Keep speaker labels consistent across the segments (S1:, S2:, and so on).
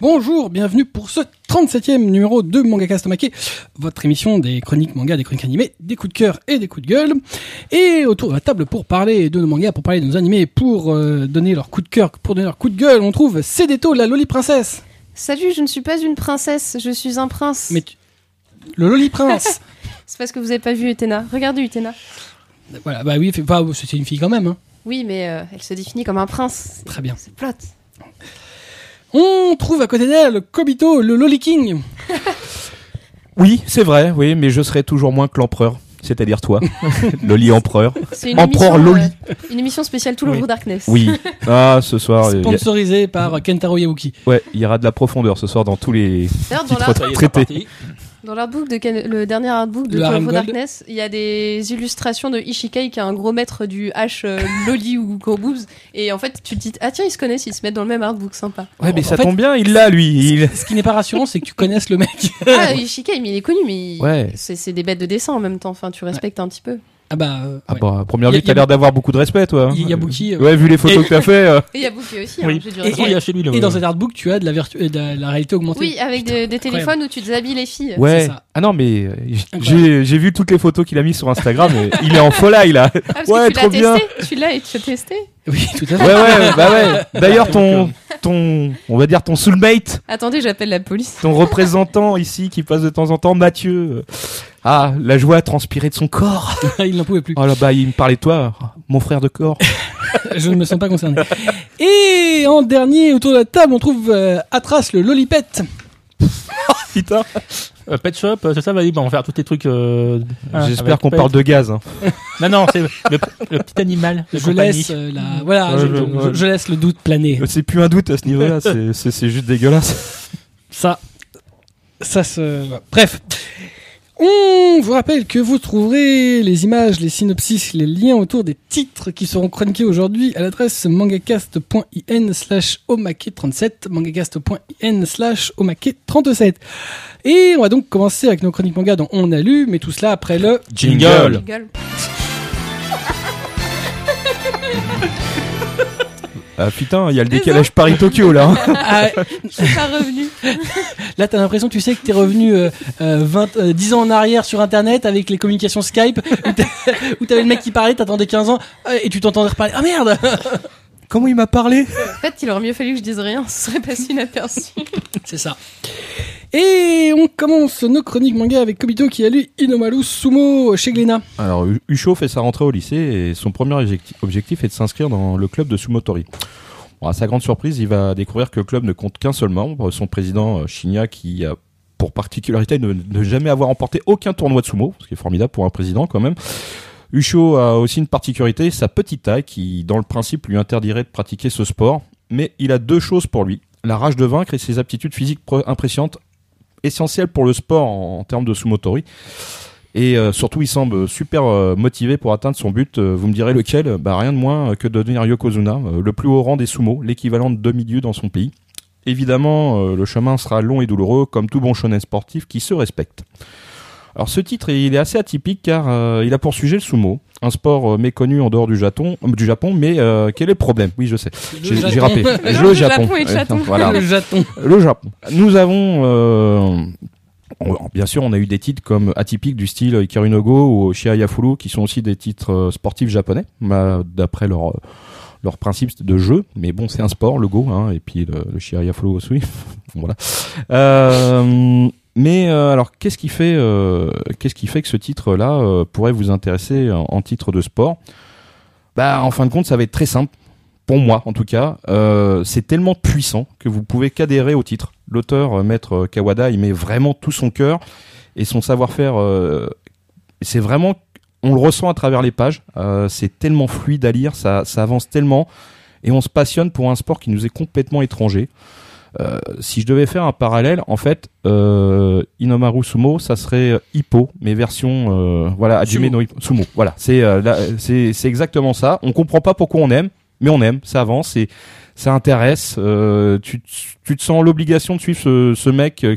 S1: Bonjour, bienvenue pour ce 37e numéro de Mangaka Stomaqué, votre émission des chroniques manga, des chroniques animées, des coups de cœur et des coups de gueule. Et autour de la table pour parler de nos mangas, pour parler de nos animés, pour euh, donner leur coup de cœur, pour donner leur coup de gueule, on trouve Cédéto, la Loli Princesse.
S2: Salut, je ne suis pas une princesse, je suis un prince.
S1: Mais tu- le Loli Prince.
S2: C'est parce que vous n'avez pas vu Utena. Regardez Utena.
S1: voilà, bah oui, fait- bah, c'est une fille quand même. hein.
S2: Oui, mais euh, elle se définit comme un prince.
S1: Très bien.
S2: C'est plot.
S1: On trouve à côté d'elle Kobito, le Loli King.
S3: Oui, c'est vrai, oui, mais je serai toujours moins que l'empereur, c'est-à-dire toi, Loli empereur.
S2: C'est une
S3: Empereur
S2: émission,
S3: Loli.
S2: euh, une émission spéciale tout le
S3: Oui.
S2: Darkness.
S3: Oui. Ah, ce
S1: Oh,
S3: soir, il y, a-
S1: Sponsorisé par Kentaro Yabuki.
S3: ouais, il y aura de la profondeur ce soir dans tous les
S2: D'ailleurs, dans
S3: titres
S2: l'art-
S4: Ça y est, c'est
S3: traités.
S4: parti.
S2: dans l'artbook de Ken- le dernier artbook
S1: Le
S2: de Tout
S1: Aaron
S2: Over
S1: Gold.
S2: Darkness, il y a des illustrations de Ishikai qui est un gros maître du H euh, Loli ou Gros Boobs. Et en fait, tu te dis, ah tiens, ils se connaissent, ils se mettent dans le même artbook, sympa.
S3: Ouais, Ah, mais
S1: En
S3: ça
S1: fait-
S3: tombe bien, il l'a lui. Il...
S1: Ce qui n'est pas rassurant, c'est que tu connaisses le mec.
S2: Ah, Ishikai, mais il est connu, mais il-
S3: Ouais.
S2: c'est c'est des bêtes de dessin en même temps. Enfin, tu respectes un petit peu.
S1: Ah bah, euh,
S3: Ah
S1: ouais.
S3: bah,
S1: Y
S3: première
S1: a-
S3: vue,
S1: y a
S3: t'as l'air d'avoir beaucoup de respect, toi. hein.
S1: Y- Yabuki, euh,
S3: Ouais, vu les photos
S4: Et-
S3: que t'as fait. euh,
S2: Et Yabuki aussi, hein,
S4: Oui.
S2: j'ai dû
S4: De toute façon,
S2: regarder.
S4: il y a chez lui le.
S1: Et dans cet artbook, tu as de la, vertu... euh, de la, la réalité augmentée.
S2: Oui, avec des, des
S1: incroyable.
S2: téléphones où tu déshabilles les filles.
S3: Ouais.
S1: ça.
S3: Ah non, mais euh,
S1: Incroyable.
S3: j'ai j'ai vu toutes les photos qu'il a mis sur Instagram. et il est en folie là.
S2: Ah, parce que
S3: Ouais,
S2: tu l'as
S3: trop bien.
S2: testé, tu l'as et tu l'as testé.
S1: Oui, tout à
S3: Ouais,
S1: fait.
S3: ouais, bah ouais. D'ailleurs, ton, ton, on va dire ton soulmate,
S2: Attendez, j'appelle la police.
S3: ton représentant ici qui passe de temps en temps, Mathieu. Ah, la joie a transpiré de son corps.
S1: Il n'en pouvait plus.
S3: Oh là bah, il me parlait de toi, mon frère de corps.
S1: Je ne me sens pas concerné. Et en dernier, autour de la table, on trouve euh, Atras, le Lolipette.
S3: Putain.
S4: Euh, Pet Shop, euh, c'est ça, vas-y, bah, on va faire tous les trucs. euh, hein,
S3: J'espère
S4: avec
S3: qu'on
S4: Pet.
S3: parle de gaz. hein.
S4: Non, non, c'est le, le petit animal. de
S1: Je
S4: compagnie.
S1: laisse, euh, la... voilà,
S3: Ouais,
S1: je,
S3: ouais,
S1: je-
S3: ouais.
S1: je laisse le doute planer.
S3: Euh, C'est plus un doute à ce niveau-là. c'est- C'est c'est juste dégueulasse.
S1: Ça, ça se. Bref. On vous rappelle que vous trouverez les images, les synopsis, les liens autour des titres qui seront chroniqués aujourd'hui à l'adresse mangacast.in slash omake37, mangacast.in slash omake37. Et on va donc commencer avec nos chroniques manga dont on a lu, mais tout cela après le...
S3: Jingle.
S2: Rigole.
S3: Ah putain, il y a le décalage Paris-Tokyo là. hein.
S1: Ah,
S2: Je suis pas revenu.
S1: là, t'as l'impression, tu sais, que t'es revenu euh, euh, 20, euh, 10 ans en arrière sur Internet avec les communications Skype, où t'a- où t'avais le mec qui parlait, t'attendais 15 ans, euh, et tu t'entendais reparler. Ah merde
S3: Comment il m'a parlé
S2: En fait, il aurait mieux fallu que je dise rien, ce serait passé inaperçu.
S1: C'est ça. Et on commence nos chroniques manga avec Kobito qui a lu Inomaru Sumo chez Glénat.
S3: Alors, U- Ucho fait sa rentrée au lycée et son premier objecti- objectif est de s'inscrire dans le club de Sumotori. Bon, à sa grande surprise, il va découvrir que le club ne compte qu'un seul membre, son président euh, Shinya, qui a pour particularité de ne jamais avoir emporté aucun tournoi de sumo, ce qui est formidable pour un président quand même. Ucho a aussi une particularité, sa petite taille, qui dans le principe lui interdirait de pratiquer ce sport, mais il a deux choses pour lui, la rage de vaincre et ses aptitudes physiques pro- impressionnantes, essentielles pour le sport en, en termes de sumotori. Et euh, surtout, il semble super euh, motivé pour atteindre son but. Euh, vous me direz lequel Bah rien de moins que de devenir Yokozuna, euh, le plus haut rang des sumo, l'équivalent de demi-dieu dans son pays. Évidemment, euh, le chemin sera long et douloureux, comme tout bon shonen sportif qui se respecte. Alors ce titre, il est assez atypique car euh, il a pour sujet le sumo, un sport euh, méconnu en dehors du Japon, du Japon mais euh, quel est le problème Oui, je sais, j'ai j'ai rappelé.
S2: Le
S3: Le
S2: Japon
S3: Japon.
S2: et le chaton.
S3: Voilà
S1: Le Japon.
S3: le Japon. Nous avons, euh, on- bien sûr, on a eu des titres comme atypiques du style Ikaru no Go ou Shiayafulu, qui sont aussi des titres euh, sportifs japonais, bah, d'après leur euh, leur principe de jeu. Mais bon, c'est un sport, le Go, hein, et puis le, le Shiayafulu aussi. voilà. Euh, mais euh, alors, qu'est-ce qui fait, euh, qu'est-ce qui fait que ce titre-là euh, pourrait vous intéresser en, en titre de sport Bah, en fin de compte, ça va être très simple pour moi en tout cas, euh, c'est tellement puissant que vous pouvez qu'adhérer au titre. L'auteur, euh, Maître Kawada, il met vraiment tout son cœur et son savoir-faire. euh, c'est vraiment, on le ressent à travers les pages. Euh, c'est tellement fluide à lire, ça, ça avance tellement et on se passionne pour un sport qui nous est complètement étranger. Euh, si je devais faire un parallèle, en fait, euh, Inomaru Sumo, ça serait Hippo, mais version euh, voilà Hajime
S1: Sumo.
S3: no Hippo- Sumo. Voilà, c'est euh, la- c'est c'est exactement ça. On comprend pas pourquoi on aime, mais on aime, ça avance et ça intéresse. Euh, tu, te- tu te sens l'obligation de suivre ce, ce mec euh,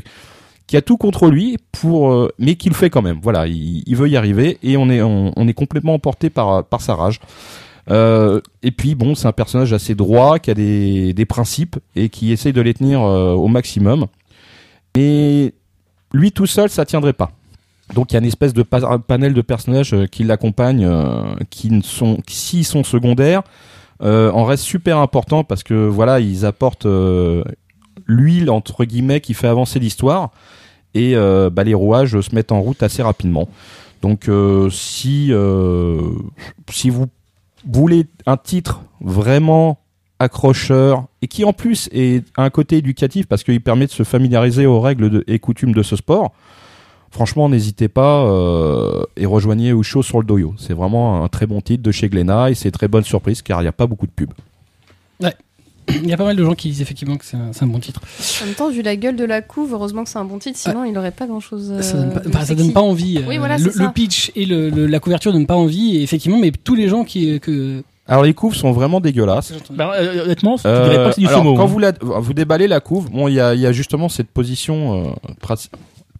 S3: qui a tout contre lui pour, euh, mais qui le fait quand même. Voilà, il, il veut y arriver et on est on, on est complètement emporté par par sa rage. Euh, et puis bon, c'est un personnage assez droit, qui a des, des principes et qui essaye de les tenir euh, au maximum. Et lui tout seul, ça tiendrait pas. Donc il y a une espèce de pa- panel de personnages euh, qui l'accompagnent, euh, qui ne sont, qui, s'ils sont secondaires, euh, en restent super importants parce que voilà, ils apportent euh, l'huile entre guillemets qui fait avancer l'histoire et euh, bah, les rouages se mettent en route assez rapidement. Donc euh, si euh, si vous voulez un titre vraiment accrocheur et qui en plus est un côté éducatif parce qu'il permet de se familiariser aux règles de- et coutumes de ce sport. Franchement, n'hésitez pas euh, et rejoignez Usho sur le doyo. C'est vraiment un très bon titre de chez Glénat et c'est très bonne surprise car il n'y a pas beaucoup de pubs.
S1: Il y a pas mal de gens qui disent effectivement que c'est un, c'est un bon titre.
S2: En même temps, vu la gueule de la couve, heureusement que c'est un bon titre, sinon il aurait pas euh, grand chose.
S1: ça donne pas, bah, ça donne pas envie.
S2: Oui,
S1: euh,
S2: voilà,
S1: le,
S2: c'est ça.
S1: le pitch et le, le- la couverture donnent pas envie. Et effectivement, mais tous les gens qui euh, que
S3: Alors les couves sont vraiment dégueulasses.
S4: Bah, euh, honnêtement, tu
S3: Euh,
S4: dirais pas que c'est du
S3: alors,
S4: sumo.
S3: quand
S4: hein.
S3: vous, la- vous déballez la couve, bon, il y a, il y a justement cette position euh, prat-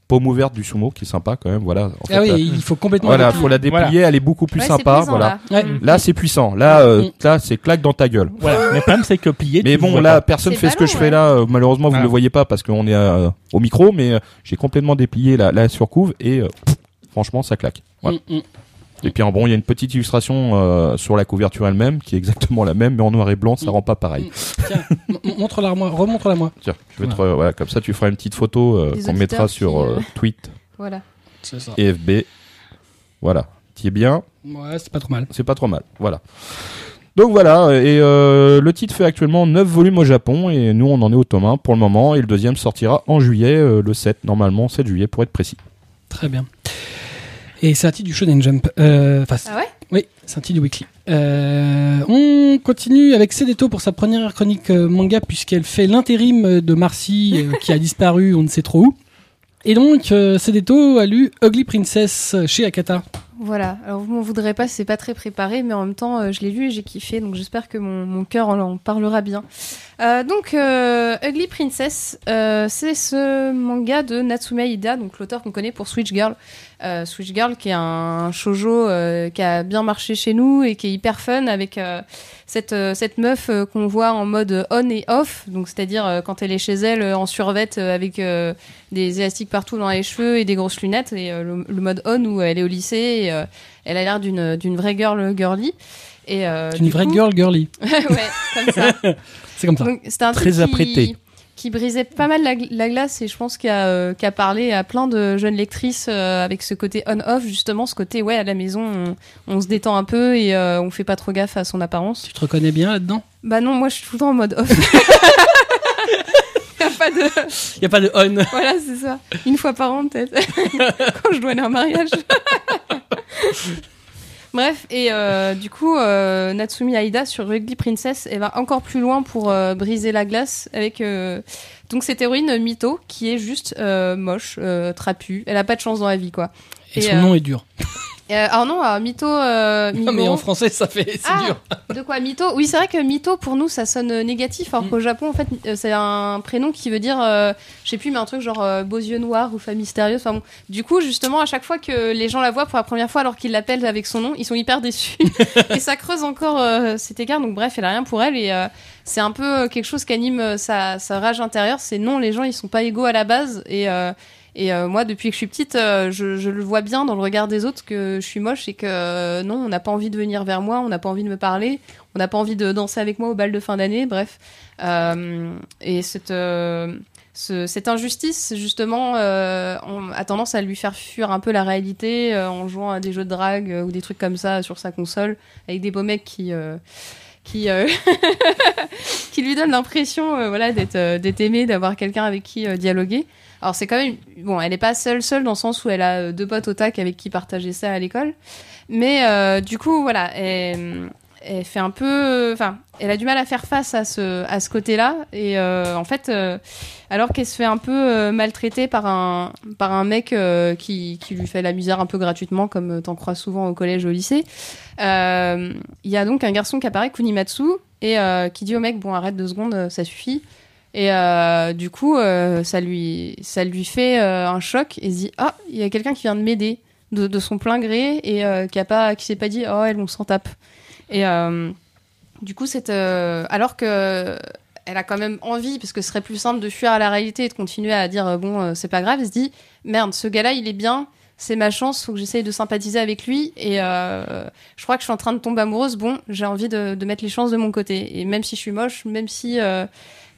S3: paume ouverte du sumo qui est sympa quand même. Voilà. En fait,
S1: ah oui,
S3: euh,
S1: il faut complètement.
S3: voilà,
S2: Voilà.
S3: faut la déplier, elle est beaucoup plus sympa. voilà.
S1: Ouais.
S2: Mm.
S3: Là, c'est puissant. Là, euh,
S1: Mm.
S3: là, c'est claque dans ta gueule.
S4: Voilà. Mais le problème, c'est que plier.
S3: Mais
S4: tu
S3: bon,
S4: vois
S3: là,
S4: pas.
S3: personne
S2: C'est
S3: fait ce que
S2: ballon,
S3: je fais là. Euh, Malheureusement, vous ne
S4: Ah.
S3: le voyez pas parce qu'on est euh, au micro, mais euh, j'ai complètement déplié la, la surcouve et euh, pff, franchement, ça claque. Voilà.
S1: Mm, mm.
S3: Et puis, en bon, il y a une petite illustration euh, sur la couverture elle-même qui est exactement la même, mais en noir et blanc, ça
S1: Mm.
S3: rend pas pareil.
S1: Tiens, m- m- montre-la moi, remontre-la moi.
S3: Tiens, je vais te, re- voilà, comme ça, tu feras une petite photo euh,
S2: Les
S3: qu'on
S2: auditeurs
S3: mettra
S2: qui,
S3: sur
S2: euh,
S3: euh, tweet
S2: Voilà.
S1: C'est ça.
S3: et FB. Voilà, qui est bien.
S1: Ouais, c'est pas trop mal.
S3: c'est pas trop mal. Voilà. Donc voilà, et euh, le titre fait actuellement 9 volumes au Japon, et nous on en est au tome 1 pour le moment, et le deuxième sortira en juillet, euh, le 7, normalement 7 juillet pour être précis.
S1: Très bien. Et c'est un titre du Shonen Jump. Euh, Enfin, c'est-
S2: Ah ouais
S1: oui, c'est un titre du Weekly. Euh, on continue avec Sedeto pour sa première chronique euh, manga, puisqu'elle fait l'intérim euh, de Marcy, euh, qui a disparu, on ne sait trop où. Et donc, euh, Sedeto a lu Ugly Princess euh, chez Akata.
S2: Voilà. Alors vous m'en voudrez pas, c'est pas très préparé, mais en même temps, euh, je l'ai lu et j'ai kiffé, donc j'espère que mon, mon cœur en, en parlera bien. Euh, donc, euh, Ugly Princess, euh, c'est ce manga de Natsume Ida, donc l'auteur qu'on connaît pour Switch Girl. Euh, Switch Girl, qui est un shoujo euh, qui a bien marché chez nous et qui est hyper fun avec euh, cette, euh, cette meuf euh, qu'on voit en mode on et off, donc c'est-à-dire euh, quand elle est chez elle euh, en survette euh, avec euh, des élastiques partout dans les cheveux et des grosses lunettes, et euh, le, le mode on où elle est au lycée, et, euh, elle a l'air d'une d'une vraie girl girly. Et, euh,
S1: C'est une
S2: du
S1: vraie
S2: coup-
S1: girl girly.
S2: ouais, comme ça.
S1: C'est comme ça.
S2: Donc, C'était un
S3: Très
S2: truc qui-
S3: apprêté.
S2: Qui brisait pas mal la, gl- la glace et je pense qu'il a, euh, qu'il a parlé à plein de jeunes lectrices euh, avec ce côté on-off, justement, ce côté, ouais, à la maison, on, on se détend un peu et euh, on fait pas trop gaffe à son apparence.
S1: Tu te reconnais bien là-dedans
S2: Bah non, moi je suis tout le temps en mode off. Y a
S1: Il n'y a pas
S2: pas de.
S1: de on.
S2: Voilà, c'est ça. Une fois par an, peut-être. Quand je dois aller à un mariage. Bref, et euh, du coup, euh, Natsumi Aida sur Rugby Princess, elle va encore plus loin pour euh, briser la glace avec euh, donc cette héroïne euh, Mito qui est juste euh, moche, euh, trapue. Elle a pas de chance dans la vie, quoi.
S1: Et,
S2: Et,
S1: son
S2: euh,
S1: nom est dur.
S2: Euh, alors non, alors, Mito, euh,
S1: Non, mais
S2: Migoro-
S1: en français, ça fait. C'est
S2: Ah,
S1: dur.
S2: de quoi Mito Oui, c'est vrai que Mito, pour nous, ça sonne euh, négatif, alors
S1: Mm.
S2: qu'au Japon, en fait, euh, c'est un prénom qui veut dire, euh, je sais plus, mais un truc genre euh, beaux yeux noirs ou femme mystérieuse. Enfin bon. Du coup, justement, à chaque fois que les gens la voient pour la première fois, alors qu'ils l'appellent avec son nom, ils sont hyper déçus. et ça creuse encore euh, cet écart. Donc bref, elle a rien pour elle. Et euh, c'est un peu euh, quelque chose qui anime euh, sa, sa rage intérieure. C'est non, les gens, ils sont pas égaux à la base. Et... euh, et euh, moi, depuis que je suis petite, euh, je, je le vois bien dans le regard des autres que je suis moche et que euh, non, on n'a pas envie de venir vers moi, on n'a pas envie de me parler, on n'a pas envie de danser avec moi au bal de fin d'année, bref. Euh, et cette, euh, ce- cette injustice, justement, euh, on a tendance à lui faire fuir un peu la réalité euh, en jouant à des jeux de drague euh, ou des trucs comme ça sur sa console avec des beaux mecs qui. euh, qui, euh, qui lui donnent l'impression euh, voilà, d'être euh, d'être aimé, d'avoir quelqu'un avec qui euh, dialoguer. Alors c'est quand même bon, elle n'est pas seule seule dans le sens où elle a euh, deux potes au tac avec qui partager ça à l'école, mais euh, du coup voilà, elle, elle fait un peu, enfin, elle a du mal à faire face à ce à ce côté-là et euh, en fait, euh, alors qu'elle se fait un peu euh, maltraiter par un par un mec euh, qui qui lui fait la misère un peu gratuitement comme euh, t'en crois souvent au collège au lycée, euh, il y a donc un garçon qui apparaît Kunimatsu et euh, qui dit au mec bon arrête deux secondes euh, ça suffit et euh, du coup, euh, ça, lui, ça lui fait euh, un choc et se dit Ah, il y a quelqu'un qui vient de m'aider de, de son plein gré et euh, qui a pas, qui s'est pas dit Oh, elle, on s'en tape. Et euh, du coup, c'est euh, alors que elle a quand même envie, parce que ce serait plus simple de fuir à la réalité et de continuer à dire euh, bon, euh, c'est pas grave. Elle se dit merde, ce gars-là, il est bien. C'est ma chance, faut que j'essaye de sympathiser avec lui. Et euh, je crois que je suis en train de tomber amoureuse. Bon, j'ai envie de, de mettre les chances de mon côté. Et même si je suis moche, même si, euh,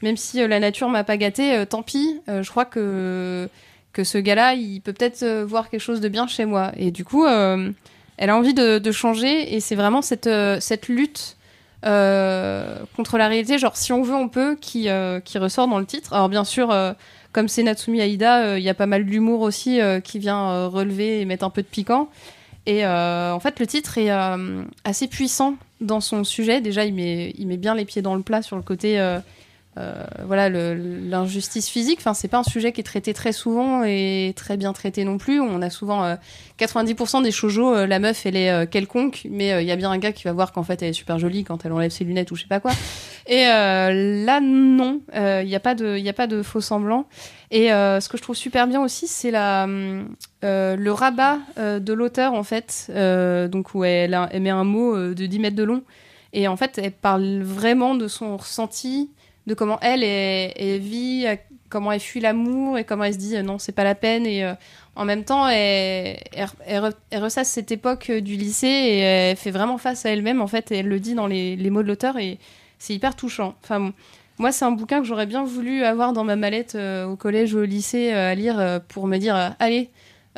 S2: même si euh, la nature m'a pas gâtée, euh, tant pis. Euh, je crois que, que ce gars-là, il peut peut-être euh, voir quelque chose de bien chez moi. Et du coup, euh, elle a envie de, de changer. Et c'est vraiment cette, euh, cette lutte euh, contre la réalité, genre si on veut, on peut, qui, euh, qui ressort dans le titre. Alors bien sûr, euh, comme c'est Natsumi Aida, euh, il y a pas mal d'humour aussi euh, qui vient euh, relever et mettre un peu de piquant. Et euh, en fait, le titre est euh, assez puissant dans son sujet. Déjà, il met, il met bien les pieds dans le plat sur le côté, euh, euh, voilà, le- l'injustice physique. Enfin, c'est pas un sujet qui est traité très souvent et très bien traité non plus. On a souvent euh, 90% des shoujo, euh, la meuf, elle est euh, quelconque, mais euh, il y a bien un gars qui va voir qu'en fait, elle est super jolie quand elle enlève ses lunettes ou je sais pas quoi. Et euh, là, non, Euh, il n'y a pas de, il y a pas de faux semblant. Et euh, ce que je trouve super bien aussi, c'est la hum, euh, le rabat euh, de l'auteur en fait, euh, donc où elle, a- elle met un mot euh, de 10 mètres de long, et en fait, elle parle vraiment de son ressenti, de comment elle, elle, elle vit, euh, comment elle fuit l'amour et comment elle se dit euh, non, c'est pas la peine et euh, en même temps, elle, elle- elle re- elle ressasse cette époque euh, du lycée et elle fait vraiment face à elle-même, en fait, et elle le dit dans les, les mots de l'auteur, et c'est hyper touchant. Enfin, bon, moi, c'est un bouquin que j'aurais bien voulu avoir dans ma mallette euh, au collège ou au lycée euh, à lire euh, pour me dire euh, allez,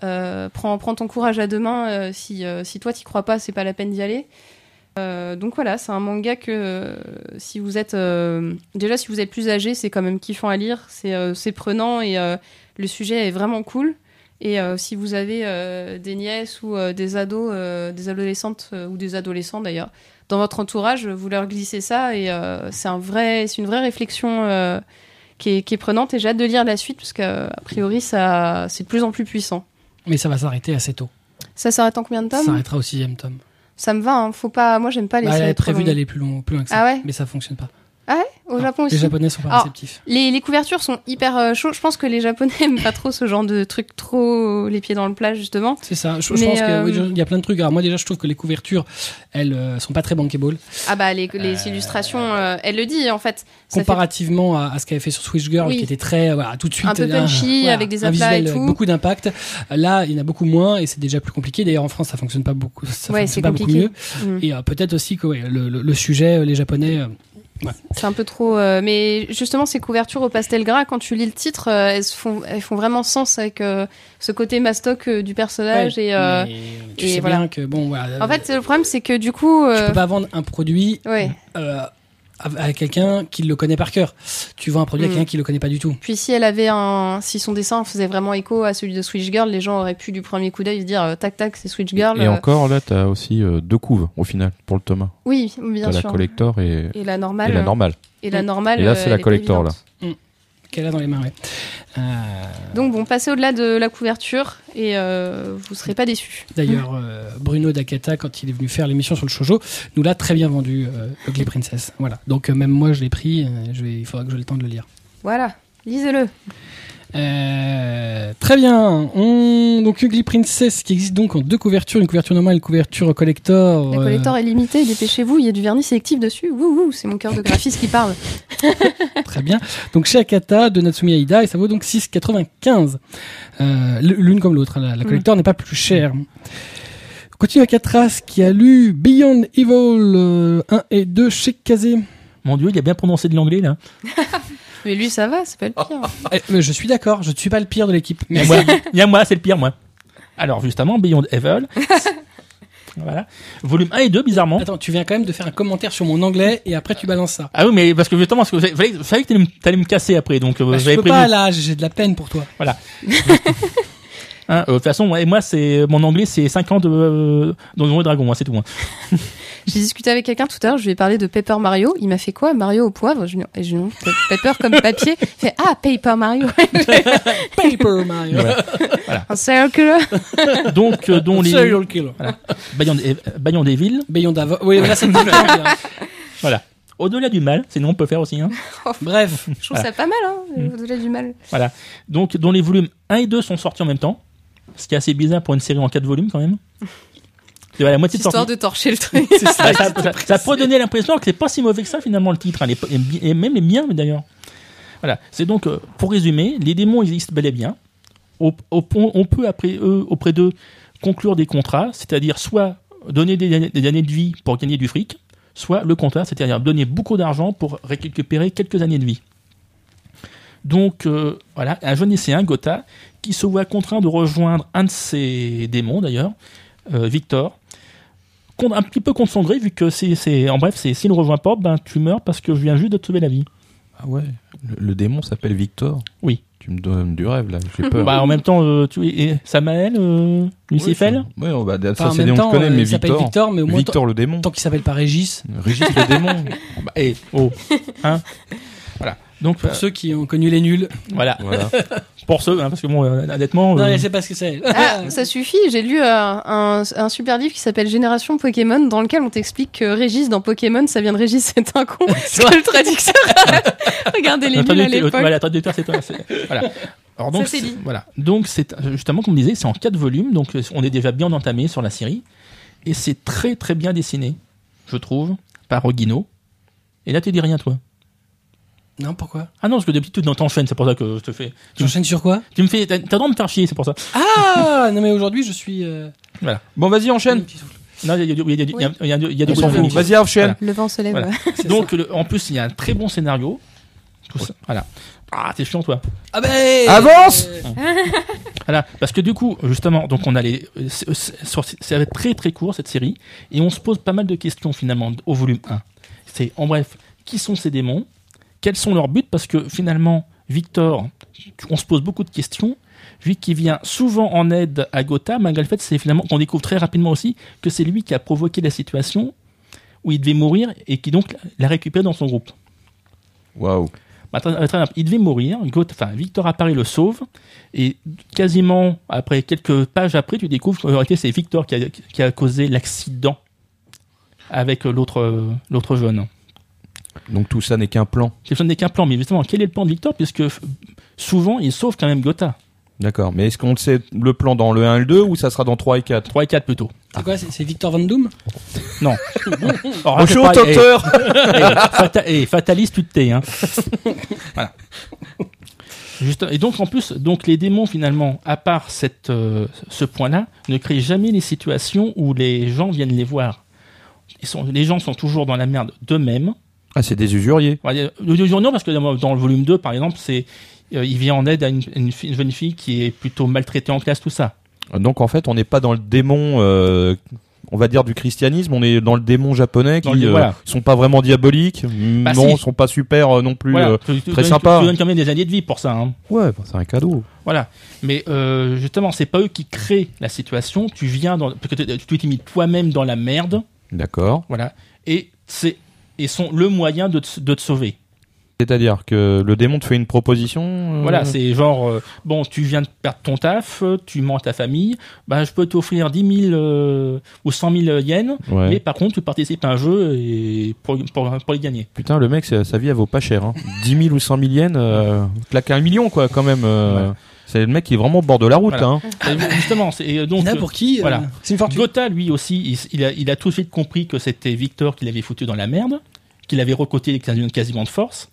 S2: euh, prends, prends ton courage à deux mains, euh, si, euh, si toi t'y crois pas, c'est pas la peine d'y aller. Euh, donc voilà, c'est un manga que euh, si vous êtes euh, déjà si vous êtes plus âgé, c'est quand même kiffant à lire, c'est euh, c'est prenant et euh, le sujet est vraiment cool. Et euh, si vous avez euh, des nièces ou euh, des ados, euh, des adolescentes euh, ou des adolescents d'ailleurs, dans votre entourage, vous leur glissez ça et euh, c'est un vrai, c'est une vraie réflexion euh, qui, est, qui est prenante. Et j'ai hâte de lire la suite parce qu'a priori ça, c'est de plus en plus puissant.
S1: Mais ça va s'arrêter assez tôt.
S2: Ça s'arrête en combien de
S1: Ça
S2: tomes
S1: s'arrêtera au sixième tome.
S2: Ça me va. hein, Faut pas. Moi j'aime pas les.
S1: Bah, elle
S2: séries
S1: avait
S2: trop
S1: prévu
S2: longues.
S1: d'aller plus loin, plus loin que ça.
S2: Ah ouais
S1: Mais ça fonctionne pas.
S2: au
S1: Non,
S2: Japon
S1: Les
S2: aussi.
S1: Japonais sont pas
S2: Alors,
S1: réceptifs.
S2: Les, les couvertures sont hyper euh, chaudes. Je pense que les Japonais aiment pas trop ce genre de truc trop les pieds dans le plat justement.
S1: C'est ça. Je, je
S2: mais,
S1: pense qu'il
S2: euh,
S1: y a plein de trucs. Alors moi déjà, je trouve que les couvertures, elles euh, sont pas très bankable.
S2: Ah bah les, les illustrations, euh, elle le dit en fait. Ça fait
S1: comparativement à, à ce qu'avait fait sur Switch Girl,
S2: Oui.
S1: qui était très euh, voilà, tout de suite
S2: Un peu punchy, avec des
S1: un
S2: aplats et
S1: visuel avec
S2: tout.
S1: beaucoup d'impact. Euh, Là, il y en a beaucoup moins et c'est déjà plus compliqué. D'ailleurs, en France, ça fonctionne pas beaucoup. Ça
S2: Ouais, c'est
S1: fonctionne pas beaucoup
S2: compliqué.
S1: mieux.
S2: Mm.
S1: Et euh, peut-être aussi que ouais, le, le- le sujet, euh, les Japonais. euh,
S2: C'est un peu trop. euh, mais justement, ces couvertures au pastel gras, quand tu lis le titre, euh, elles, se font, elles font vraiment sens avec euh, ce côté mastoc euh, du personnage.
S1: ouais,
S2: et, euh,
S1: mais tu
S2: et
S1: sais
S2: voilà.
S1: bien que bon, voilà, euh,
S2: En fait, le problème, c'est que du coup.
S1: tu
S2: euh,
S1: peux pas vendre un produit
S2: ouais.
S1: euh, à, à quelqu'un qui le connaît par cœur. Tu vends un produit à
S2: Mm.
S1: quelqu'un qui le connaît pas du tout.
S2: Puis si elle avait un, si son dessin faisait vraiment écho à celui de Switch Girl, les gens auraient pu du premier coup d'œil se dire euh, tac tac, c'est Switch Girl.
S3: Et
S2: euh,
S3: encore, là, t'as aussi euh, deux couves au final pour le Thomas.
S2: Oui, bien
S3: T'as la
S2: sûr.
S3: collector et,
S2: et la normale.
S3: et la
S2: euh,
S3: normale.
S2: et la normale.
S3: Et là,
S2: euh,
S3: c'est
S2: elle
S3: la
S2: est pas
S3: collector,
S2: évidente.
S1: Qu'elle a dans les mains, ouais. Euh,
S2: Donc bon, passez au-delà de la couverture et euh, vous serez pas déçus.
S1: D'ailleurs, euh, Bruno Dakata, quand il est venu faire l'émission sur le shoujo, nous l'a très bien vendu, euh, Ugly Princess. Voilà. Donc euh, même moi, je l'ai pris. euh, je vais, il faudra que j'ai le temps de le lire.
S2: Voilà, lisez-le.
S1: Euh, très bien. On... Donc Ugly Princess, qui existe donc en deux couvertures, une couverture normale, une couverture collector.
S2: La
S1: euh,
S2: collector est limitée, dépêchez-vous, il y a du vernis sélectif dessus. Wouhou, c'est mon cœur de graphiste qui parle.
S1: Très bien. Donc chez Akata de Natsumi Aida et ça vaut donc 6,95. Euh, l- L'une comme l'autre. hein, La,
S2: Mm.
S1: la collector n'est pas plus chère. On Continue avec Atras qui a lu Beyond Evil euh, 1 et 2 chez Kazé.
S4: Mon dieu, il a bien prononcé de l'anglais là.
S2: Mais lui, ça va, c'est pas le pire.
S1: Eh, mais je suis d'accord, je ne suis pas le pire de l'équipe.
S4: Il y a
S1: Mais
S4: moi, Il y a moi, c'est le pire moi. Alors justement, Beyond Evil. voilà. Volume 1 et 2, bizarrement.
S1: attends, tu viens quand même de faire un commentaire sur mon anglais et après tu balances ça.
S4: Ah oui, mais parce que justement, parce que vous savez- vous savez que t'allais me- t'allais me casser après, donc euh,
S1: Bah, je
S4: j'avais
S1: peux
S4: prévu.
S1: pas là, j'ai de la peine pour toi.
S4: Hein, euh, de toute façon, ouais, moi, c'est mon anglais, c'est 5 ans de euh, Donjons et Dragons, hein, c'est tout. hein.
S2: J'ai discuté avec quelqu'un tout à l'heure, je lui ai parlé de Paper Mario. Il m'a fait quoi Mario au poivre Je lui ai dit, et je lui ai dit, Paper comme papier. Il fait Ah, Paper Mario.
S1: Paper Mario.
S2: Un circle.
S4: Donc, euh, dont les
S1: Serial killer.
S4: Bayon Ev- Bayon Devil.
S1: Beyond Ava- Oui, là c'est différent, bien.
S4: Voilà. Au-delà du mal, sinon on peut faire aussi. Hein.
S1: Bref,
S2: Je trouve ça pas mal, hein, au-delà du mal.
S4: Donc, dont les volumes 1 et 2 sont sortis en même temps. Ce qui est assez bizarre pour une série en 4 volumes quand même. C'est à la moitié de
S2: Histoire
S4: sortie.
S2: de torcher le truc.
S4: Ah, ça, ça- ça pourrait donner l'impression que c'est pas si mauvais que ça finalement le titre, hein, les- et bi- et même les miens d'ailleurs. Voilà, c'est donc euh, pour résumer, les démons existent bel et bien. Au- au- on, on peut après eux, auprès d'eux conclure des contrats, c'est-à-dire soit donner des, années- des années de vie pour gagner du fric, soit le contraire, c'est-à-dire donner beaucoup d'argent pour récupérer quelques années de vie. Donc euh, voilà, un jeune lycéen, Gotha, qui se voit contraint de rejoindre un de ses démons d'ailleurs, euh, Victor, con- un petit peu contre son gré, vu que c'est, c'est- en bref, c'est s'il ne rejoint pas, ben tu meurs parce que je viens juste de te sauver la vie.
S3: Ah ouais. Le, le démon s'appelle Victor.
S4: Oui.
S3: Tu me donnes du rêve là, j'ai peur.
S4: Bah en même temps, euh, tu et Samael, euh, Lucifel,
S3: Oui, on va
S1: Enfin,
S3: ça
S1: en
S3: c'est
S1: même
S3: on
S1: temps,
S3: connaît,
S1: euh,
S3: mais
S1: il s'appelle
S3: Victor. Victor,
S1: Victor, mais au moins tant-
S3: le démon.
S1: tant qu'il s'appelle pas Régis.
S3: Régis le démon. Bah, eh,
S4: oh, hein, voilà. Donc
S1: Pour
S4: euh,
S1: ceux qui ont connu les nuls.
S3: Oh
S4: voilà,
S3: voilà.
S4: pour ceux, hein, parce que bon, euh, honnêtement,
S1: Non,
S4: euh,
S1: elle sait pas ce que c'est.
S2: Ah, ça suffit, j'ai lu euh, un, un super livre qui s'appelle Génération Pokémon, dans lequel on t'explique que Régis dans Pokémon, ça vient de Régis, c'est un con. C'est le traducteur. Regardez les nuls
S4: le
S2: à
S4: traducteur- euh,
S2: l'époque.
S4: voilà, le traducteur, c'est toi. c'est- Voilà. Alors, donc,
S2: Ça, c'est
S4: c'est-
S2: dit.
S4: Voilà. Donc, c'est euh, justement, comme on disait, c'est en quatre volumes, donc euh, on est déjà bien entamé sur la série. Et c'est très, très bien dessiné, je trouve, par Guino. Et là, tu dis rien, toi.
S1: Non, pourquoi
S4: Ah non, parce que d'habitude, non, t'enchaînes, c'est pour ça que je te fais. Tu,
S1: J'enchaîne sur quoi
S4: tu me fais. T'as t'as le droit de me faire chier, c'est pour ça.
S1: Ah Non, mais aujourd'hui, je suis. euh,
S3: Bon, vas-y, enchaîne.
S4: Non, il y a du- il y a du- il y a- il y a du- il y a du
S3: On s'en
S4: bon
S3: fout.
S4: fond.
S3: Vas-y, enchaîne.
S2: Le vent se lève.
S4: Voilà.
S1: c'est ça.
S4: Donc, le- en plus, il y a un très bon scénario. Tout ça. Voilà. Ah, t'es chiant, toi.
S1: Ah ben
S3: Avance
S1: euh,
S4: Voilà, parce que du coup, justement, donc on a les, euh, c'est- c'est- sur- ça va être très très court cette série, et on se pose pas mal de questions finalement au volume 1. C'est en bref, qui sont ces démons Quels sont leurs buts Parce que finalement, Victor, on se pose beaucoup de questions, lui qui vient souvent en aide à Gotha, malgré le fait c'est finalement qu'on découvre très rapidement aussi que c'est lui qui a provoqué la situation où il devait mourir et qui donc l'a récupéré dans son groupe.
S3: Waouh.
S4: Bah, très- très simple. il devait mourir. Goth- enfin, Victor à Paris le sauve. Et quasiment après quelques pages après, tu découvres qu'en réalité, c'est Victor qui a, qui a causé l'accident avec euh, l'autre euh, l'autre jeune.
S3: Donc tout ça n'est qu'un plan.
S4: C'est- Ce n'est qu'un plan, mais justement, quel est le plan de Victor Puisque f- souvent, il sauve quand même Gotha.
S3: D'accord. Mais est-ce qu'on le sait le plan dans le 1 et le 2 ou ça sera dans 3 et 4
S4: 3 et 4 plutôt.
S1: C'est quoi C'est c'est Victor Van Doom
S4: Alors,
S3: Au
S4: là, c'est
S3: show,
S4: pareil. Eh,
S3: docteur
S4: Eh, fata- eh, fataliste, tu te tais. Hein. voilà. Juste, et donc, en plus, donc, les démons, finalement, à part cette, euh, ce point-là, ne créent jamais les situations où les gens viennent les voir. Ils sont, les gens sont toujours dans la merde d'eux-mêmes.
S3: Ah, c'est des usuriers.
S4: On va dire- Le le journal, parce que dans dans le volume 2, par exemple, c'est euh, il vient en aide à une, une fi- une jeune fille qui est plutôt maltraitée en classe, tout ça.
S3: Donc en fait, on n'est pas dans le démon, euh, on va dire, du christianisme, on est dans le démon japonais qui
S4: Dans le-
S3: euh,
S4: voilà.
S3: sont pas vraiment diaboliques, mm,
S4: Bah,
S3: non,
S4: si.
S3: sont pas super euh, non plus.
S4: Voilà.
S3: euh,
S4: Tu- tu
S3: très
S4: donnes-
S3: sympa.
S4: Tu, tu donnes quand même des années de vie pour ça. hein.
S3: Ouais, bah, c'est un cadeau.
S4: Voilà. Mais euh, justement, c'est pas eux qui créent la situation. Tu viens dans, parce que t'es- tu t'es mis toi-même dans la merde.
S3: D'accord.
S4: Voilà. Et c'est et sont le moyen de te, de te sauver.
S3: C'est-à-dire que le démon te fait une proposition. euh,
S4: Voilà, c'est genre, euh, bon, tu viens de perdre ton taf, euh, tu mens à ta famille, bah, je peux t'offrir 10 000 euh, ou 100 000 yens,
S3: Ouais.
S4: mais par contre, tu participes à un jeu et pour, pour, pour les gagner.
S3: Putain, le mec, c'est- sa vie, elle vaut pas cher. Hein. 10 000 ou 100 000 yens, euh, claque un million, quoi, quand même. euh, C'est le mec qui est vraiment au bord de la route.
S4: Voilà.
S3: Hein.
S4: Et justement, c'est et
S1: Il y
S4: donc.
S1: en a pour qui euh,
S4: voilà.
S1: C'est une fortune.
S4: Gotha, lui aussi, il, il a, il a tout de suite compris que c'était Victor qui l'avait foutu dans la merde, qu'il avait recoté quasi- quasiment de force,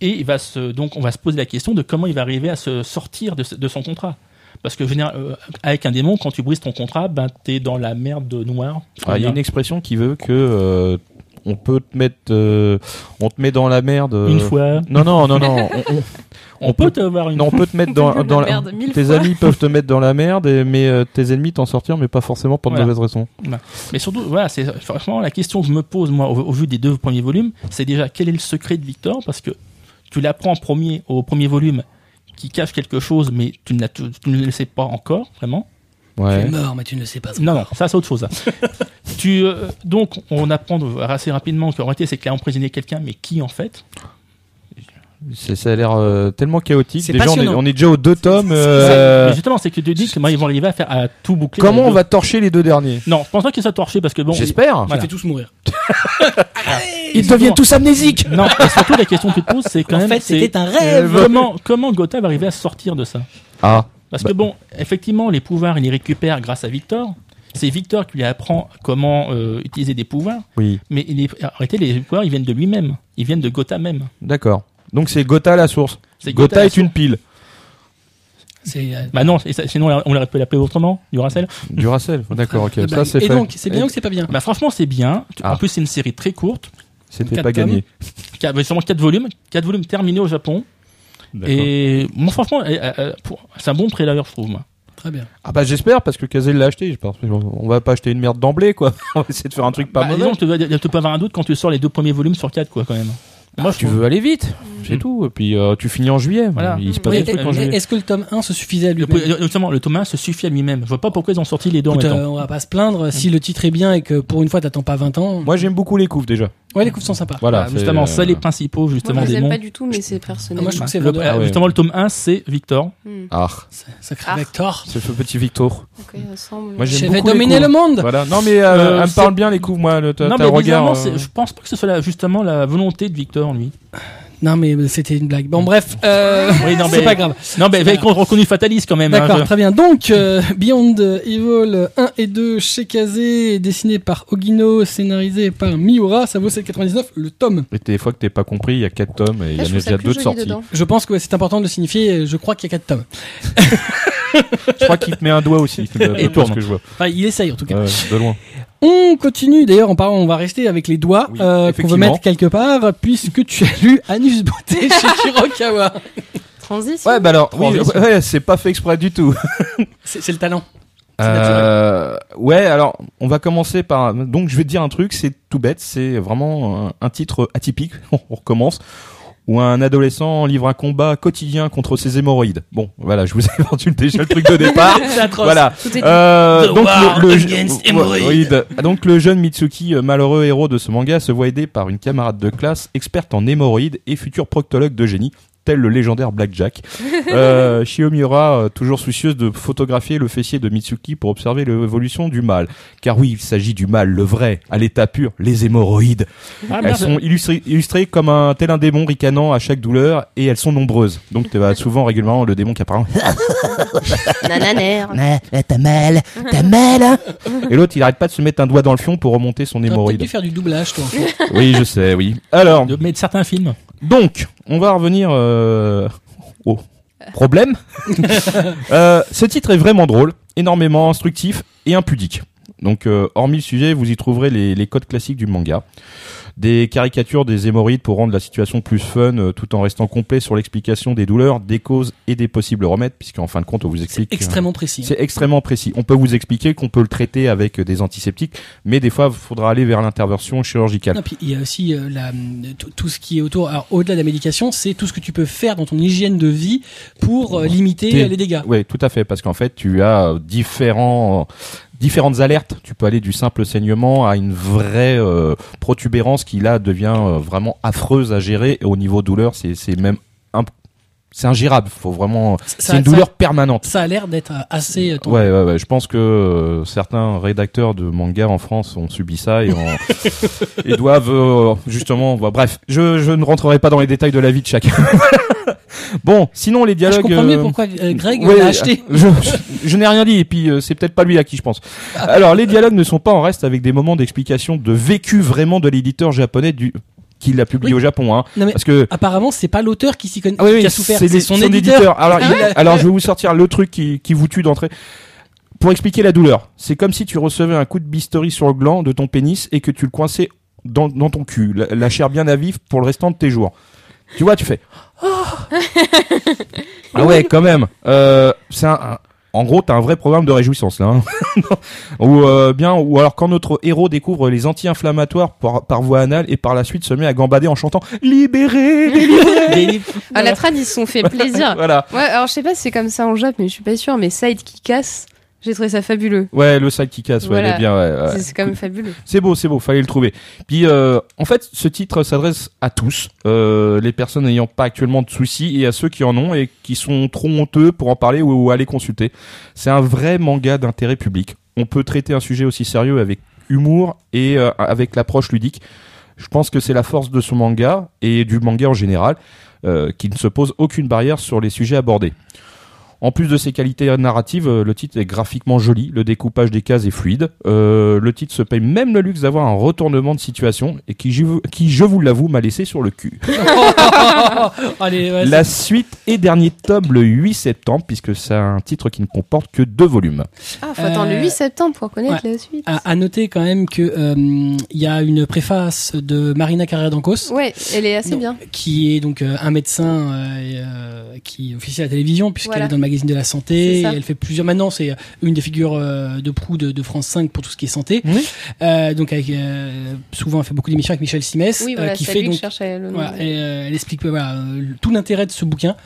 S4: et il va se, donc on va se poser la question de comment il va arriver à se sortir de, ce- de son contrat. Parce que général- euh, avec un démon, quand tu brises ton contrat, ben t'es dans la merde noire.
S3: Ah, il y a une expression qui veut que euh, on peut te mettre, euh, on te met dans la merde. euh,
S4: Une fois,
S3: Non, non, non, non. on- on-
S4: on,
S3: on
S4: peut
S3: peut-
S4: te voir une.
S3: Non, on peut te mettre dans,
S2: La
S3: dans
S2: merde, mille
S3: tes
S2: fois.
S3: amis peuvent te mettre dans la merde, et, mais euh, tes ennemis t'en sortir, mais pas forcément pour de
S4: Voilà.
S3: mauvaises raisons.
S4: Mais surtout, voilà, c'est franchement la question que je me pose moi au, au vu des deux premiers volumes, c'est déjà quel est le secret de Victor parce que tu l'apprends en premier au premier volume qui cache quelque chose, mais tu ne, l'as- tu- tu ne le sais pas encore vraiment.
S1: Tu
S3: Ouais.
S1: es mort, mais tu ne le sais pas.
S4: Non, non, ça c'est autre chose. ça. tu, euh, donc, on apprend de- assez rapidement qu'en réalité c'est qu'il a emprisonné quelqu'un, mais qui en fait
S3: C'est- Ça a l'air euh, tellement chaotique.
S1: C'est
S3: Déjà, on est,
S1: passionnant.
S3: on est déjà aux deux tomes.
S4: Ça-
S3: euh,
S4: mais Justement, c'est que tu dis que moi, ils vont arriver à faire à tout boucler.
S3: comment
S4: Les
S3: on
S4: deux-
S3: va torcher les deux derniers
S4: Non, je pense pas que ça torché parce que bon.
S3: J'espère.
S1: Tu
S4: Voilà.
S1: fais tous mourir.
S3: Ils deviennent tous amnésiques.
S4: Non, et surtout la question que tu te poses, c'est quand
S1: En
S4: même
S1: fait,
S4: c'est
S1: c'était un rêve.
S4: comment comment Gotha va arriver à sortir de ça
S3: Ah,
S4: Parce
S3: Bah.
S4: que bon, effectivement, les pouvoirs, il les récupère grâce à Victor. C'est Victor qui lui apprend comment euh, utiliser des pouvoirs,
S3: Oui.
S4: mais il est, en réalité, les pouvoirs, ils viennent de lui-même. Ils viennent de Gotha même.
S3: D'accord. Donc c'est Gotha la source.
S4: C'est
S3: Gotha,
S4: la
S3: est une pile.
S1: C'est euh,
S4: Bah non, et ça- sinon on l'aurait pu l'appeler autrement, Duracell.
S3: Duracell. D'accord, ok.
S4: Ah
S1: la
S3: Ça
S1: blague.
S3: c'est
S1: Et
S3: fait.
S1: donc, c'est bien
S3: Et
S1: ou c'est pas bien
S4: Bah franchement, c'est bien.
S3: Ah.
S4: En plus, c'est une série très courte,
S3: C'était
S1: quatre
S3: pas gagné.
S4: qui avait seulement 4 volumes, 4 volumes terminés au Japon. Et moi, franchement, elle- elle- elle- pour- c'est un bon prélaveur, je trouve. moi.
S1: Très bien.
S3: Ah bah j'espère parce que Kazel l'a acheté. j'espère. On va pas acheter une merde d'emblée quoi. On va essayer de faire un truc pas
S4: Bah,
S3: mauvais.
S4: disons, tu, dois- tu peux avoir un doute quand tu sors les deux premiers volumes sur 4 quoi, quand même. moi,
S3: Ah,
S4: je
S3: Tu
S4: trouve-
S3: veux aller vite, c'est tout. Et puis euh, tu finis en juillet.
S4: Mm. Voilà. Mm.
S3: Il se
S4: Pas
S3: passe
S1: Oui,
S4: des
S1: et-
S4: trucs en
S1: et-
S4: juillet.
S1: Est-ce que le tome 1 se suffisait à
S4: Le,
S1: lui
S4: po- euh, notamment, le Thomas se suffit à lui-même. Je vois pas pourquoi ils ont sorti les deux en même temps.
S1: euh, On va pas se plaindre si le titre est bien et que pour une fois t'attends pas 20 ans.
S3: Moi j'aime beaucoup les couves déjà.
S1: Ouais, les coups sont sympas.
S3: Voilà.
S4: Ah,
S3: c'est-
S4: justement, ça, les principaux,
S2: Moi,
S4: justement,
S2: je les
S4: des
S2: aime
S4: noms.
S2: pas du tout, mais c'est
S1: Ah,
S2: personnel.
S1: moi, je trouve que c'est
S4: Le-
S1: vendeur.
S4: ah,
S3: ouais.
S4: Justement, le tome 1, c'est Victor.
S2: Hmm,
S3: Ah,
S1: Sacré
S2: Ah.
S1: Vector.
S3: c'est le petit Victor.
S2: ok, il ressemble.
S3: Moi, j'ai-
S1: Je
S3: J'aime
S1: vais
S3: beaucoup les
S1: dominer
S3: coups.
S1: le monde.
S3: Voilà. Non mais
S4: Euh,
S3: euh, elle me
S4: c'est-
S3: parle bien les couves. Moi, le, t'as
S4: non,
S3: t'as un
S4: mais bizarrement,
S3: regard.
S4: c'est-
S3: euh,
S4: je pense pas que ce soit la- justement la volonté de Victor, lui.
S1: Non, mais c'était une blague. Bon, bref, euh,
S4: Oui, non,
S1: c'est
S4: mais-
S1: pas grave.
S4: Non, mais
S1: C'est
S4: avec reconnu fataliste quand même. hein,
S1: D'accord,
S4: je-
S1: très bien. Donc, euh, Beyond Evil 1 et 2 chez Kazé, dessiné par Ogino, scénarisé par Miura, ça vaut 7,99 le tome.
S3: Et des fois que t'es pas compris, il y a 4 tomes et il y
S2: Ah, je
S3: en a
S2: trouve
S3: déjà
S2: ça plus
S3: deux de
S2: joli
S3: sortie.
S2: dedans.
S1: Je pense que ouais, c'est important de le signifier, euh, je crois qu'il y a 4 tomes.
S3: Je crois qu'il te met un doigt aussi.
S4: Et
S3: Et
S4: tourne.
S3: tourne. que je vois.
S1: Enfin, il essaye en tout cas.
S3: Ouais, de loin.
S1: On continue, d'ailleurs, en parlant, on va rester avec les doigts
S3: Oui,
S1: euh, qu'on veut
S3: effectivement.
S1: mettre quelque part, puisque tu as lu Anus Beauté chez Kurokawa.
S2: Transition.
S3: Ouais, bah alors, oui,
S4: Transition.
S3: ouais, c'est pas fait exprès du tout.
S1: C'est c'est le talent. C'est
S3: Euh, ouais, alors on va commencer par. Donc je vais te dire un truc, c'est tout bête, c'est vraiment un, un titre atypique. on recommence. Où un adolescent livre un combat quotidien contre ses hémorroïdes. Bon, voilà, je vous ai vendu déjà le truc de départ.
S1: C'est atroce.
S3: voilà.
S2: Tout est dit.
S3: Euh,
S4: The
S3: donc,
S4: war
S3: le, le-
S4: against
S3: ouais,
S4: hémorroïdes.
S3: oui, de- donc le jeune Mitsuki, euh, malheureux héros de ce manga, se voit aidé par une camarade de classe, experte en hémorroïdes et futur proctologue de génie, tel le légendaire Blackjack. Euh, Shiomura, euh, toujours soucieuse de photographier le fessier de Mitsuki pour observer l'évolution du mal. Car oui, il s'agit du mal, le vrai, à l'état pur, les hémorroïdes.
S4: Ah,
S3: Elles
S4: merde.
S3: sont illustrées, illustrées comme un tel un démon ricanant à chaque douleur et elles sont nombreuses. Donc tu as souvent régulièrement le démon qui apparaît.
S2: Nananère.
S5: Ouais, ouais, T'as mal, t'as mal, hein
S3: Et l'autre, il arrête pas de se mettre un doigt dans le fion pour remonter son
S1: T'aurais peut-être
S3: hémorroïde.
S1: dû faire du doublage, toi.
S3: Oui, je sais, oui. Alors,
S4: de- mais de certains films.
S3: donc, on va revenir euh, au problème. Euh, ce titre est vraiment drôle, énormément instructif et impudique. Donc, euh, hormis le sujet, vous y trouverez les, les codes classiques du manga. Des caricatures des hémorroïdes pour rendre la situation plus fun, euh, tout en restant complet sur l'explication des douleurs, des causes et des possibles remèdes, puisqu'en fin de compte, on vous
S1: C'est
S3: explique... euh,
S1: extrêmement précis. hein.
S3: c'est extrêmement précis. On peut vous expliquer qu'on peut le traiter avec des antiseptiques, mais des fois, il faudra aller vers l'intervention chirurgicale.
S1: Non, puis il y a aussi euh, la, mm, tout- tout ce qui est autour, alors au-delà de la médication, c'est tout ce que tu peux faire dans ton hygiène de vie pour euh, limiter
S3: T'es-
S1: euh, les dégâts.
S3: Oui, tout à fait, parce qu'en fait, tu as euh, différents, différentes alertes. Tu peux aller du simple saignement à une vraie euh, protubérance qui, là, devient euh, vraiment affreuse à gérer. Et au niveau douleur, c'est c'est même... imp- C'est ingérable, faut vraiment. C'est une douleur permanente.
S1: Ça a l'air d'être euh, assez. euh, ton-
S3: Ouais, ouais, ouais. Je pense que euh, certains rédacteurs de manga en France ont subi ça et, en- et doivent euh, justement. bah, bref, je, je ne rentrerai pas dans les détails de la vie de chacun. bon, sinon les
S1: Ah,
S3: dialogues.
S1: je comprends mieux
S3: euh,
S1: pourquoi euh, Greg
S3: ouais,
S1: l'a acheté.
S3: Je, je- je n'ai rien dit et puis euh, c'est peut-être pas lui à qui je pense.
S1: Ah.
S3: Alors les dialogues ne sont pas en reste avec des moments d'explication de vécu vraiment de l'éditeur japonais du qui l'a publié
S1: Oui.
S3: au Japon, hein,
S1: Non, mais-
S3: parce que
S1: Apparemment, c'est pas l'auteur qui s'y connaît,
S3: ah oui,
S1: qui
S3: oui,
S1: a souffert,
S3: les-
S1: c'est son, éditeur. Ah
S3: Alors, il- alors, je vais vous sortir le truc qui, qui vous tue d'entrée. Pour expliquer la douleur, c'est comme si tu recevais un coup de bistouri sur le gland de ton pénis et que tu le coinçais dans, dans ton cul, la, la chair bien à vif pour le restant de tes jours. Tu vois, tu fais. Ah. ah ouais, quand même. Euh, c'est un- un- en gros, t'as un vrai programme de réjouissance là. hein. ou euh, bien, ou alors quand notre héros découvre les anti-inflammatoires par, par voie anale et par la suite se met à gambader en chantant libéré,
S4: Des-
S2: Ah, la trad, ils se sont fait plaisir.
S3: voilà.
S2: Ouais, alors je sais pas si c'est comme ça en Jap, mais je suis pas sûre. Mais Side qui casse, j'ai trouvé ça fabuleux.
S3: Ouais, le sac qui casse, ouais,
S2: Voilà.
S3: elle est bien. ouais, ouais.
S2: C'est- C'est quand même fabuleux.
S3: C'est beau, c'est beau, fallait le trouver. Puis, euh, en fait, ce titre s'adresse à tous, euh, les personnes n'ayant pas actuellement de soucis et à ceux qui en ont et qui sont trop honteux pour en parler ou, ou aller consulter. C'est un vrai manga d'intérêt public. On peut traiter un sujet aussi sérieux avec humour et euh, avec l'approche ludique. Je pense que c'est la force de ce manga et du manga en général, euh, qui ne se pose aucune barrière sur les sujets abordés. En plus de ses qualités narratives, euh, le titre est graphiquement joli, le découpage des cases est fluide. Euh, le titre se paye même le luxe d'avoir un retournement de situation et qui, je, qui, je vous l'avoue, m'a laissé sur le cul.
S1: Oh, Allez, ouais,
S3: La suite et dernier tome le 8 septembre, puisque c'est un titre qui ne comporte que deux volumes.
S2: Ah, faut attendre le
S1: Euh,
S2: 8 septembre pour connaître la suite.
S1: À, à noter quand même que euh, il y a une préface de Marina Carrère d'Ancos.
S2: Ouais, elle est assez
S1: Non.
S2: bien.
S1: Qui est donc euh, un médecin euh, et, euh, qui officie à la télévision puisqu'elle
S2: Voilà.
S1: est dans le magazine de la santé.
S2: C'est
S1: et
S2: ça.
S1: elle fait plusieurs. Maintenant, c'est une des figures euh, de proue de, de France 5 pour tout ce qui est santé.
S3: Oui.
S1: Euh, donc, avec, euh, souvent, elle fait beaucoup d'émissions avec Michel Simès,
S2: Oui,
S1: euh,
S2: voilà,
S1: qui
S2: c'est
S1: fait
S2: lui que
S1: donc
S2: je cherchais le nom.
S1: Voilà, et, euh, elle explique voilà, euh, tout l'intérêt de ce bouquin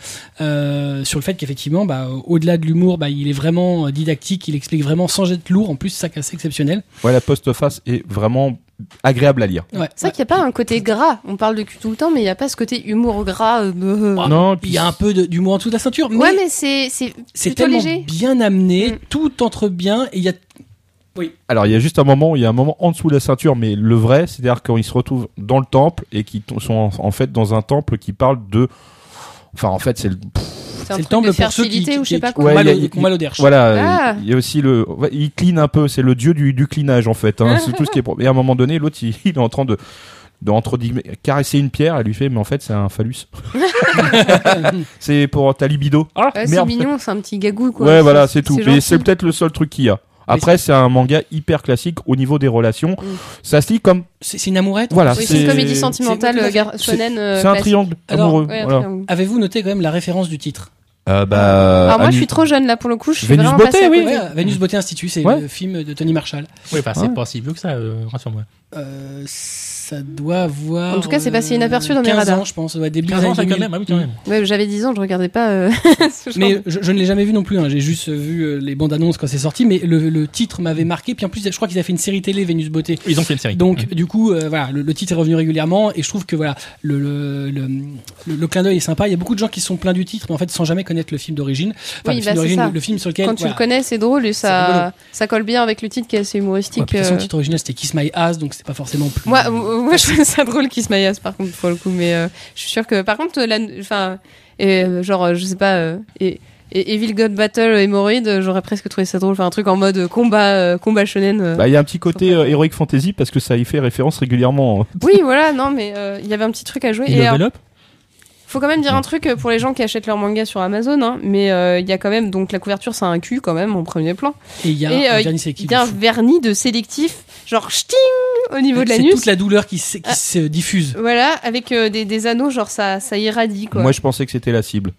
S1: euh, sur le fait qu'effectivement, bah, au-delà de l'humour, bah, il est vraiment euh, didactique, il explique vraiment sans jet de lourd, en plus, ça c'est assez exceptionnel.
S3: Ouais, la postface est vraiment agréable à lire.
S1: Ouais.
S2: C'est vrai qu'il n'y a pas un côté gras. On parle de cul tout le temps, mais il n'y a pas ce côté humour gras. euh, euh,
S1: Ah,
S3: non, et puis
S1: Il y a un peu de- d'humour en dessous de la ceinture, mais,
S2: Ouais, mais c'est c'est
S1: c'est
S2: plutôt
S1: tellement
S2: léger.
S1: bien amené,
S2: Mm.
S1: tout entre bien, et il y a.
S3: Alors il y a juste un moment, il y a un moment en dessous de la ceinture, mais le vrai, c'est-à-dire quand ils se retrouvent dans le temple et qu'ils to- sont en, en fait dans un temple qui parle de, enfin en fait c'est le, pff,
S2: C'est un
S1: C'est le
S2: truc
S1: temple
S2: de
S1: pour ceux qui.
S2: fertilité
S1: qui-
S2: ou je sais
S1: qui-
S2: pas
S1: qui
S2: quoi.
S1: ont
S3: Ouais,
S1: mal
S3: il y a-
S1: au- qui ont mal au derche.
S3: voilà,
S2: Ah.
S3: il y a aussi le, ouais, il clean un peu, c'est le dieu du, du cleanage en fait, hein, c'est tout ce qui est. pro- Et à un moment donné, l'autre il, il est en train de de entre guillemets, caresser une pierre, elle lui fait mais en fait c'est un phallus.
S1: Mm.
S3: c'est pour ta libido. Ah
S2: Ouais, c'est
S3: merde.
S2: mignon, c'est un petit gagou quoi.
S3: ouais voilà c'est tout. Mais
S2: gentil.
S3: c'est peut-être le seul truc qu'il y a. Après c'est un manga hyper classique au niveau des relations. Ça se lit comme
S1: C'est c'est une amourette.
S3: Voilà,
S2: Mmh. Oui, c'est une
S3: c'est-
S2: comédie
S1: c'est-
S2: sentimentale euh, gar- shonen. euh,
S3: C'est un
S2: classique.
S3: triangle
S1: Alors,
S3: amoureux.
S2: Ouais, un
S3: voilà.
S2: triangle.
S1: Avez-vous noté quand même la référence du titre
S2: Alors moi je suis trop jeune là pour le coup, je suis
S3: Euh, Vénus
S2: vraiment
S3: Beauté,
S2: passée à
S3: oui.
S2: côté.
S1: Ouais, Vénus Beauté Institut, c'est
S3: Ouais.
S1: le film de Tony Marshall.
S4: Oui, enfin, c'est
S3: Ouais.
S4: pas si vieux que ça, euh, rassure-moi.
S1: Euh, ça doit avoir.
S2: En tout cas, c'est passé
S1: euh,
S2: inaperçu dans mes
S1: 15
S2: radars.
S1: ans, je pense, ouais, début
S4: 15 ans,
S1: des
S4: ça
S1: années
S4: quand même, ah oui, quand
S1: 2000.
S4: même.
S2: Ouais, J'avais 10 ans, je regardais pas euh, ce genre
S1: Mais
S2: de-
S1: je, je ne l'ai jamais vu non plus, hein. j'ai juste vu euh, les bandes annonces quand c'est sorti, mais le, le titre m'avait marqué. Puis en plus, je crois qu'ils avaient fait une série télé, Vénus Beauté.
S4: Ils ont fait une série.
S1: Donc, du coup, euh, voilà, le, le titre est revenu régulièrement et je trouve que voilà, le, le, le, le- le clin d'œil est sympa. Il y a beaucoup de gens qui se sont pleins du titre, mais en fait, sans jamais connaître le film d'origine. Enfin,
S2: Oui,
S1: le
S2: bah, c'est
S1: film d'origine,
S2: ça.
S1: le, le film sur lequel.
S2: Quand tu
S1: voilà.
S2: le connais, c'est drôle et
S1: C'est
S2: ça,
S1: rigolo.
S2: ça colle bien avec le titre qui est assez
S1: Ouais,
S2: humoristique.
S1: puis de toute façon,
S2: euh.
S1: le titre original, c'était Kiss My Ass, donc c'était pas forcément plus.
S2: Moi, euh, moi, je trouve ça drôle qu'ils se maillassent, par contre, pour le coup. Mais euh, je suis sûre que, par contre, la, enfin, et, euh, genre, euh, je sais pas, euh, et, et Evil God Battle Hémorroïde, euh, j'aurais presque trouvé ça drôle. Enfin, un truc en mode combat, euh, combat shonen. euh.
S3: Bah, il y a un petit côté
S2: Faut pas-
S3: euh, Heroic Fantasy parce que ça y fait référence régulièrement. hein.
S2: Oui, voilà, non, mais euh, il y avait un petit truc à jouer.
S4: Et
S2: Et, euh,
S4: Level Up
S2: Faut quand même dire un truc euh, pour les gens qui achètent leur manga sur Amazon, hein, mais euh, il y a quand même, donc la couverture c'est un cul quand même en premier plan.
S1: Et il y a
S2: Et,
S1: un
S2: euh,
S1: dernier, c'est qui
S2: Il y a un vernis de sélectif, genre ch'ting au niveau de
S1: C'est
S2: l'anus.
S1: toute la douleur qui, s'est- qui
S2: Ah.
S1: se diffuse.
S2: Voilà, avec euh, des, des anneaux, genre ça, ça irradie quoi.
S3: Moi, je pensais que c'était la cible.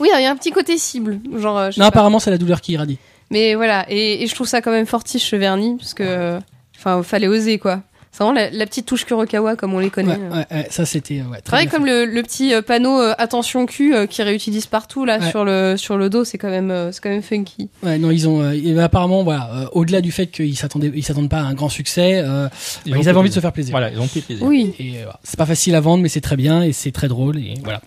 S2: Oui, il y a un petit côté cible, genre. euh, je sais
S1: Non,
S2: pas.
S1: apparemment, c'est la douleur qui irradie.
S2: Mais voilà, et, et je trouve ça quand même fortiche ce vernis, parce que. euh, Enfin, fallait oser quoi. C'est vraiment la, la petite touche Kurokawa comme on les connaît. euh.
S1: Ouais, ouais, ouais, ça, c'était. euh, ouais, très
S2: Pareil
S1: bien
S2: comme le, le petit euh, panneau euh, attention cul euh, qui réutilise partout là
S1: Ouais.
S2: sur le sur le dos, c'est quand même euh, c'est quand même funky.
S1: Ouais, non, ils ont euh, et apparemment voilà, euh, au-delà du fait qu'ils s'attendaient ils s'attendent pas à un grand succès, euh, ils,
S4: ont fait
S1: avaient envie de se
S4: plaisir.
S1: faire plaisir.
S4: Voilà, ils ont fait plaisir.
S2: Oui.
S1: Et euh, voilà. c'est pas facile à vendre mais c'est très bien et c'est très drôle et voilà.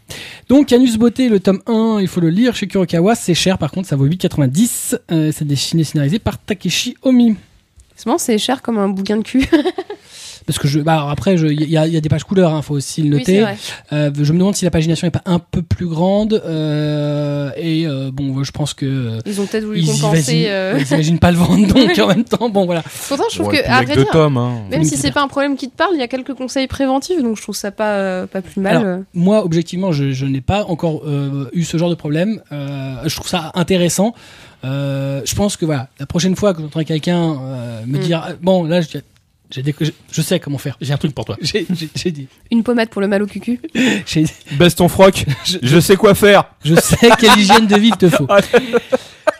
S1: Donc Canus Beauté le tome 1, il faut le lire chez Kurokawa, c'est cher par contre, ça vaut 8.90, euh, c'est dessiné et scénarisé par Takeshi Omi.
S2: C'est marrant, c'est cher comme un bouquin de cul.
S1: Parce que je bah alors après je- il y, a il y a des pages couleurs, hein, faut aussi le
S2: Oui, c'est
S1: noter.
S2: vrai.
S1: Euh, je me demande si la pagination est pas un peu plus grande euh, et euh, bon je pense que euh,
S2: Ils ont peut-être voulu
S1: ils
S2: compenser.
S1: imaginent,
S2: euh,
S1: ils imaginent pas le vendre donc en même temps bon voilà.
S2: Pourtant, je trouve
S3: Ouais,
S2: que,
S3: puis
S2: à
S3: avec
S2: vrai
S3: deux
S2: dire,
S3: tomes. hein.
S2: même
S1: Une
S2: si c'est
S1: petite-
S2: pas un problème qui te parle, il y a quelques conseils préventifs, donc je trouve ça pas, euh, pas plus mal.
S1: Alors,
S2: euh.
S1: Moi, objectivement, je, je n'ai pas encore euh, eu ce genre de problème. Euh, je trouve ça intéressant. Euh, je pense que voilà, la prochaine fois que j'entendrai quelqu'un euh, me
S2: Mm.
S1: dire ah, bon, là, j'ai- j'ai des- je, je sais comment faire.
S4: J'ai un truc pour toi.
S1: J'ai j'ai- j'ai des-
S2: Une pommade pour le mal au cucu.
S1: Euh. j'ai-
S3: Baisse ton froc. je... sais quoi faire.
S1: je sais quelle hygiène de vie il te faut.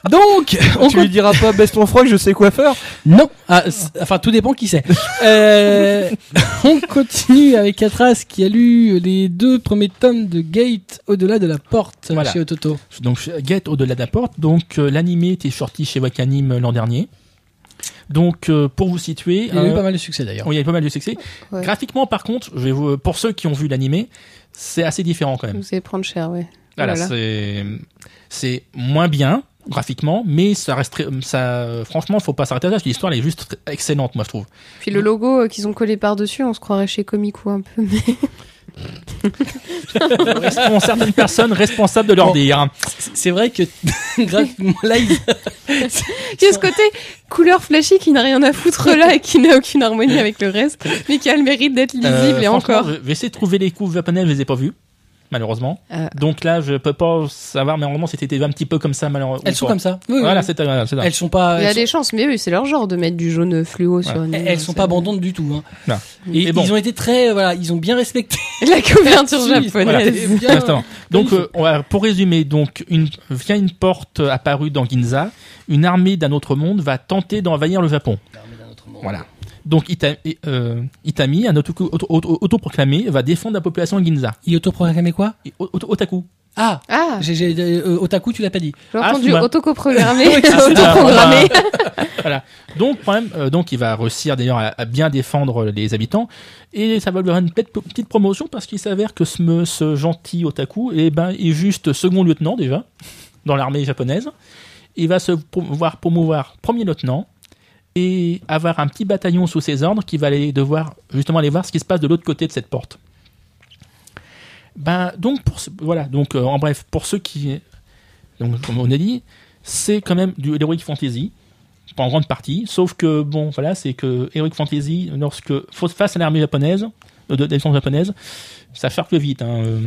S1: Donc, on
S3: tu lui diras pas baisse ton froc. Je sais quoi faire.
S1: Non, Ah, c'est- enfin tout dépend qui c'est. Euh, on continue avec Atras qui a lu les deux premiers tomes de Gate au-delà de la porte
S4: Voilà.
S1: chez Ototo.
S4: Donc, Get au-delà de la porte. Donc, euh, l'animé était sorti chez Wakanim euh, l'an dernier. Donc, euh, pour vous situer.
S1: Il a eu
S4: euh,
S1: pas mal de succès d'ailleurs.
S4: oui, il y a eu pas mal de succès.
S2: Ouais.
S4: Graphiquement, par contre, je vais vous- pour ceux qui ont vu l'animé, c'est assez différent quand même.
S2: Vous allez prendre cher, ouais.
S1: Ah
S4: Voilà,
S2: Voilà.
S4: c'est c'est moins bien graphiquement, mais ça reste très- ça franchement, faut pas s'arrêter à ça. parce que L'histoire elle est juste excellente, moi je trouve.
S2: Puis le logo euh, qu'ils ont collé par-dessus, on se croirait chez Komiku un peu. Mais...
S4: Respons- certaines personnes responsables de leur
S1: Bon.
S4: hein. dire.
S1: C'est vrai que graphiquement, là, ils-
S2: Il y a ce côté couleur flashy qui n'a rien à foutre là et qui n'a aucune harmonie avec le reste, mais qui a le mérite d'être lisible
S4: Euh,
S2: et
S4: franchement,
S2: encore.
S4: Je vais essayer de trouver les coups japonais, je les ai pas vus, malheureusement.
S2: Euh.
S4: Donc là, je peux pas savoir, mais normalement, c'était un petit peu comme ça, malheureusement.
S1: elles sont comme ça. Oui, oui,
S4: Voilà,
S1: oui.
S4: c'est voilà, c'est ça.
S1: Elles sont pas.
S2: Il y a
S1: Elles,
S2: des chances, mais oui, c'est leur genre de mettre du jaune fluo sur une.
S1: sont, elles sont pas abandonnes du tout. hein.
S4: Non.
S1: Et
S4: Mais bon.
S1: Ils ont été très, euh, voilà, ils ont bien respecté.
S2: euh, La couverture
S1: Voilà.
S2: japonaise.
S1: Et bien-
S4: Exactement. Donc,
S1: Magnifique.
S4: euh, on va- pour résumer, donc, une, via une porte apparue dans Ginza, une armée d'un autre monde va tenter d'envahir le Japon. Voilà. Donc, Ita- et, euh, Itami, un autoku- auto- auto- autoproclamé, va défendre la population de Ginza.
S1: Il autoproclamait quoi
S4: Et o- auto- Otaku.
S1: Ah,
S2: Ah,
S1: j'ai, j'ai- euh, Otaku, tu l'as pas dit.
S2: j'ai
S4: Ah,
S2: entendu
S4: c'est ma-
S2: autocoprogrammé,
S4: Ah,
S2: autoprogrammé.
S4: bah, voilà. Donc, problème, euh, donc, il va réussir d'ailleurs à, à bien défendre les habitants. Et ça va lui faire une petite, petite promotion parce qu'il s'avère que ce, me- ce gentil otaku eh ben, est juste second lieutenant déjà dans l'armée japonaise. Il va se pro- voir promouvoir premier lieutenant et avoir un petit bataillon sous ses ordres qui va aller devoir justement aller voir ce qui se passe de l'autre côté de cette porte. Ben, donc, pour ce- voilà, donc, euh, en bref, pour ceux qui. Donc, comme on a dit, c'est quand même du heroic fantasy en grande partie sauf que bon voilà c'est que heroic fantasy lorsque faut- face à l'armée japonaise euh, de la défense japonaise ça charcle vite hein, euh.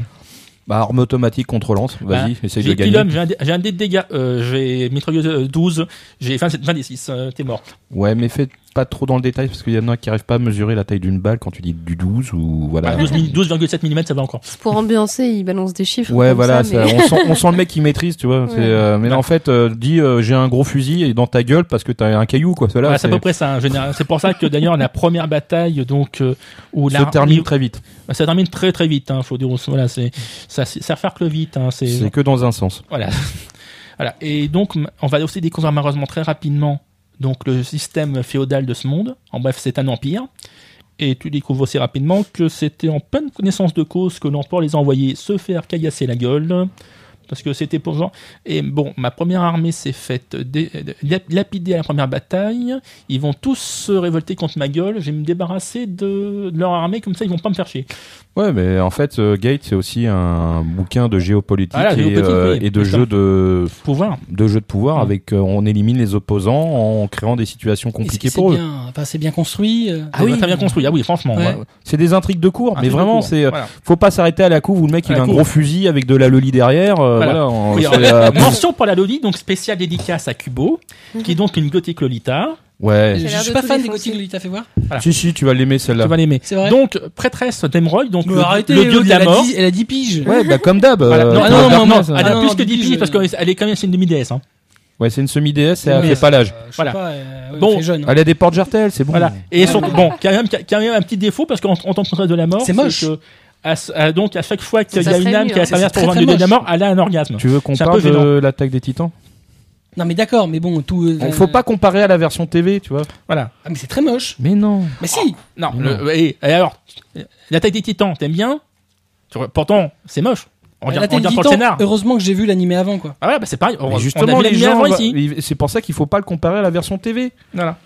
S3: Bah, arme automatique contrôlante, vas-y,
S4: Bah,
S3: essaye de
S4: j'ai pile
S3: gagner.
S4: homme, j'ai un dé- j'ai un dé de dégâts euh, j'ai mitrailleuse euh, 12 j'ai 27 26 euh, t'es mort
S3: Ouais, mais fais pas trop dans le détail parce qu'il y en a qui arrivent pas à mesurer la taille d'une balle quand tu dis du 12 ou voilà.
S4: Bah, 12 mi- 12,7 mm ça va encore
S2: Pour ambiancer, il balance des chiffres.
S3: Ouais,
S2: comme
S3: voilà,
S2: ça, mais-
S3: ça- on, sent, on sent le mec qui maîtrise, tu vois. c'est, euh,
S4: Bah.
S3: mais là, en fait, euh, dis euh, j'ai un gros fusil et dans ta gueule parce que t'as un caillou, quoi. Cela,
S4: Voilà, c'est
S3: ça
S4: à peu près ça en général. c'est pour ça que d'ailleurs la première bataille donc euh, où la
S3: se termine très vite.
S4: ça termine très très vite hein, faut dire voilà c'est ça ça charcle vite hein, c'est
S3: C'est que dans un sens.
S4: Voilà. voilà. Et donc, m- on va aussi découvrir malheureusement très rapidement donc, le système féodal de ce monde. En bref, c'est un empire. Et tu découvres aussi rapidement que c'était en pleine connaissance de cause que l'empereur les a envoyés se faire caillasser la gueule. Parce que c'était pour genre. Et bon, ma première armée s'est faite dé- dé- lap- lapider à la première bataille. Ils vont tous se révolter contre ma gueule. Je vais me débarrasser de, de leur armée, comme ça ils vont pas me faire chier.
S3: Ouais, mais en fait, euh, Gate, c'est aussi un bouquin de géopolitique,
S4: Voilà,
S3: et,
S4: Ah, géopolitique,
S3: euh,
S4: oui.
S3: et de
S4: D'accord.
S3: jeux de,
S4: Pouvoir.
S3: de jeux de pouvoir
S4: Mm.
S3: avec euh, on élimine les opposants en créant des situations compliquées
S1: Et c'est-
S3: pour
S1: c'est
S3: eux.
S1: Bien, enfin, c'est bien construit. euh.
S4: Ah oui, très bien construit. Ah oui, franchement. Ah,
S1: Ouais.
S3: C'est des intrigues de cours, mais
S4: Intrigue de
S3: vraiment,
S4: cours.
S3: c'est euh,
S4: hein. Voilà.
S3: faut pas s'arrêter à la couve où le mec
S4: À
S3: il
S4: la
S3: a un
S4: couve.
S3: gros fusil avec de la loli derrière. euh,
S4: Voilà.
S3: voilà, on-
S4: Oui,
S3: c'est,
S4: alors,
S3: euh,
S4: Mention pour la Loli, donc spéciale dédicace à Kubo,
S1: Mhm.
S4: qui est donc une gothique Lolita.
S3: ouais.
S1: Je
S2: l'air
S1: suis
S2: de
S1: pas
S2: tout
S1: fan des
S2: défoncer.
S1: gothiques, Lolita, fait voir.
S3: Si si, tu vas l'aimer celle-là.
S4: Tu vas l'aimer.
S1: C'est vrai.
S4: Donc, prêtresse d'Emerald, donc
S1: Mais
S4: le,
S1: arrêtez,
S4: le dieu
S1: l'autre,
S4: de la
S1: elle a
S4: mort.
S1: dix- Elle a 10 piges.
S3: Ouais, bah comme d'hab. euh,
S4: Voilà.
S1: Ah
S3: comme
S1: non,
S3: d'hab.
S1: non, moi, moi,
S3: ça-
S1: Ah
S4: Elle
S1: non,
S4: a plus
S1: non,
S4: que 10
S1: dix,
S4: piges parce
S1: euh,
S4: qu'elle est quand même c'est une demi-déesse. hein.
S3: Ouais, c'est une semi-déesse, et elle
S1: Oui,
S3: fait pas l'âge.
S1: Euh, je sais
S4: Voilà.
S1: pas, euh, ouais,
S4: Bon.
S1: fait jeune, hein.
S3: Elle a des portes jartelles, c'est bon.
S4: Voilà. Et surtout, bon, quand même, quand même un petit défaut parce qu'en en tant que prêtresse de la mort,
S1: C'est moche.
S4: que, à ce- à- donc, à chaque fois qu'il y
S2: Ça
S4: a
S2: serait
S4: une âme
S2: mieux,
S4: qui
S2: hein.
S4: traverse
S1: C'est
S4: pour
S1: très,
S4: vendre le dieu
S1: très
S4: de la mort, elle a un orgasme.
S3: Tu veux qu'on
S4: C'est un peu
S3: parle
S4: gênant.
S3: de l'attaque des titans
S1: Non, mais d'accord, mais bon, tout. euh,
S4: Mmh.
S3: Bon, Faut pas comparer à la version TV, tu vois.
S4: Voilà.
S1: Ah, mais c'est très moche.
S3: Mais non.
S1: Mais si.
S4: Non,
S3: Mais
S4: le- et, et alors, l'attaque des titans, t'aimes bien Tu re- Pourtant, c'est moche. On
S1: Elle a
S4: regarde,
S1: été
S4: on regarde pour le
S1: Titan,
S4: scénar.
S1: Heureusement que j'ai vu l'animé avant, quoi.
S4: Ah ouais, bah c'est pareil. On,
S3: Mais
S4: on
S3: justement,
S4: a vu
S3: les
S4: l'anime
S3: gens,
S4: avant
S3: va-
S4: ici.
S3: il- c'est pour ça qu'il faut pas le comparer à la version TV.
S4: Voilà.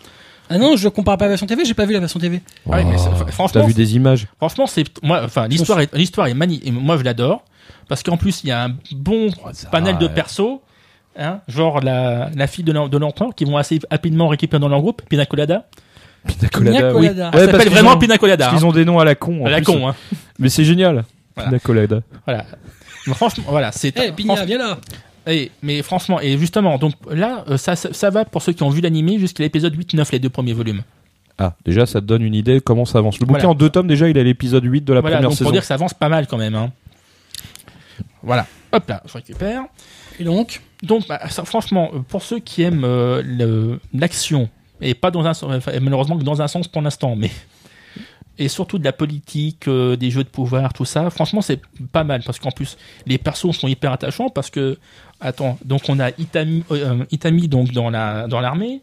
S1: Ah non, je le compare pas à la version TV, j'ai pas vu la version TV.
S4: Ah oui, mais c'est- fr- franchement,
S3: Oh, t'as vu des images.
S4: Franchement, c'est moi. Enfin, l'histoire est l'histoire est magnifique. Et moi, je l'adore parce qu'en plus, il y a un bon panel de
S3: Ah ouais.
S4: persos. Hein, genre la, la fille de l'en- de l'empereur qui vont assez rapidement récupérer dans leur groupe Pinacolada. Ah,
S3: Pina Colada,
S1: Pina
S3: oui.
S1: Colada.
S4: Ça
S3: Ouais, parce
S4: s'appelle
S3: qu'ils
S4: vraiment
S3: ont-
S4: Pinacolada.
S3: parce qu'ils ont des noms à la con. en
S4: la
S3: plus.
S4: con, hein.
S3: Mais c'est génial.
S4: Voilà.
S3: Pina Colada.
S4: Voilà. Mais franchement, voilà, c'est.
S1: Eh, Pina, viens là.
S4: Eh, mais franchement, et justement, donc là, euh, ça, ça, ça va pour ceux qui ont vu l'animé jusqu'à l'épisode 8-9, les deux premiers volumes.
S3: Ah, déjà, ça te donne une idée de comment ça avance. Le bouquin
S4: Voilà.
S3: en deux tomes, déjà, il est à l'épisode 8 de la
S4: voilà,
S3: première
S4: donc
S3: saison.
S4: pour dire que ça avance pas mal quand même. hein. Voilà. Hop là, je récupère.
S1: Et donc,
S4: Donc, bah, ça, franchement, euh, pour ceux qui aiment euh, le- l'action, et pas dans un sens- enfin, et malheureusement que dans un sens pour l'instant, mais. Et surtout de la politique, euh, des jeux de pouvoir, tout ça, franchement, c'est pas mal, parce qu'en plus, les persos sont hyper attachants, parce que. Attends, donc on a Itami, euh, euh, Itami, donc, dans l'armée. La, dans l'armée.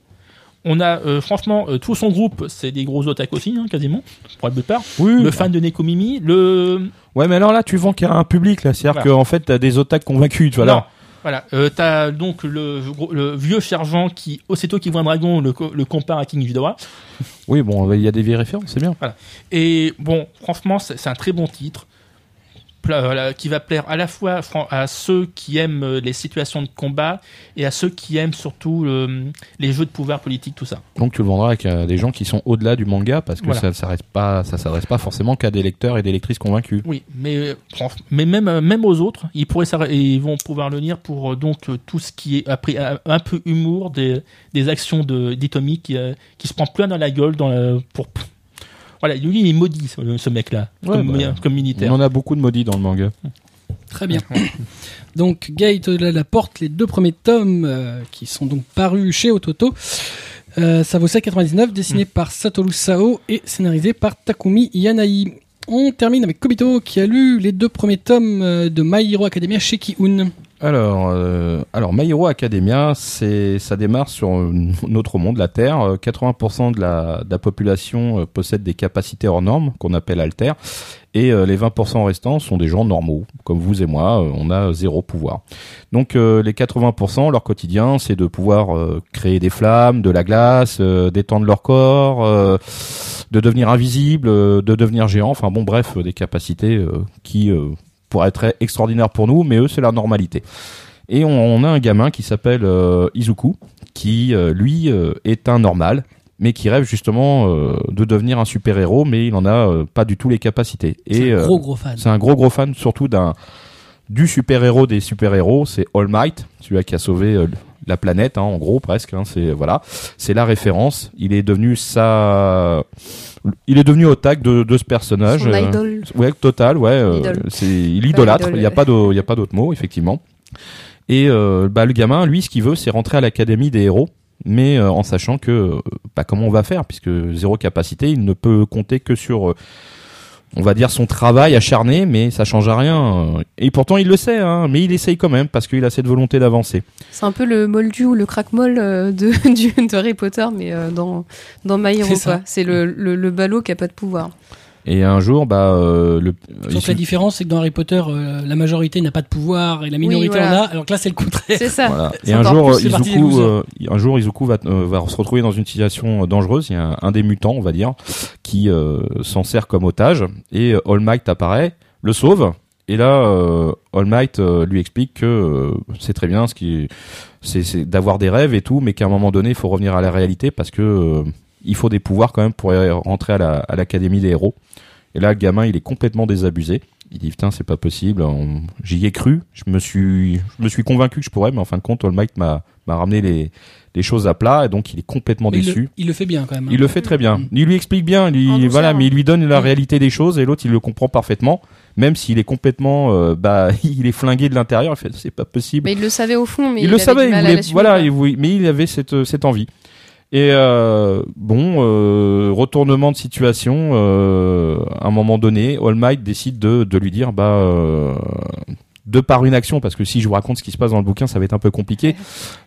S4: on a, euh, franchement, euh, tout son groupe, c'est des gros otaku aussi, hein, quasiment, pour la plupart.
S3: Oui.
S4: Le fan de Nekomimi, le.
S3: Ouais, mais alors là, tu vends qu'il y a un public, là. C'est-à-dire
S4: Voilà.
S3: qu'en fait, t'as des otaques convaincus, tu vois.
S4: Non.
S3: Là.
S4: Voilà, euh, t'as donc le, le vieux sergent qui, aussitôt qu'il voit un dragon, le, co- le compare à King Ghidorah.
S3: Oui, bon, il y a des vieilles références, c'est bien.
S4: Et bon, franchement, c'est c'est un très bon titre. pla- voilà, qui va plaire à la fois fran- à ceux qui aiment euh, les situations de combat et à ceux qui aiment surtout euh, les jeux de pouvoir politique, tout ça.
S3: Donc tu le vendras avec euh, des gens qui sont au-delà du manga parce que
S4: Voilà.
S3: ça ne s'arrête pas, ça s'adresse pas forcément qu'à des lecteurs et des lectrices convaincus.
S4: Oui, mais, euh, franch- mais même, euh, même aux autres, ils, pourraient s'arrê- et ils vont pouvoir le lire pour euh, donc euh, tout ce qui est après, un, un peu humour des, des actions de d'Itomi qui, euh, qui se prend plein dans la gueule dans la- pour voilà lui il est maudit ce, ce mec-là
S3: Ouais,
S4: comme, euh,
S3: bah,
S4: comme militaire.
S3: On en a beaucoup de maudits dans le manga.
S1: Très bien. Donc Gate de la Porte, les deux premiers tomes euh, qui sont donc parus chez Ototo. Euh, ça vaut 7,99, dessiné par Satoru Sao et scénarisé par Takumi Yanai. On termine avec Kobito qui a lu les deux premiers tomes euh, de My Hero Academia chez Kiun.
S3: Alors, euh, alors My Hero Academia, c'est, ça démarre sur euh, notre monde, la Terre. Euh, 80% de la, de la population euh, possède des capacités hors normes, qu'on appelle alter, et euh, les 20% restants sont des gens normaux, comme vous et moi. euh, on a zéro pouvoir. Donc, euh, les 80%, leur quotidien, c'est de pouvoir euh, créer des flammes, de la glace, euh, d'étendre leur corps, euh, de devenir invisible, euh, de devenir géant. Enfin bon, bref, euh, des capacités euh, qui euh, pourraient être extraordinaires pour nous, mais eux, c'est la normalité. Et on, on a un gamin qui s'appelle euh, Izuku, qui euh, lui euh, est un normal, mais qui rêve justement euh, de devenir un super-héros, mais il n'en a euh, pas du tout les capacités. Et, euh,
S1: gros gros fan.
S3: c'est un gros gros fan surtout d'un du super-héros des super-héros, c'est All Might, celui qui a sauvé euh, la planète hein, en gros presque hein, c'est voilà, c'est la référence, il est devenu sa il est devenu au tac de, de ce personnage.
S2: Son
S3: euh,
S2: idole.
S3: Ouais, total, ouais. euh,
S2: Idole.
S3: c'est il idolâtre.
S2: idole,
S3: Il n'y a
S2: ouais.
S3: pas de, il y a pas d'autre mot, effectivement. Et euh, bah, le gamin, lui, ce qu'il veut, c'est rentrer à l'académie des héros, mais euh, en sachant que, euh, bah, comment on va faire, puisque zéro capacité, il ne peut compter que sur, euh, on va dire, son travail acharné, mais ça change à rien. euh. Et pourtant, il le sait, hein, mais il essaye quand même parce qu'il a cette volonté d'avancer.
S2: C'est un peu le moldu ou le crackmol euh, de, du, de Harry Potter, mais euh, dans, dans My Hero,
S1: C'est ça.
S2: quoi. C'est le, le, le ballot qui a pas de pouvoir.
S3: Et un jour, bah, euh, le,
S1: Sauf que la différence, c'est que dans Harry Potter, euh, la majorité n'a pas de pouvoir et la minorité
S2: voilà.
S1: en a, alors que là, c'est le contraire.
S2: C'est ça.
S3: Voilà.
S1: C'est
S3: Et un
S1: encore
S3: jour,
S1: plus les parties des
S3: Izuku,
S1: losers.
S3: euh, un jour, Izuku va, euh, va se retrouver dans une situation euh, dangereuse. Il y a un, un des mutants, on va dire, qui euh, s'en sert comme otage. Et euh, All Might apparaît, le sauve. Et là, euh, All Might euh, lui explique que euh, c'est très bien ce qui, c'est c'est d'avoir des rêves et tout, mais qu'à un moment donné, il faut revenir à la réalité parce que euh, il faut des pouvoirs quand même pour y- rentrer à la- à l'académie des héros. Et là, le gamin, il est complètement désabusé. Il dit putain, c'est pas possible. on- J'y ai cru. Je me suis, je me suis convaincu que je pourrais, mais en fin de compte, All Might m'a m'a ramené les les choses à plat et donc il est complètement
S1: Mais il,
S3: déçu.
S1: le, il le fait bien quand même. hein.
S3: Il le fait très bien.
S1: Mm.
S3: Il lui explique bien, il,
S2: En douceur,
S3: voilà,
S2: hein.
S3: mais il lui donne la
S1: Mm.
S3: réalité des choses et l'autre il le comprend parfaitement, même s'il est complètement, euh, bah, il est flingué de l'intérieur. Il fait, c'est pas possible.
S2: Mais il le savait au fond, mais
S3: il,
S2: il,
S3: le
S2: avait
S3: savait,
S2: du
S3: il
S2: mal à
S3: voulait-
S2: l'assumer,
S3: voilà,
S2: quoi.
S3: il voulait- mais il avait cette cette envie. Et euh, bon, euh, retournement de situation. euh, à un moment donné, All Might décide de de lui dire, bah. euh, de par une action, parce que si je vous raconte ce qui se passe dans le bouquin, ça va être un peu compliqué.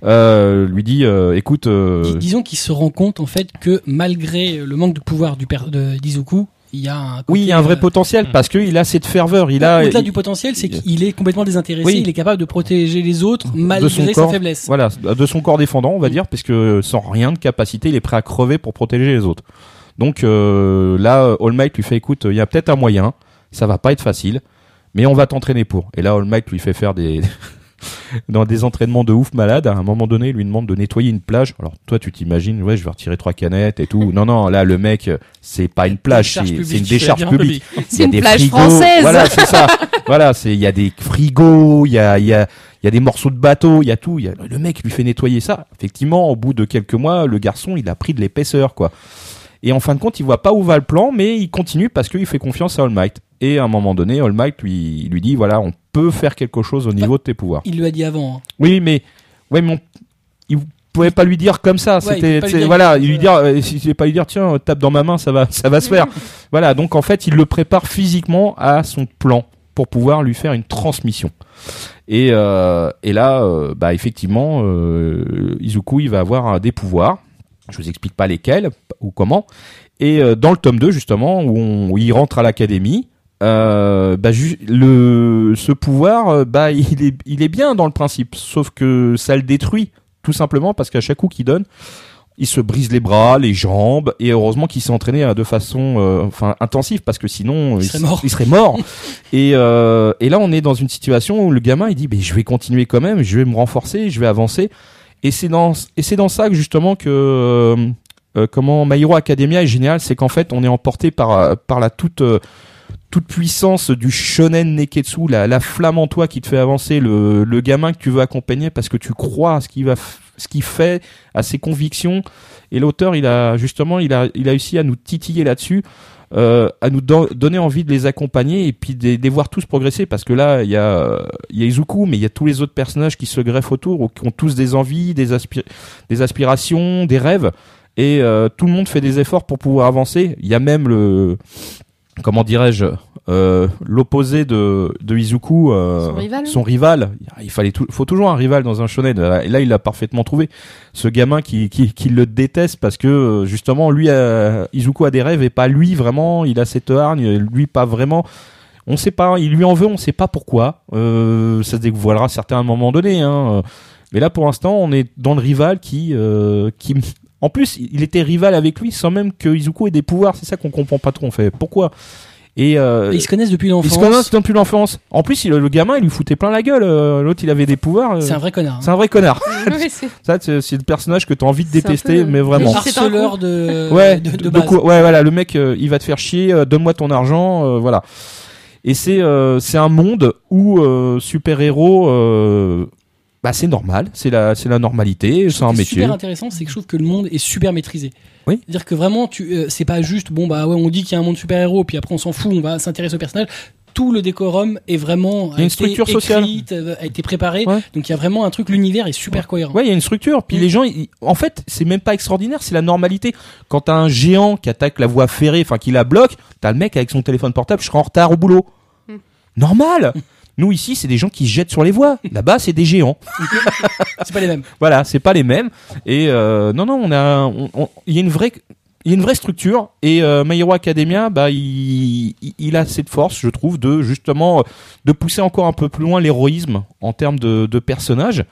S3: Euh, lui dit, euh, écoute, euh,
S1: Dis- disons qu'il se rend compte en fait que malgré le manque de pouvoir du père de d'Izuku, il y a un côté,
S3: Oui, il y a un vrai
S1: euh,
S2: hmm.
S3: potentiel parce qu'il a cette ferveur. Il a
S1: Au-delà
S3: il-
S1: du potentiel, c'est
S3: il-
S1: qu'il est complètement désintéressé,
S3: Oui.
S1: il est capable de protéger les autres
S3: son
S1: malgré sa
S3: corps.
S1: faiblesse.
S3: voilà de son corps défendant, on va dire, puisque sans rien de capacité, il est prêt à crever pour protéger les autres. Donc euh, là, All Might lui fait écoute, il y a peut-être un moyen. Ça va pas être facile, mais on va t'entraîner pour. Et là, All Might lui fait faire des dans des entraînements de ouf malade. À un moment donné, il lui demande de nettoyer une plage. Alors toi, tu t'imagines, ouais, je vais retirer trois canettes et tout. Non, non, là, le mec, c'est pas une plage, c'est
S4: Décharge publique,
S3: c'est une
S4: je vais
S3: décharge
S4: dire en
S3: publique.
S4: public.
S3: Il y
S2: C'est
S3: a
S2: une
S3: des
S2: plage
S3: frigos.
S2: française.
S3: Voilà, c'est ça. voilà, c'est il y a des frigos, il y a il y a il y a des morceaux de bateau, il y a tout. Il y a- le mec lui fait nettoyer ça. Effectivement, au bout de quelques mois, le garçon il a pris de l'épaisseur quoi. Et en fin de compte, il voit pas où va le plan, mais il continue parce qu'il fait confiance à All Might. Et à un moment donné, All Might lui lui dit voilà, on peut faire quelque chose
S2: Bah,
S3: au niveau de tes pouvoirs.
S1: Il lui a dit avant. hein.
S3: Oui, mais ouais, mais on- il pouvait pas lui dire comme ça.
S1: Ouais, il
S3: C'était
S1: peut pas lui
S3: c'est-
S1: dire-
S3: voilà, il lui dire, euh, si c'est pas lui dire tiens euh, tape dans ma main, ça va, ça va se faire. voilà, donc en fait il le prépare physiquement à son plan pour pouvoir lui faire une transmission. Et, euh, et là, euh, bah effectivement, euh, Izuku il va avoir euh, des pouvoirs. Je vous explique pas lesquels ou comment. Et euh, dans le tome 2 justement où, on- où il rentre à l'académie, euh, bah, ju- le, ce pouvoir, euh, bah, il est, il est bien dans le principe, sauf que ça le détruit, tout simplement parce qu'à chaque coup qu'il donne, il se brise les bras, les jambes, et heureusement qu'il s'est entraîné euh, de façon euh, enfin intensive parce que sinon euh,
S1: Il serait mort.
S3: il serait mort. et, euh, et là on est dans une situation où le gamin il dit mais je vais continuer quand même, je vais me renforcer, je vais avancer. Et c'est dans et c'est dans ça que justement que euh, euh, comment My Hero Academia est génial, c'est qu'en fait on est emporté par euh, par la toute euh, toute puissance du shonen neketsu, la, la flamme en toi qui te fait avancer, le, le gamin que tu veux accompagner parce que tu crois à ce qu'il va, f- ce qu'il fait, à ses convictions. Et l'auteur, il a justement, il a, il a réussi à nous titiller là-dessus, euh, à nous don- donner envie de les accompagner et puis de les- de les voir tous progresser parce que là, il y a, euh, il y a Izuku, mais il y a tous les autres personnages qui se greffent autour ou qui ont tous des envies, des, aspi- des aspirations, des rêves. Et euh, tout le monde fait des efforts pour pouvoir avancer. Il y a même le, comment dirais-je, euh, l'opposé de, de Izuku, euh,
S2: Son rival.
S3: rival. Il fallait tout- faut toujours un rival dans un shonen. Et là, il l'a parfaitement trouvé. Ce gamin qui, qui, qui le déteste parce que euh, justement, lui, euh, Izuku a des rêves et pas lui vraiment. Il a cette hargne, lui pas vraiment. On sait pas, il lui en veut, on sait pas pourquoi. Euh, ça se dévoilera à certains moments donnés. Hein. Mais là, pour l'instant, on est dans le rival qui, euh, qui, en plus, il était rival avec lui sans même que Izuku ait des pouvoirs. C'est ça qu'on comprend pas trop. On fait pourquoi Et euh,
S1: Ils se connaissent depuis
S3: ils
S1: l'enfance.
S3: se connaissent euh, depuis l'enfance. En plus, il- le gamin, il lui foutait plein la gueule. euh, L'autre, il avait des pouvoirs. euh,
S1: C'est un vrai connard. hein.
S3: c'est un vrai connard.
S2: Ouais, c'est-
S3: Ça, c'est c'est le personnage que t'as envie de
S2: C'est un peu
S3: détester,
S2: le-
S3: mais
S1: Un
S3: vraiment.
S2: Régis. C'est un
S1: harceleur de,
S3: Ouais,
S1: de, de
S3: de
S1: base.
S3: quoi- ouais, voilà, le mec, euh, il va te faire chier, euh, donne-moi ton argent, euh, voilà. Et c'est euh, c'est un monde où euh, super-héros, euh, bah, c'est normal, c'est la, c'est la normalité, c'est un
S1: Ce qui est
S3: métier.
S1: super intéressant, c'est que je trouve que le monde est super maîtrisé.
S3: Oui.
S1: C'est-à-dire que vraiment, tu, euh, c'est pas juste, bon, bah ouais, on dit qu'il y a un monde super-héros, puis après on s'en fout, on va s'intéresser au personnage. Tout le décorum est vraiment.
S3: Il y a
S1: a
S3: une
S1: été
S3: structure sociale.
S1: écrite, euh, a été préparé.
S3: Ouais.
S1: Donc il y a vraiment un truc, l'univers est super cohérent.
S3: Ouais, il y a une structure. Puis
S1: Mm.
S3: les gens, ils- en fait, c'est même pas extraordinaire, c'est la normalité. Quand t'as un géant qui attaque la voie ferrée, enfin qui la bloque, t'as le mec avec son téléphone portable, je serai en retard au boulot.
S2: Mm.
S3: Normal. Nous ici, c'est des gens qui se jettent sur les voies. Là-bas, c'est des géants.
S1: C'est pas les mêmes.
S3: Voilà, c'est pas les mêmes. Et euh, non, non, on a, on- on- il y a une vraie, il y a une vraie structure. Et euh, My Hero Academia, bah, il, il- il a cette force, je trouve, de justement euh, de pousser encore un peu plus loin l'héroïsme en termes de, de personnages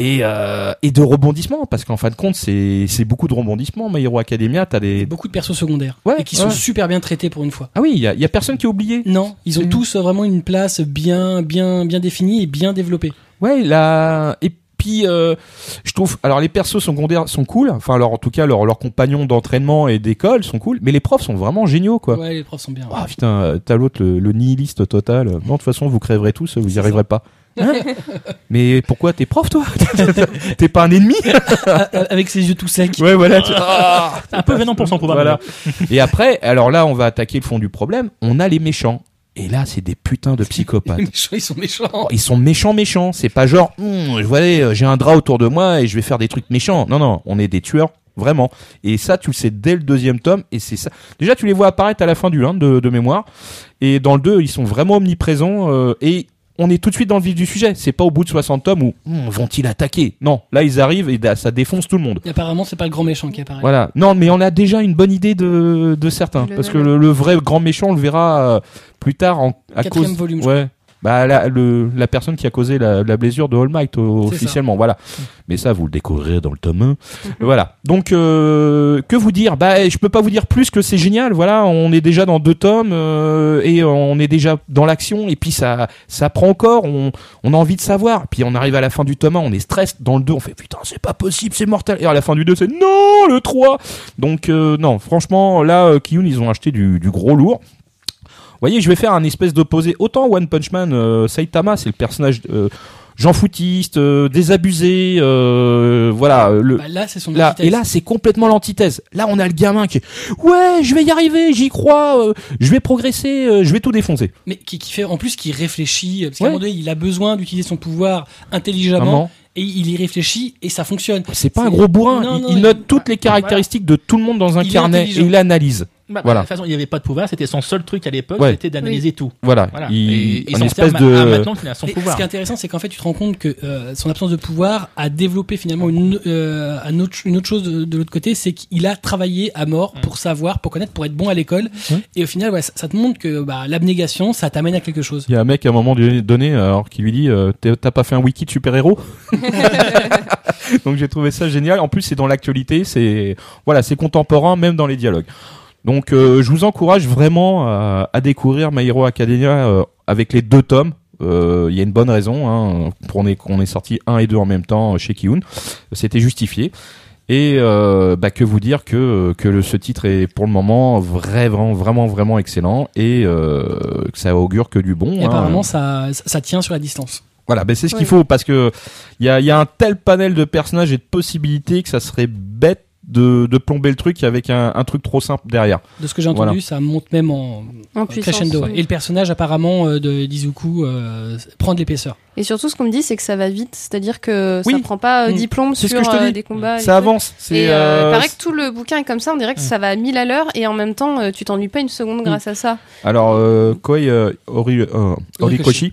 S3: et, euh, et de rebondissements, parce qu'en fin de compte, c'est c'est beaucoup de rebondissements. My Hero Academia, t'as des,
S1: Beaucoup de persos secondaires.
S3: Ouais,
S1: et qui sont
S3: ouais.
S1: super bien traités pour une fois.
S3: ah oui, il y a, il y a personne qui est oublié.
S1: Non, ils ont
S3: C'est-
S1: tous euh, vraiment une place bien, bien, bien définie et bien développée.
S3: Ouais, là. Et puis, euh, je trouve. Alors, les persos secondaires sont cool. Enfin, alors, en tout cas, leurs leurs compagnons d'entraînement et d'école sont cool. Mais les profs sont vraiment géniaux, quoi.
S1: Ouais, les profs sont bien.
S3: Ah putain, euh, t'as l'autre, le, le nihiliste total. Non, de toute façon, vous crèverez tous, vous y arriverez pas. Hein Mais pourquoi t'es prof, toi T'es pas un ennemi
S1: Ah, ah, Avec ses yeux tout secs.
S3: Ouais, voilà. tu- Ah
S4: Un peu venant pour son
S3: Voilà.
S4: probablement.
S3: Et après, alors là, on va attaquer le fond du problème. On a les méchants. Et là, c'est des putains de psychopathes.
S1: Méchants, ils sont méchants.
S3: Oh, Ils sont méchants, méchants. C'est pas genre, Hum, je vois, euh, j'ai un drap autour de moi et je vais faire des trucs méchants. Non, non, on est des tueurs, vraiment. Et ça, tu le sais dès le deuxième tome. Et c'est ça. Déjà, tu les vois apparaître à la fin du 1 de, de mémoire. Et dans le 2, ils sont vraiment omniprésents. euh, et on est tout de suite dans le vif du sujet. C'est pas au bout de 60 tomes où Hum, vont-ils attaquer Non, là, ils arrivent et da- ça défonce tout le monde.
S1: Et Apparemment, c'est pas le grand méchant qui apparaît.
S3: Voilà. Non, mais on a déjà une bonne idée de, de certains.
S2: Le
S3: parce que
S2: malin.
S3: le, le vrai grand méchant, on le verra euh, plus tard en, à
S1: Quatrième
S3: cause.
S1: volume, je
S3: Ouais. Bah, la, le, la personne qui a causé la, la blessure de All Might
S1: C'est ça.
S3: au-
S1: Mm.
S3: officiellement, voilà. Mais ça, vous le découvrirez dans le tome 1. voilà. Donc, euh, que vous dire Bah, je peux pas vous dire plus que c'est génial. Voilà, on est déjà dans deux tomes euh, et on est déjà dans l'action. Et puis ça, ça prend encore. On, on a envie de savoir. Puis on arrive à la fin du tome 1, on est stress. Dans le 2, on fait putain, c'est pas possible, c'est mortel. Et à la fin du 2, c'est non, le 3. Donc, euh, non, franchement, là, euh, Kiyun, ils ont acheté du, du gros lourd. Vous voyez, je vais faire un espèce d'opposé. Autant One Punch Man, euh, Saitama, c'est le personnage euh, Jean foutiste, euh, désabusé, euh, voilà. euh, Le,
S1: Bah, là, c'est son
S3: Là,
S1: antithèse.
S3: et là, c'est complètement l'antithèse. Là, on a le gamin qui est Ouais, je vais y arriver, j'y crois, euh, je vais progresser, euh, je vais tout défoncer.
S1: mais qui, qui fait en plus qui réfléchit euh, parce qu'à
S3: Ouais.
S1: un moment donné il a besoin d'utiliser son pouvoir intelligemment
S3: Maman,
S1: et il y réfléchit et ça fonctionne
S3: c'est pas
S1: C'est-
S3: un gros bourrin.
S1: Non,
S3: il,
S1: non,
S3: il
S1: il-
S3: note toutes les
S1: voilà.
S3: caractéristiques de tout le monde dans un
S1: Il est
S3: carnet et
S1: intelligent.
S3: il analyse.
S4: Bah, bah,
S3: Voilà.
S4: De toute façon, il n'y avait pas de pouvoir, c'était son seul truc à l'époque,
S3: Ouais.
S4: c'était d'analyser tout.
S3: Voilà,
S4: Voilà.
S3: il,
S4: il
S3: un
S4: s'en
S3: espèce
S4: sert ma- à
S3: de.
S4: maintenant qu'il a son
S1: Mais
S4: pouvoir.
S1: Ce qui est intéressant, c'est qu'en fait, tu te rends compte que euh, son absence de pouvoir a développé finalement une, euh, un autre- une autre chose de, de l'autre côté, c'est qu'il a travaillé à mort pour savoir, pour connaître, pour être bon à l'école.
S4: Mm.
S1: Et au final, ouais, ça, ça te montre que bah, l'abnégation, ça t'amène à quelque chose.
S3: Il y a un mec à un moment du- donné alors qui lui dit euh, T'es- t'as pas fait un wiki de super héros donc j'ai trouvé ça génial en plus c'est dans l'actualité c'est voilà c'est contemporain même dans les dialogues donc euh, je vous encourage vraiment à, à découvrir My Hero Academia euh, avec les deux tomes Euh, il y a une bonne raison hein, pour on est qu'on est sorti un et deux en même temps euh, chez Kiun c'était justifié et euh, bah, que vous dire que que le, ce titre est pour le moment vraiment vraiment vraiment excellent et euh, que ça augure que du bon.
S1: Et
S3: hein.
S1: apparemment, ça, ça, ça tient sur la distance.
S3: Voilà, ben c'est ce qu'il
S2: Oui.
S3: faut parce que il y a, il y a un tel panel de personnages et de possibilités que ça serait bête de, de plomber le truc avec un, un truc trop simple derrière.
S1: De ce que j'ai entendu,
S3: Voilà.
S1: ça monte même en,
S2: En
S1: en
S2: puissance.
S1: crescendo.
S2: oui.
S1: Et le personnage apparemment euh, de d'Izuku euh, prend de l'épaisseur.
S2: Et surtout, ce qu'on me dit, c'est que ça va vite. C'est-à-dire que
S3: Oui.
S2: ça prend pas euh,
S1: Mm.
S2: 10 plombes
S3: C'est ce
S2: sur
S3: que je te
S2: euh,
S3: dis.
S2: des combats. et
S3: ça
S2: tout.
S3: avance. C'est
S2: Et euh,
S3: euh,
S2: il paraît que tout le bouquin est comme ça. On dirait que
S4: Mm.
S2: ça va à 1000 à l'heure. Et en même temps, euh, tu t'ennuies pas une seconde
S3: Mm.
S2: grâce à ça.
S3: alors euh, Koi euh, Ori- euh, Horikoshi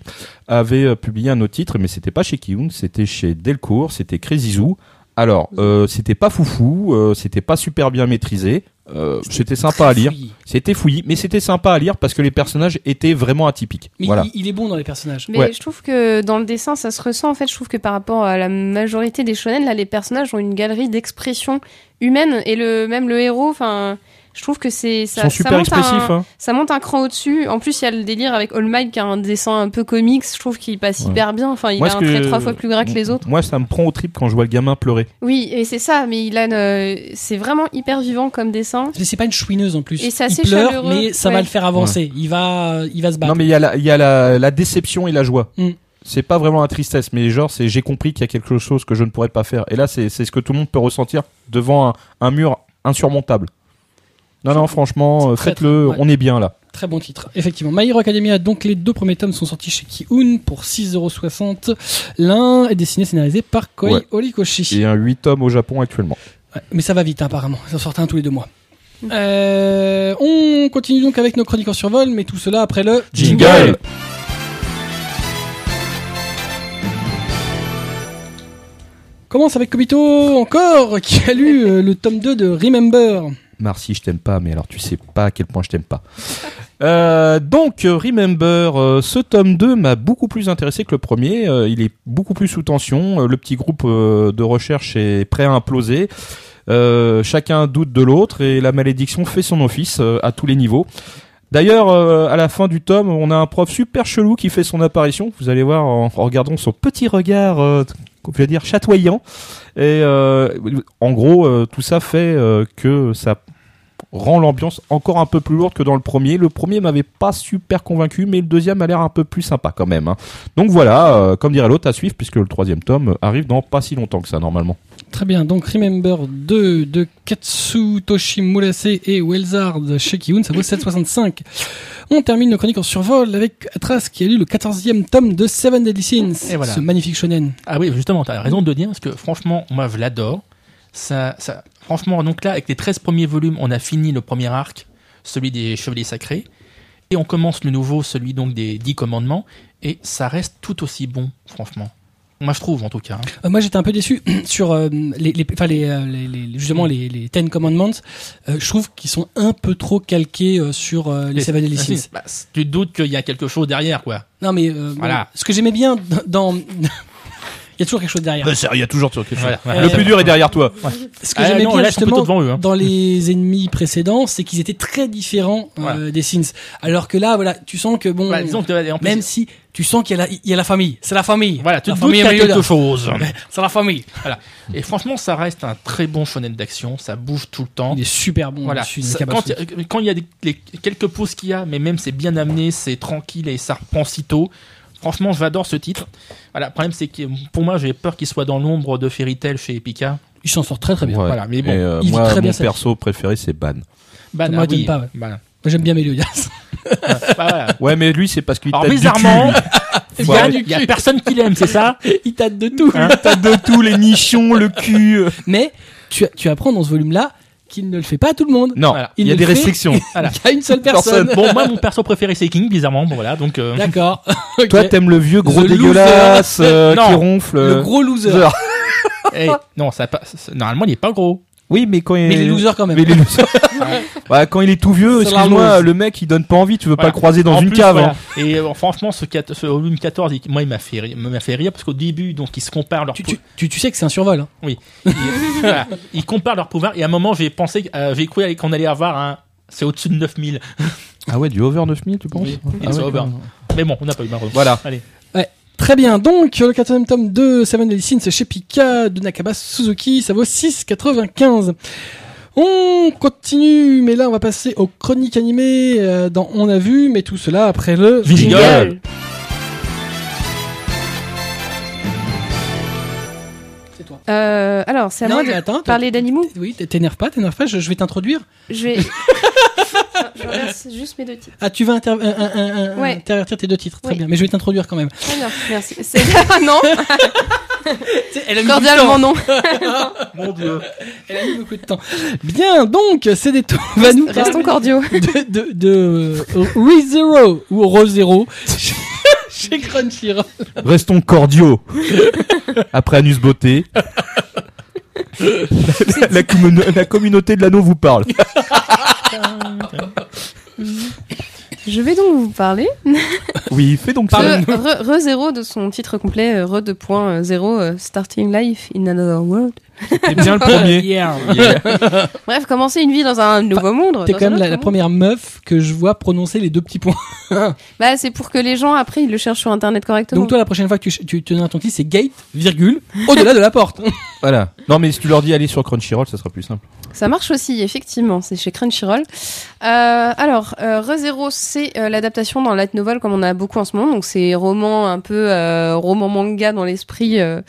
S1: Horikoshi.
S3: avait euh, publié un autre titre, mais c'était pas chez Kiun, c'était chez Delcourt, c'était Crazyzou. Alors euh, c'était pas foufou, euh, c'était pas super bien maîtrisé, euh, c'était sympa à lire,
S1: Oui.
S3: c'était fouillis, mais c'était sympa à lire parce que les personnages étaient vraiment atypiques.
S1: Mais
S3: voilà.
S1: il, il est bon dans les personnages.
S2: Mais
S3: Ouais.
S2: je trouve que dans le dessin, ça se ressent. En fait, je trouve que par rapport à la majorité des shonen, là, les personnages ont une galerie d'expression humaine. Et le, même le héros, enfin, je trouve que c'est.
S3: Ils
S2: Ça,
S3: sont
S2: ça
S3: super
S2: monte à un-
S3: expressifs. hein.
S2: ça monte un cran au-dessus. En plus, il y a le délire avec All Might qui a un dessin un peu comics. Je trouve qu'il passe
S3: Ouais.
S2: hyper bien. Enfin, il
S3: Moi,
S2: a
S3: ce
S2: un
S3: que- Mm.
S2: trait trois fois plus gras que les autres.
S3: Moi, ça me prend au trip quand je vois le gamin pleurer.
S2: Oui, et c'est ça. Mais il a, une- c'est vraiment hyper vivant comme dessin.
S1: Mais c'est pas une chouineuse en plus.
S2: Et c'est assez
S1: il pleure,
S2: chaleureux.
S1: mais ça
S2: Ouais.
S1: va le faire avancer. Il va, il va se battre.
S3: non, mais il y a, la, il y a la, la déception et la joie.
S1: Mm.
S3: C'est pas vraiment la tristesse, mais genre, c'est j'ai compris qu'il y a quelque chose que je ne pourrais pas faire. Et là, c'est c'est ce que tout le monde peut ressentir devant un, un mur insurmontable. Non, non, franchement,
S1: C'est
S3: euh,
S1: très,
S3: faites-le,
S1: très- ouais.
S3: on est bien là.
S1: Très bon titre, effectivement. My Hero Academia, donc les deux premiers tomes sont sortis chez Kiun pour 6,60€. L'un est dessiné, scénarisé par Koi
S3: Ouais.
S1: Horikoshi.
S3: Et un 8 tomes au Japon actuellement.
S1: Ouais, mais ça va vite, hein, apparemment. Ils en sortent un tous les deux mois.
S2: Mm.
S1: Euh, on continue donc avec nos chroniques en survol, mais tout cela après le
S3: Jingle
S1: Commence avec Kobito encore, qui a lu euh, le tome 2 de Remember.
S3: Marcy, je t'aime pas, mais alors tu sais pas à quel point je t'aime pas. Euh, donc, euh, Remember, euh, ce tome 2 m'a beaucoup plus intéressé que le premier. Euh, il est beaucoup plus sous tension. Euh, le petit groupe euh, de recherche est prêt à imploser. Euh, chacun doute de l'autre et la malédiction fait son office euh, à tous les niveaux. D'ailleurs, euh, à la fin du tome, on a un prof super chelou qui fait son apparition. Vous allez voir en, en regardant son petit regard, euh, qu'on peut dire chatoyant. Et euh, en gros, euh, tout ça fait euh, que ça rend l'ambiance encore un peu plus lourde que dans le premier. Le premier m'avait pas super convaincu, mais le deuxième a l'air un peu plus sympa quand même. hein. Donc voilà, euh, comme dirait l'autre, à suivre, puisque le troisième tome arrive dans pas si longtemps que ça normalement.
S1: Très bien, donc Remember 2 de Katsutoshi Murase et Wellsard chez Kiun, ça vaut 7,65. On termine nos chroniques en survol avec Atras qui a lu le 14e tome de Seven Deadly Sins,
S4: Et voilà.
S1: ce magnifique shonen.
S4: Ah oui, justement, t'as raison de le dire, parce que franchement, moi, je l'adore. Ça, ça, franchement, donc là, avec les 13 premiers volumes, on a fini le premier arc, celui des Chevaliers Sacrés, et on commence le nouveau, celui donc des 10 commandements, et ça reste tout aussi bon, franchement. Moi, je trouve, en tout cas. hein.
S1: Euh, moi j'étais un peu déçu sur euh, les, les, enfin, les, euh, les- les- justement les, les Ten Commandments, Euh, je trouve qu'ils sont un peu trop calqués euh, sur euh, les Seven Deadly Sins.
S4: Bah, c- tu doutes qu'il y a quelque chose derrière, quoi.
S1: Non mais euh,
S4: Voilà.
S1: bon, ce que j'aimais bien dans... Il y a toujours quelque chose
S4: Bah,
S1: derrière.
S3: il y a toujours quelque
S4: Voilà, voilà.
S3: Le plus dur est derrière toi.
S1: Ce que
S4: Ah,
S1: j'aimais
S4: non,
S1: bien
S4: là, ils sont
S1: justement
S4: plutôt devant eux, hein.
S1: dans les ennemis précédents, c'est qu'ils étaient très différents euh,
S4: Voilà.
S1: des Sins. Alors que là, voilà, tu sens que bon,
S4: Bah, disons que, en plus,
S1: même si tu sens qu'il y, a la- il y a la famille, c'est la famille.
S4: voilà, tu
S1: la
S4: te doutes qu'il y a
S1: est là.
S4: quelque chose.
S1: C'est la famille.
S4: Et franchement, ça reste un très bon shonen d'action, ça bouge tout le temps.
S1: Il est super bon.
S4: Voilà.
S1: dessus,
S4: Ça-
S1: Nakamatsu.
S4: quand, il- quand il y a des- les quelques pauses qu'il y a, mais même c'est bien amené, c'est tranquille et ça reprend si tôt. Franchement, j'adore ce titre. Voilà, le problème c'est que pour moi, j'ai peur qu'il soit dans l'ombre de Fairy Tail chez Epica.
S1: il s'en sort très très bien.
S3: Ouais.
S4: Voilà, mais bon,
S3: Et, euh,
S1: il vit
S3: moi,
S1: très
S3: mon
S1: bien sa vie.
S3: perso préféré, c'est Ban.
S4: Bah,
S1: Ça
S4: ah
S1: m'étonne
S4: oui,
S1: pas, ouais.
S4: bah,
S1: Moi, J'aime bien Mélodias.
S4: bah, voilà.
S3: Ouais, mais lui, c'est parce qu'il
S4: Alors
S3: tape du
S4: bizarrement, il y a-
S3: Voilà.
S4: il y a, personne qui l'aime, c'est ça
S1: il tâte de tout.
S3: cul. Il tape de tout, les nichons, le cul.
S1: Mais tu, tu apprends dans ce volume-là qu'il ne le fait pas à tout le monde.
S3: Non,
S4: Voilà.
S3: il y a
S1: ne
S3: des
S1: le fait
S3: restrictions.
S4: Voilà.
S1: qu'à une seule personne.
S4: Bon, moi, mon perso préféré, c'est King, bizarrement. Bon, voilà, donc. euh,
S1: D'accord. Ok.
S3: Toi, t'aimes le vieux gros
S1: The
S3: dégueulasse
S1: loser.
S3: euh, qui
S4: Non.
S3: ronfle.
S1: le
S3: euh,
S1: gros loser.
S3: loser.
S4: hey, non, ça passe. Normalement, il est pas gros.
S3: Oui, mais quand il
S1: Mais il est loser
S4: Ah,
S1: quand même.
S3: Mais il est loser. Bah, quand il est tout vieux,
S1: Ça la
S3: excuse-moi,
S1: lose.
S3: le mec il donne pas envie, tu veux pas
S4: Voilà.
S3: le croiser dans
S4: En
S3: une
S4: plus,
S3: cave.
S4: voilà.
S3: hein.
S4: Et euh, franchement, ce, quat- ce volume 14, il- moi, il m'a fait, rire- m'a fait rire parce qu'au début, donc, ils se comparent leur
S1: Tu, tu, tu, tu sais que c'est un survol. hein.
S4: Ils, voilà, ils comparent leur pouvoir et à un moment j'ai pensé euh, j'ai cru qu'on allait avoir un c'est au-dessus de 9000
S3: Ah ouais, du over 9000, tu penses
S4: Oui,
S3: Ah
S4: il est
S3: ouais,
S4: sur over.
S3: quand même.
S4: mais bon on n'a pas eu marre
S3: Voilà.
S4: allez
S1: Très bien, donc le quatrième tome de Seven Deadly Sins chez Pika de Nakaba Suzuki, ça vaut 6,95. On continue, mais là on va passer aux chroniques animées euh, dans On a vu, mais tout cela après le...
S4: Jingle.
S2: Jingle.
S1: C'est toi.
S2: Euh, alors, c'est à
S1: Non,
S2: moi
S1: mais
S2: de
S1: attends,
S2: parler d'animaux.
S1: Oui, t- t'énerve pas, t'énerve pas, je, je vais t'introduire.
S2: Je vais. je reverse juste mes deux titres.
S1: Ah, tu vas inter- euh, euh, euh, euh,
S2: Ouais.
S1: intervertir tes deux titres, très
S2: Oui.
S1: bien, mais je vais t'introduire quand même.
S2: Très bien, merci. C'est ah, non,
S1: Elle a
S2: cordialement non.
S4: mon dieu
S1: Elle a mis beaucoup de temps. Bien, donc, c'est des tours. Va nous parler
S2: Restons cordiaux.
S1: de, de, de euh, ReZero ou ReZero chez- chez Crunchyroll.
S3: Restons cordiaux. Après Anus Beauté. la, la commun- la communauté de l'anneau vous parle.
S2: Je vais donc vous parler
S3: Oui, fais donc ça.
S2: de Re- Re-Zero de son titre complet euh, Re 2.0 euh, Starting Life in Another World.
S3: T'es bien le premier.
S1: Yeah.
S2: Bref, commencer une vie dans un nouveau monde.
S1: T'es
S2: dans
S1: quand
S2: un
S1: même la,
S2: autre
S1: la
S2: monde.
S1: première meuf que je vois prononcer les deux petits points.
S2: Bah, c'est pour que les gens après ils le cherchent sur internet correctement.
S1: Donc toi, la prochaine fois que tu, ch- tu tenais ton titre, c'est gate, virgule, au-delà de la porte.
S3: Voilà. Non, mais si tu leur dis aller sur Crunchyroll, ça sera plus simple.
S2: Ça marche aussi, effectivement, c'est chez Crunchyroll. Euh, alors, euh, ReZero, c'est euh, l'adaptation dans light novel comme on a beaucoup en ce moment. Donc, c'est roman un peu euh, roman manga dans l'esprit euh,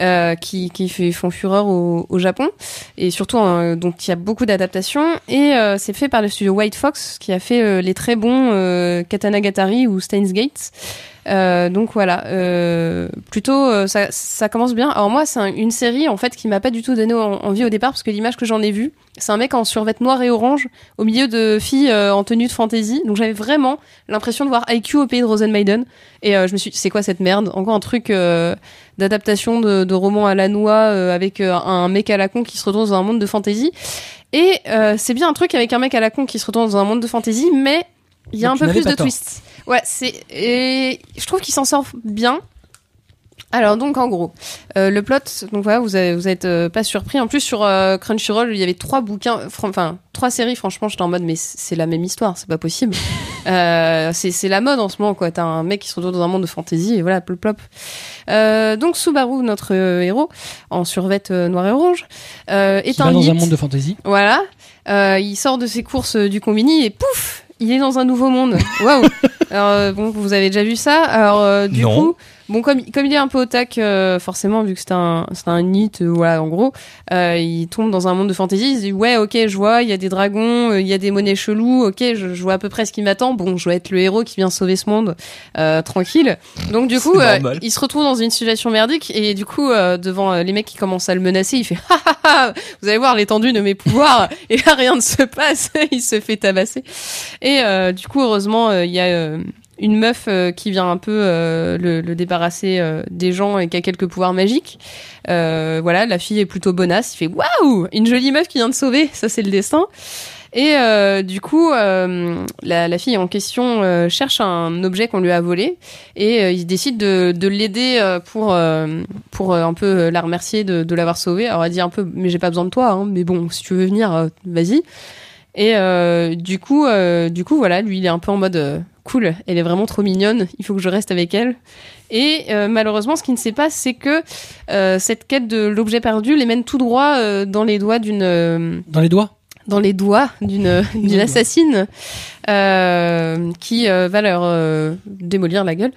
S2: euh, qui, qui fait- font fureur au, au Japon et surtout euh, donc il y a beaucoup d'adaptations et euh, c'est fait par le studio White Fox qui a fait euh, les très bons euh, Katana Gatari ou Steins Gate. Euh, donc voilà, euh, plutôt euh, ça, ça commence bien. Alors moi, c'est un- une série en fait qui m'a pas du tout donné en- envie au départ parce que l'image que j'en ai vue, c'est un mec en survêt noir et orange au milieu de filles euh, en tenue de fantasy. Donc j'avais vraiment l'impression de voir IQ au pays de Rosenmaiden et euh, je me suis, dit, c'est quoi cette merde Encore un truc euh, d'adaptation de, de roman à la noix euh, avec euh, un mec à la con qui se retrouve dans un monde de fantasy. Et euh, c'est bien un truc avec un mec à la con qui se retrouve dans un monde de fantasy, mais il y a
S1: Donc,
S2: un
S1: tu
S2: peu
S1: n'avais
S2: plus
S1: pas
S2: de
S1: tort.
S2: twists. Ouais, c'est et je trouve qu'il s'en sort bien. Alors donc en gros, euh, le plot, donc voilà, vous avez- vous êtes euh, pas surpris. En plus sur euh, Crunchyroll, il y avait trois bouquins, fran- enfin trois séries. Franchement, j'étais en mode mais c'est la même histoire, c'est pas possible. Euh, c'est c'est la mode en ce moment quoi. T'as un mec qui se retrouve dans un monde de fantasy et voilà, plop plop. Euh, donc Subaru, notre euh, héros en survêt euh, noir et orange, euh, est
S1: Qui
S2: un
S1: va dans un
S2: yeet.
S1: monde de fantasy.
S2: Voilà. Euh, il sort de ses courses euh, du combini et pouf il est dans un nouveau monde. Waouh Alors euh, bon, vous avez déjà vu ça. Alors euh, du
S3: Non.
S2: coup, bon comme comme il est un peu au tac, euh, forcément vu que c'est un c'est un nid, euh, voilà en gros, euh, il tombe dans un monde de fantasy. Il se dit ouais ok je vois, il y a des dragons, euh, il y a des monnaies cheloues, ok je, je vois à peu près ce qui m'attend. Bon je vais être le héros qui vient sauver ce monde, euh, tranquille. Donc du coup,
S3: C'est
S2: euh,
S3: normal.
S2: il se retrouve dans une situation merdique et du coup euh, devant euh, les mecs qui commencent à le menacer, il fait ah, ah, ah, vous allez voir l'étendue de mes pouvoirs et là rien ne se passe, il se fait tabasser. Et euh, du coup, heureusement, euh, il y a euh, une meuf euh, qui vient un peu euh, le, le débarrasser euh, des gens et qui a quelques pouvoirs magiques. Euh, voilà, la fille est plutôt bonasse. Il fait waouh, une jolie meuf qui vient de sauver. Ça, c'est le destin. Et euh, du coup, euh, la, la fille en question euh, cherche un objet qu'on lui a volé et euh, il décide de, de l'aider euh, pour euh, pour euh, un peu euh, la remercier de, de l'avoir sauvée. Alors elle dit un peu, mais j'ai pas besoin de toi, hein, mais bon, si tu veux venir, euh, vas-y. Et euh, du coup, euh, du coup, voilà, lui, il est un peu en mode euh, cool. Elle est vraiment trop mignonne. Il faut que je reste avec elle. Et euh, malheureusement, ce qu'il ne sait pas, c'est que euh, cette quête de l'objet perdu les mène tout droit euh, dans les doigts d'une euh,
S1: Dans les doigts.
S2: dans les doigts d'une euh, d'une assassine euh, qui euh, va leur euh, démolir la gueule,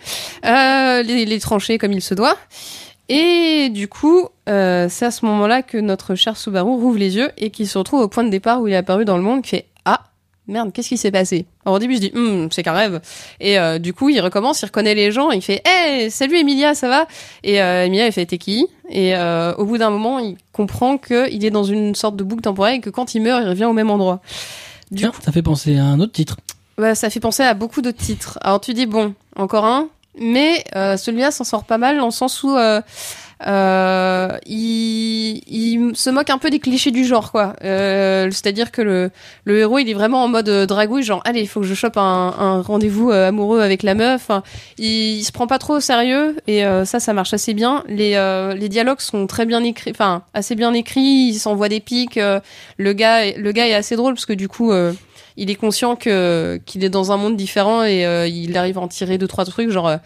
S2: euh, les, les trancher comme il se doit. Et du coup, euh, c'est à ce moment-là que notre cher Subaru rouvre les yeux et qu'il se retrouve au point de départ où il est apparu dans le monde, qui fait Ah, merde, qu'est-ce qui s'est passé Alors au début, je dis, Hum, c'est qu'un rêve. Et euh, du coup, il recommence, il reconnaît les gens, il fait, hey, salut Emilia, ça va Et euh, Emilia, elle fait, t'es qui Et euh, au bout d'un moment, il comprend qu'il est dans une sorte de boucle temporelle et que quand il meurt, il revient au même endroit. Du
S1: Tiens, ça fait penser à un autre titre.
S2: Bah, ça fait penser à beaucoup d'autres titres. Alors tu dis bon, encore un, mais euh, celui-là s'en sort pas mal dans le sens où euh, euh, il, il se moque un peu des clichés du genre quoi. Euh, C'est-à-dire que le, le héros il est vraiment en mode euh, dragouille, genre allez il faut que je chope un, un rendez-vous euh, amoureux avec la meuf. Enfin, il, il se prend pas trop au sérieux et euh, ça ça marche assez bien. Les, euh, les dialogues sont très bien écrits, enfin assez bien écrits. Il s'envoie des pics. euh, le gars est- le gars est assez drôle parce que du coup euh, il est conscient que qu'il est dans un monde différent et euh, il arrive à en tirer deux trois trucs genre euh,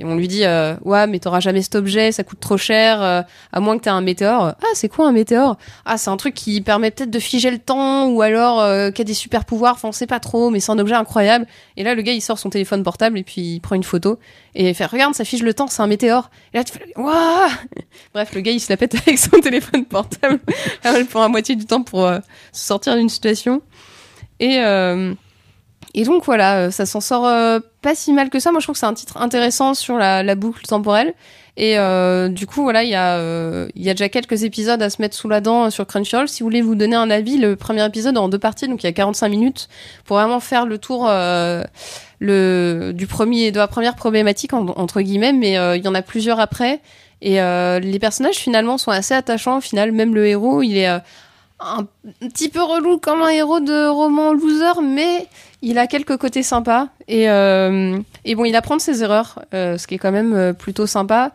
S2: et on lui dit euh, ouais mais t'auras jamais cet objet ça coûte trop cher euh, à moins que t'aies un météore ah c'est quoi un météore ah c'est un truc qui permet peut-être de figer le temps ou alors euh, qui a des super pouvoirs enfin on sait pas trop mais c'est un objet incroyable et là le gars il sort son téléphone portable et puis il prend une photo et il fait regarde ça fige le temps c'est un météore et là tu fais Ouah bref le gars il se la pète avec son téléphone portable pour la moitié du temps pour euh, se sortir d'une situation et, euh, et donc voilà, euh, ça s'en sort euh, pas si mal que ça. Moi, je trouve que c'est un titre intéressant sur la, la boucle temporelle. Et euh, du coup, voilà, il y, a, euh, il y a déjà quelques épisodes à se mettre sous la dent euh, sur Crunchyroll. Si vous voulez vous donner un avis, le premier épisode est en deux parties, donc il y a 45 minutes pour vraiment faire le tour euh, le, du premier, de la première problématique en- entre guillemets. Mais euh, il y en a plusieurs après. Et euh, les personnages finalement sont assez attachants. Au final, même le héros, il est euh, un un petit peu relou comme un héros de roman loser, mais il a quelques côtés sympas. Et, euh, et bon, il apprend de ses erreurs, euh, ce qui est quand même euh, plutôt sympa.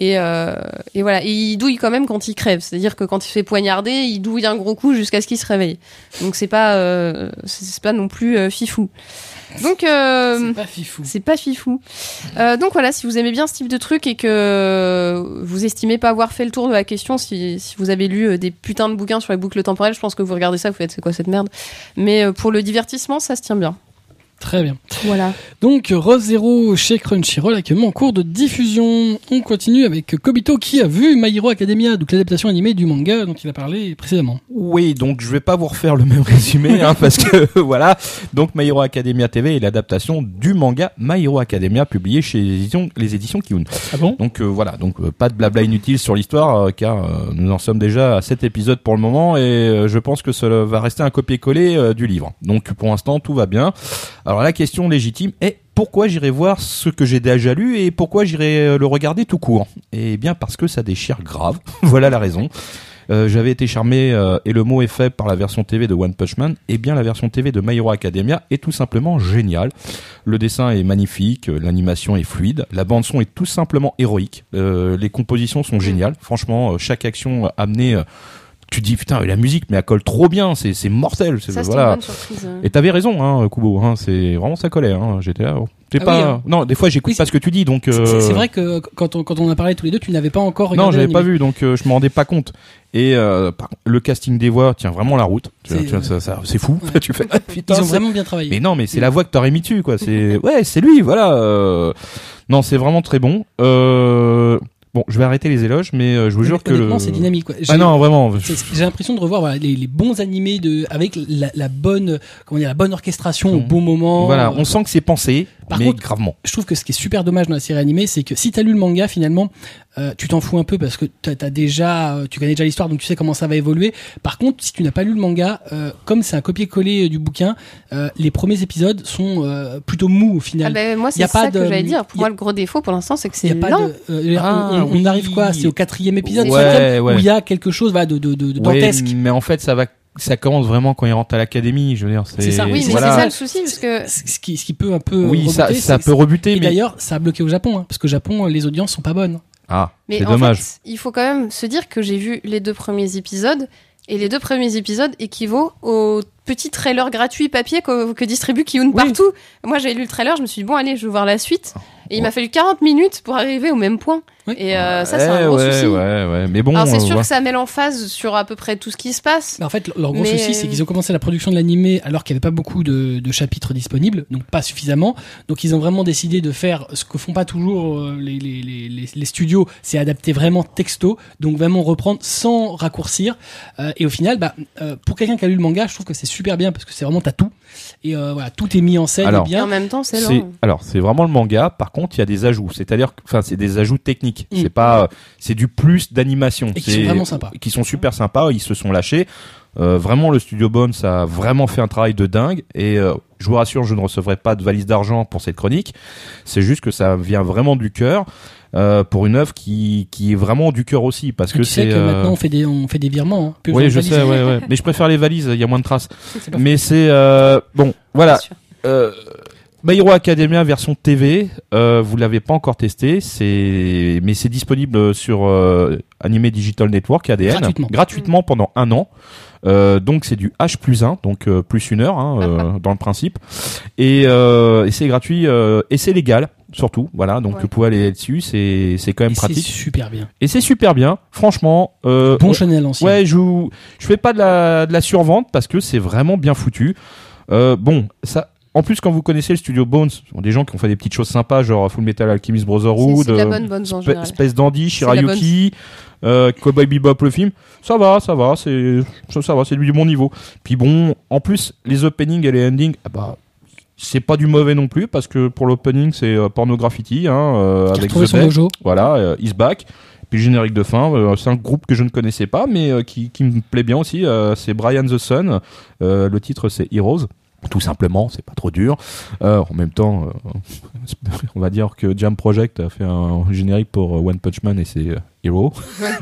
S2: Et, euh, et voilà, et il douille quand même quand il crève. C'est-à-dire que quand il se fait poignarder, il douille un gros coup jusqu'à ce qu'il se réveille. Donc c'est pas, euh, c'est c'est pas non plus euh, fifou. Donc euh,
S1: C'est pas fifou.
S2: c'est pas fifou. Euh, donc voilà, si vous aimez bien ce type de truc et que vous estimez pas avoir fait le tour de la question, si, si vous avez lu euh, des putains de bouquins sur les boucles temporelles, je pense que vous regardez ça, vous faites c'est quoi cette merde. Mais euh, pour le divertissement, ça se tient bien.
S1: Très bien.
S2: Voilà.
S1: Donc Rose Zero chez Crunchyroll actuellement en cours de diffusion. On continue avec Kobito qui a vu My Hero Academia, donc l'adaptation animée du manga dont il a parlé précédemment.
S3: Oui, donc je vais pas vous refaire le même résumé, hein, parce que voilà. Donc My Hero Academia TV est l'adaptation du manga My Hero Academia publié chez les éditions, les éditions Kiyun.
S4: Ah bon
S3: Donc euh, voilà, donc euh, pas de blabla inutile sur l'histoire, euh, car euh, nous en sommes déjà à cet épisode pour le moment, et euh, je pense que cela va rester un copier-coller euh, du livre. Donc pour l'instant, tout va bien. Alors la question légitime est pourquoi j'irai voir ce que j'ai déjà lu et pourquoi j'irai euh, le regarder tout court Eh bien parce que ça déchire grave, voilà la raison. Euh, J'avais été charmé euh, et le mot est fait par la version TV de One Punch Man. Eh bien, la version TV de My Hero Academia est tout simplement géniale. Le dessin est magnifique, euh, l'animation est fluide, la bande son est tout simplement héroïque. Euh, les compositions sont géniales. Franchement, euh, chaque action euh, amenée, euh, tu te dis putain, et la musique, mais elle colle trop bien. C'est c'est mortel.
S2: Ça,
S3: C'est-
S2: c'est une
S3: voilà.
S2: bonne surprise. euh.
S3: Et t'avais raison, hein, Kubo. Hein, c'est vraiment ça collait. Hein. J'étais là. oh. T'es
S1: Ah
S3: pas.
S1: oui, hein.
S3: Non, des fois, j'écoute
S1: Oui,
S3: pas ce que tu dis, donc.
S1: C'est- C'est
S3: euh,
S1: c'est vrai que quand on, quand on a parlé tous les deux, tu n'avais pas encore regardé.
S3: non, j'avais pas
S1: l'anime.
S3: vu, donc euh, je me rendais pas compte. Et euh, par- le casting des voix tient vraiment la route. Tu-
S1: C'est-
S3: tu vois, ça- ça- C'est fou.
S1: Ouais.
S3: tu fais ah, putain.
S1: Ils ont
S3: c'est-
S1: vraiment bien travaillé.
S3: Mais non, mais c'est la voix que t'aurais mis dessus, quoi. C'est ouais, c'est lui, voilà. euh. Non, c'est vraiment très bon. Euh... Bon, je vais arrêter les éloges, mais euh, je vous
S1: Mais
S3: jure que
S1: honnêtement,
S3: le-
S1: c'est dynamique. quoi. J'ai-
S3: Ah non, vraiment. je-
S1: c'est- c'est- J'ai l'impression de revoir voilà, les, les bons animés de avec la, la bonne comment dire la bonne orchestration au
S3: Mhm.
S1: bon moment.
S3: Voilà, on sent que c'est pensé,
S1: Par
S3: mais
S1: contre-
S3: gravement.
S1: je trouve que ce qui est super dommage dans la série animée, c'est que si t'as lu le manga, finalement, euh, tu t'en fous un peu parce que t'as t'as déjà, euh, tu connais déjà l'histoire, donc tu sais comment ça va évoluer. Par contre, si tu n'as pas lu le manga, euh, comme c'est un copier-coller euh, du bouquin, euh, les premiers épisodes sont euh, plutôt mous au
S2: Ah
S1: final.
S2: ben, moi,
S1: y
S2: c'est
S1: a pas
S2: ça
S1: de-
S2: que j'allais dire.
S1: y a-
S2: Pour moi, le gros défaut pour l'instant, c'est que
S1: Il y
S2: c'est
S1: a pas
S2: lent.
S1: de- euh,
S3: Ah,
S1: on, on
S3: oui.
S1: arrive quoi C'est au quatrième épisode,
S2: Ouais,
S1: cinquième,
S3: ouais.
S1: où il y a quelque chose voilà, de, de, de- de
S3: Ouais, mm.
S1: dantesque.
S3: mais en fait, ça va, ça commence vraiment quand il rentre à l'académie. Je veux dire, c'est
S1: C'est ça.
S2: Oui, mais
S3: voilà.
S2: c'est ça le souci, parce que
S1: Ce ce qui, ce qui peut un peu.
S3: Oui, ça,
S1: rebuter,
S3: ça
S1: c'est-
S3: peut rebuter,
S1: Et
S3: mais
S1: d'ailleurs, ça a bloqué au Japon, hein, parce qu'au Japon, les audiences sont pas bonnes.
S3: ah,
S2: Mais
S3: c'est
S2: en
S3: dommage.
S2: fait, il faut quand même se dire que j'ai vu les deux premiers épisodes et les deux premiers épisodes équivaut au petit trailer gratuit papier que, que distribue Kiyun partout. Moi, j'ai lu le trailer, je me suis dit bon, allez, je vais voir la suite. Et il m'a fallu 40 minutes pour arriver au même point.
S1: Oui.
S2: Et euh, ça, c'est un gros
S3: Oh. ouais,
S2: souci.
S3: Ouais, ouais. Mais bon,
S2: Alors, c'est sûr
S3: euh,
S2: que ça met l'emphase sur à peu près tout ce qui se passe.
S1: Mais en fait, leur gros
S2: Mais,
S1: souci, c'est
S2: euh,
S1: qu'ils ont commencé la production de l'animé alors qu'il n'y avait pas beaucoup de, de chapitres disponibles, donc pas suffisamment. Donc ils ont vraiment décidé de faire ce que font pas toujours euh, les, les, les, les- les studios, c'est adapter vraiment texto, donc vraiment reprendre sans raccourcir. Euh, et au final, bah, euh, pour quelqu'un qui a lu le manga, je trouve que c'est super bien parce que c'est vraiment t'as tout. Et euh, voilà, tout est mis en scène
S3: Alors,
S1: et
S2: Et en
S1: bien.
S2: même temps, c'est
S3: c'est
S2: lent.
S3: alors c'est vraiment le manga. Par contre, il y a des ajouts. C'est-à-dire, que- enfin, c'est des ajouts techniques.
S1: Mm.
S3: C'est pas, euh, c'est du plus d'animation.
S1: Et qui
S3: C'est-
S1: sont vraiment sympas.
S3: Qui sont super sympas. Ils se sont lâchés. Euh, vraiment, le studio Bones a vraiment fait un travail de dingue. Et euh, je vous rassure, je ne recevrai pas de valise d'argent pour cette chronique. C'est juste que ça vient vraiment du cœur euh, pour une œuvre qui qui est vraiment du cœur aussi, parce
S1: Et
S3: que
S1: tu sais
S3: c'est.
S1: que
S3: euh,
S1: maintenant on fait des, on fait des virements. hein, plus
S3: Oui, je
S1: besoin de
S3: sais,
S1: valises.
S3: ouais, ouais. mais je préfère les valises, il y a moins de traces.
S1: C'est pas
S3: Mais c'est euh, bon, voilà.
S2: Bien sûr.
S3: Euh, My Hero Academia version TV, euh, vous l'avez pas encore testé, c'est mais c'est disponible sur euh, Anime Digital Network ADN
S1: Gratuitement. Mm.
S3: gratuitement pendant un an. Euh, donc c'est du H plus 1, donc euh, plus une heure hein, euh, dans le principe. Et, euh, et c'est gratuit euh, et c'est légal surtout. Voilà, donc
S2: Ouais.
S3: vous pouvez aller dessus, c'est c'est quand même
S1: Et C'est
S3: pratique.
S1: super bien.
S3: Et c'est super bien, franchement. Euh,
S1: Bon
S3: on-
S1: Chanel ancien.
S3: Ouais, je, vous- je fais pas de la, de la survente parce que c'est vraiment bien foutu. Euh, bon, ça. En plus, quand vous connaissez le studio Bones, ce sont des gens qui ont fait des petites choses sympas, genre Full Metal Alchemist
S2: C'est
S3: Brotherhood,
S2: c'est de la
S3: euh,
S2: bonne bonne en
S3: Spe-
S2: général.
S3: Space Dandy,
S2: C'est de la
S3: Shirayuki, euh, Cowboy Bebop le film. Ça va, ça va, c'est ça, ça va, c'est du bon niveau. Puis bon, en plus, les openings et les endings, ah bah. C'est pas du mauvais non plus parce que pour l'opening c'est euh, Pornograffiti hein, euh,
S1: Qui a
S3: avec
S1: retrouvé
S3: The
S1: son
S3: Best.
S1: dojo.
S3: Voilà, euh, Is Back. Puis le générique de fin, euh, c'est un groupe que je ne connaissais pas, mais euh, qui, qui me plaît bien aussi. euh, c'est Brian the Sun. Euh, le titre, c'est Heroes. Tout simplement, c'est pas trop dur. Euh, en même temps, euh, on va dire que Jam Project a fait un générique pour euh, One Punch Man et c'est euh, Hero.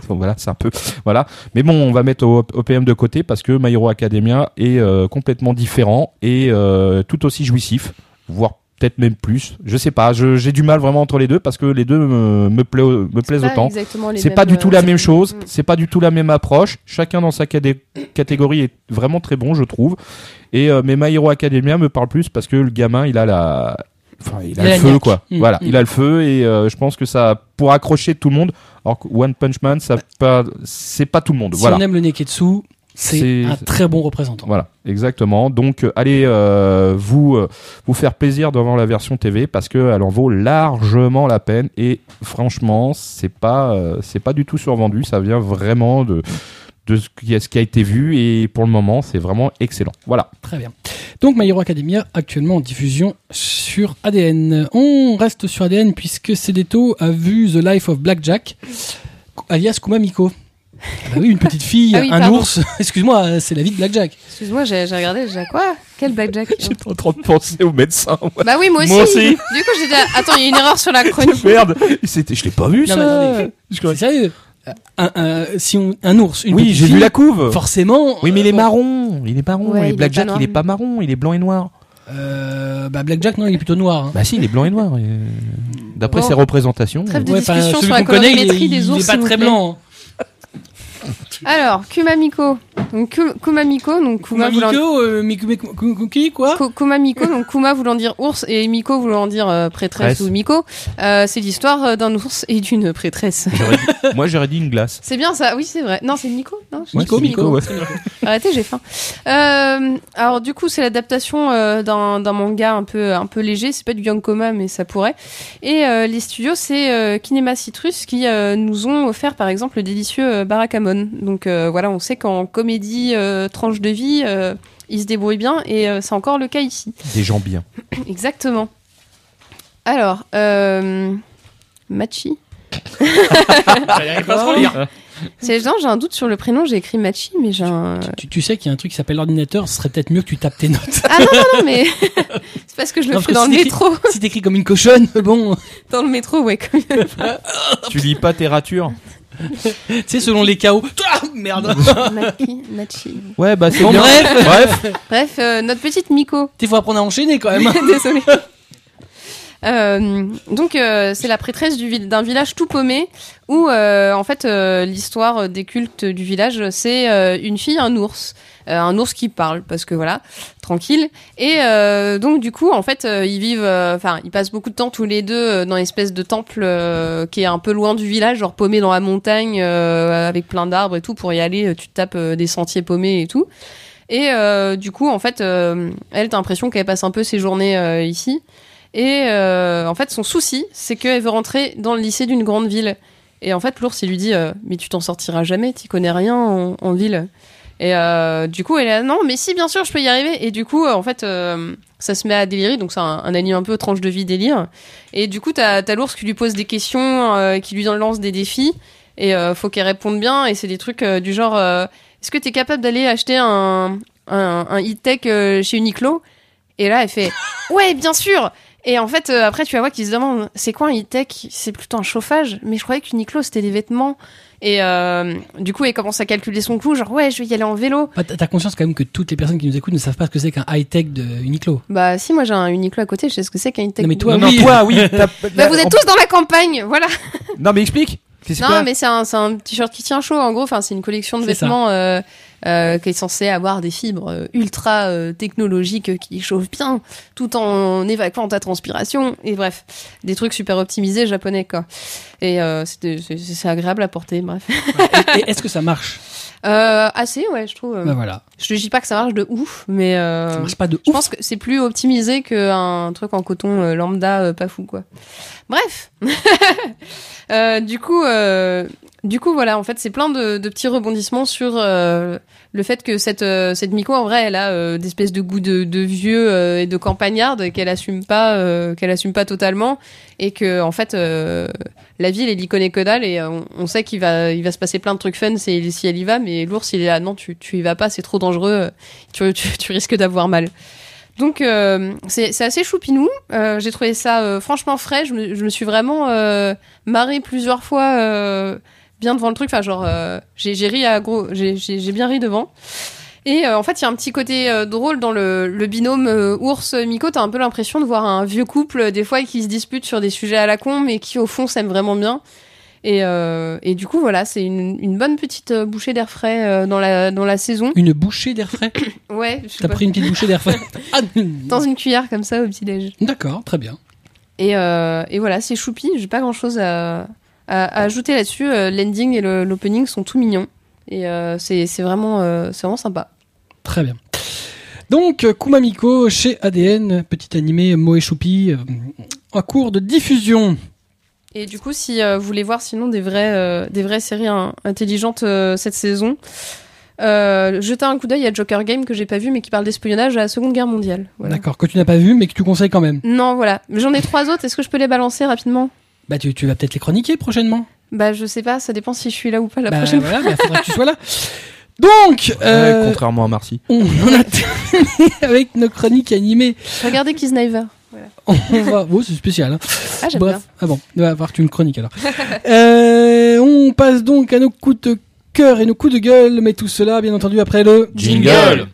S3: Donc voilà, c'est un peu. Voilà. Mais bon, on va mettre au- OPM de côté parce que My Hero Academia est euh, complètement différent et euh, tout aussi jouissif, voire peut-être même plus. Je sais pas. je- J'ai du mal vraiment entre les deux parce que les deux me, me, pla- me plaisent
S2: Pas
S3: autant.
S2: exactement les
S3: C'est pas
S2: mêmes,
S3: du tout
S2: euh,
S3: la même chose,
S2: Mm.
S3: c'est pas du tout la même approche. Chacun dans sa cadé- catégorie est vraiment très bon, je trouve. Et euh, mais My Hero Academia me parle plus parce que le gamin, il a la enfin, il
S1: Il
S3: a
S1: a
S3: le
S1: la
S3: feu
S1: niaque.
S3: quoi.
S1: Mm.
S3: Voilà,
S1: Mm.
S3: il a le feu et euh, je pense que ça pour accrocher tout le monde. Alors que One Punch Man, ça pas c'est pas tout le monde.
S1: Bah. Si
S3: voilà.
S1: on aime le Neketsu, c'est
S3: C'est-
S1: un très bon représentant.
S3: Voilà, exactement. Donc euh, allez euh, vous euh, vous faire plaisir devant la version TV parce que elle en vaut largement la peine et franchement c'est pas euh, c'est pas du tout survendu. Ça vient vraiment de de ce qui, a, ce qui a été vu et pour le moment c'est vraiment excellent. Voilà.
S1: Très bien. Donc My Hero Academia actuellement en diffusion sur ADN. On reste sur ADN puisque Sedeto a vu The Life of Blackjack, alias Kumamiko. Ah bah oui, une petite fille,
S2: Ah oui,
S1: un
S2: pardon.
S1: ours. Excuse-moi, c'est la vie de Blackjack.
S2: Excuse-moi, j'ai j'ai regardé, j'ai dit, quoi Quel blackjack
S3: J'étais en train de penser au médecin.
S2: Bah oui, moi aussi.
S3: Moi aussi.
S2: Du coup, j'ai dit, attends, il y a une erreur sur la chronique.
S3: Merde, c'était je l'ai pas vu
S1: Non, mais attendez. C'est sérieux un, un- si on, un ours, une
S3: Oui,
S1: petite
S3: j'ai
S1: fille,
S3: vu la couve.
S1: Forcément.
S3: Oui, mais il est
S1: euh,
S3: marron. Il est marron.
S2: Ouais,
S3: et
S2: il est pas
S3: Blackjack,
S2: noir.
S3: il est pas marron. Il est blanc et noir.
S1: euh, bah Blackjack, non, il est plutôt noir. hein.
S3: Bah si, il est blanc et noir. et- D'après
S2: Bon.
S3: ses représentations.
S2: Trêve de
S1: enfin,
S2: discussion
S1: celui
S2: sur la
S1: qu'on connaît, il est-
S2: colorimétrie des
S1: il
S2: ours,
S1: est pas
S2: s'il vous
S1: très
S2: plaît.
S1: blanc. hein.
S2: Alors, Kumamiko. Donc, Ku- Kumamiko, donc Kuma voulant...
S1: Kumamiko, euh, mais- mais- Kuki, quoi
S2: Ku- Kumamiko, donc Kuma voulant dire ours et Miko voulant dire euh, prêtresse
S3: Presse.
S2: ou Miko, Euh, c'est l'histoire euh, d'un ours et d'une prêtresse.
S3: J'aurais dit- Moi, j'aurais dit une glace.
S2: C'est bien ça, oui c'est vrai. Non c'est Miko, non je-
S3: Ouais,
S1: Miko,
S3: c'est
S1: Miko,
S3: ouais.
S2: Arrêtez, j'ai faim. Euh, alors du coup, c'est l'adaptation euh, d'un d'un manga un peu un peu léger. C'est pas du Yankoma, mais ça pourrait. Et euh, les studios, c'est euh, Kinema Citrus qui euh, nous ont offert, par exemple, le délicieux euh, Barakamon. Donc euh, voilà, on sait qu'en comédie euh, tranche de vie, euh, ils se débrouillent bien, et euh, c'est encore le cas ici.
S3: Des gens bien.
S2: Exactement. Alors, euh, Machi.
S4: Bah,
S2: C'est non, j'ai un doute sur le prénom. J'ai écrit Machi, mais j'ai un.
S1: Tu, tu sais qu'il y a un truc qui s'appelle l'ordinateur, ce serait peut-être mieux que tu tapes tes notes.
S2: Ah non non non, mais c'est parce que je le
S1: Non,
S2: fais
S1: parce que
S2: dans le
S1: c'est-
S2: métro.
S1: si t'écris comme une cochonne, bon,
S2: Dans le métro, ouais, comme
S3: Tu lis pas tes ratures
S1: tu sais, selon les chaos. Ah, merde.
S2: Maki, Machi.
S3: Ouais, bah c'est
S1: Bon,
S3: bien.
S1: bref.
S3: Bref,
S2: Bref, euh, notre petite Miko.
S1: Il faut apprendre à enchaîner quand même.
S2: Désolée. Euh, donc euh, c'est la prêtresse du vil- d'un village tout paumé où euh, en fait euh, l'histoire des cultes du village c'est euh, une fille un ours Euh, un ours qui parle parce que voilà tranquille et euh, donc du coup en fait euh, ils vivent euh, enfin ils passent beaucoup de temps tous les deux euh, dans l'espèce de temple euh, qui est un peu loin du village genre paumé dans la montagne euh, avec plein d'arbres et tout pour y aller euh, tu te tapes euh, des sentiers paumés et tout et euh, du coup en fait euh, elle t'as l'impression qu'elle passe un peu ses journées euh, ici et euh, en fait, son souci, c'est qu'elle veut rentrer dans le lycée d'une grande ville. Et en fait, l'ours, il lui dit euh, Mais tu t'en sortiras jamais, t'y connais rien en, en ville. Et euh, du coup, elle est là, Non, mais si, bien sûr, je peux y arriver. Et du coup, euh, en fait, euh, ça se met à délirer. Donc, c'est un, un anime un peu tranche de vie délire. Et du coup, t'as t'as l'ours qui lui pose des questions, euh, qui lui lance des défis. Et euh, faut qu'elle réponde bien. Et c'est des trucs euh, du genre euh, Est-ce que t'es capable d'aller acheter un, un, un e-tech euh, chez Uniqlo Et là, elle fait Ouais, bien sûr et en fait, euh, après, tu vas voir qu'ils se demandent c'est quoi un e-tech C'est plutôt un chauffage. Mais je croyais qu'Uniqlo, c'était des vêtements. Et euh, du coup, elle commence à calculer son coût genre, ouais, je vais y aller en vélo.
S1: Bah, T'as t'as conscience quand même que toutes les personnes qui nous écoutent ne savent pas ce que c'est qu'un high-tech de Uniqlo.
S2: Bah, si, moi j'ai un Uniqlo à côté, je sais ce que c'est qu'un e-tech.
S1: Non, mais toi,
S3: non,
S1: oui.
S3: toi, oui. t'as-
S2: Bah, vous
S3: on-
S2: êtes tous dans la campagne, voilà.
S3: Non, mais explique. Qu'est-ce que
S2: Non,
S3: c'est
S2: mais c'est un, c'est un t-shirt qui tient chaud, en gros. Enfin, c'est une collection de
S1: C'est ça.
S2: vêtements euh, euh, qui est censée avoir des fibres euh, ultra euh, technologiques euh, qui chauffent bien, tout en évacuant ta transpiration. Et bref, des trucs super optimisés japonais, quoi. Et euh, c'était- c'est c'est agréable à porter, bref.
S1: Et est-ce que ça marche
S2: Euh, assez, ouais, je trouve.
S1: Bah voilà.
S2: Je ne dis pas que ça marche de ouf, mais euh,
S1: Ça marche pas de
S2: je
S1: ouf.
S2: pense que c'est plus optimisé qu'un truc en coton euh, lambda euh, pas fou, quoi. Bref. Euh, du coup, euh, du coup, voilà, en fait, c'est plein de, de petits rebondissements sur euh, le fait que cette euh, cette Miko, en vrai, elle a euh, des espèces de goût de, de vieux euh, et de campagnarde qu'elle assume pas, euh, qu'elle assume pas totalement, et que en fait, euh, la ville, elle y connaît que dalle, et euh, on, on sait qu'il va, il va se passer plein de trucs fun si, si elle y va, mais l'ours, il est là, non, tu, tu y vas pas, c'est trop dangereux, euh, tu, tu, tu risques d'avoir mal. Donc, euh, c'est c'est assez choupinou. Euh, J'ai trouvé ça euh, franchement frais. Je me, je me suis vraiment euh, marrée plusieurs fois euh, bien devant le truc. Enfin, genre, euh, j'ai j'ai ri à gros, j'ai j'ai- j'ai bien ri devant. Et euh, en fait, il y a un petit côté euh, drôle dans le, le binôme ours-mico. T'as un peu l'impression de voir un vieux couple, euh, des fois, qui se dispute sur des sujets à la con, mais qui, au fond, s'aiment vraiment bien. Et, euh, et du coup, voilà, c'est une, une bonne petite euh, bouchée d'air frais euh, dans, la, dans la saison.
S1: Une bouchée d'air frais
S2: Ouais, je sais
S1: T'as
S2: pas.
S1: pris une petite bouchée d'air frais Ah,
S2: dans une cuillère comme ça au petit-déj.
S1: D'accord, très bien.
S2: Et, euh, et voilà, c'est choupi. J'ai pas grand chose à, à- à ajouter là-dessus. Euh, L'ending et le- l'opening sont tout mignons. Et euh, c'est c'est vraiment, euh, c'est vraiment sympa.
S1: Très bien. Donc, euh, Kumamiko chez ADN, petit animé Moe Choupi, euh, en cours de diffusion.
S2: Et du coup, si euh, vous voulez voir sinon des vraies, euh, des vraies séries hein, intelligentes euh, cette saison, euh, jetez un coup d'œil à Joker Game que j'ai pas vu mais qui parle d'espionnage à la Seconde Guerre mondiale. Voilà.
S1: D'accord, que tu n'as pas vu, mais que tu conseilles quand même.
S2: Non, voilà. J'en ai trois autres. Est-ce que je peux les balancer rapidement
S1: Bah, tu, tu vas peut-être les chroniquer prochainement.
S2: Bah, je sais pas. Ça dépend si je suis là ou pas la
S1: bah,
S2: prochaine fois.
S1: voilà, bah, faudra que tu sois là. Donc, euh,
S3: Ouais, Contrairement à Marcy.
S1: on en a terminé avec nos chroniques animées.
S2: Regardez Keys Sniver.
S1: On va. Oh, c'est spécial. hein.
S2: Ah, j'aime bien.
S1: Bref, ah bon, il va y avoir une chronique alors. Euh, on passe donc à nos coups de cœur et nos coups de gueule, mais tout cela, bien entendu, après le.
S2: Jingle.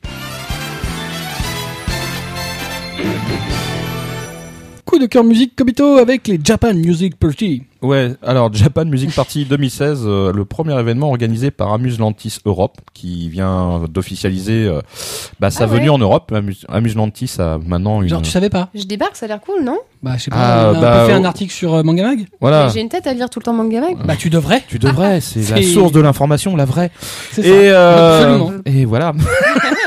S1: Coup de cœur musique Kobito avec les Japan Music Party.
S3: Ouais, alors Japan Music Party 2016, euh, le premier événement organisé par Amuselantis Europe, qui vient d'officialiser euh, bah, sa
S2: Ah ouais.
S3: venue en Europe. Amuse- Amuselantis a maintenant une.
S1: Genre, tu savais pas
S2: Je débarque, ça a l'air cool, non
S1: Bah, je sais pas.
S3: Ah,
S1: on a
S3: bah,
S1: un peu fait
S3: oh.
S1: un article sur euh, Manga Mag
S3: Voilà.
S2: J'ai une tête à lire tout le temps manga mag.
S1: Bah, tu devrais.
S3: Tu devrais, c'est la
S1: C'est-
S3: source de l'information, la vraie.
S1: C'est
S3: Et, euh,
S1: Absolument.
S3: et voilà.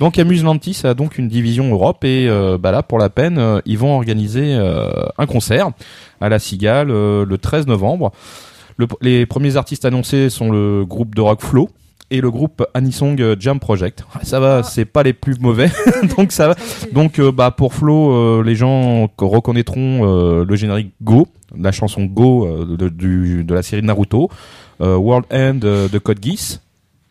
S3: donc Amuselantis a donc une division Europe et euh, bah là pour la peine euh, ils vont organiser euh, un concert à la Cigale euh, le 13 novembre. Le- les premiers artistes annoncés sont le groupe de rock Flow et le groupe Anisong euh, Jam Project. Ah, Ça va, c'est pas les plus mauvais. donc ça va. Donc euh, bah pour Flo, euh, les gens co- reconnaîtront euh, le générique Go, la chanson Go euh, de, du- de la série de Naruto, euh, World End euh, de Code Geass,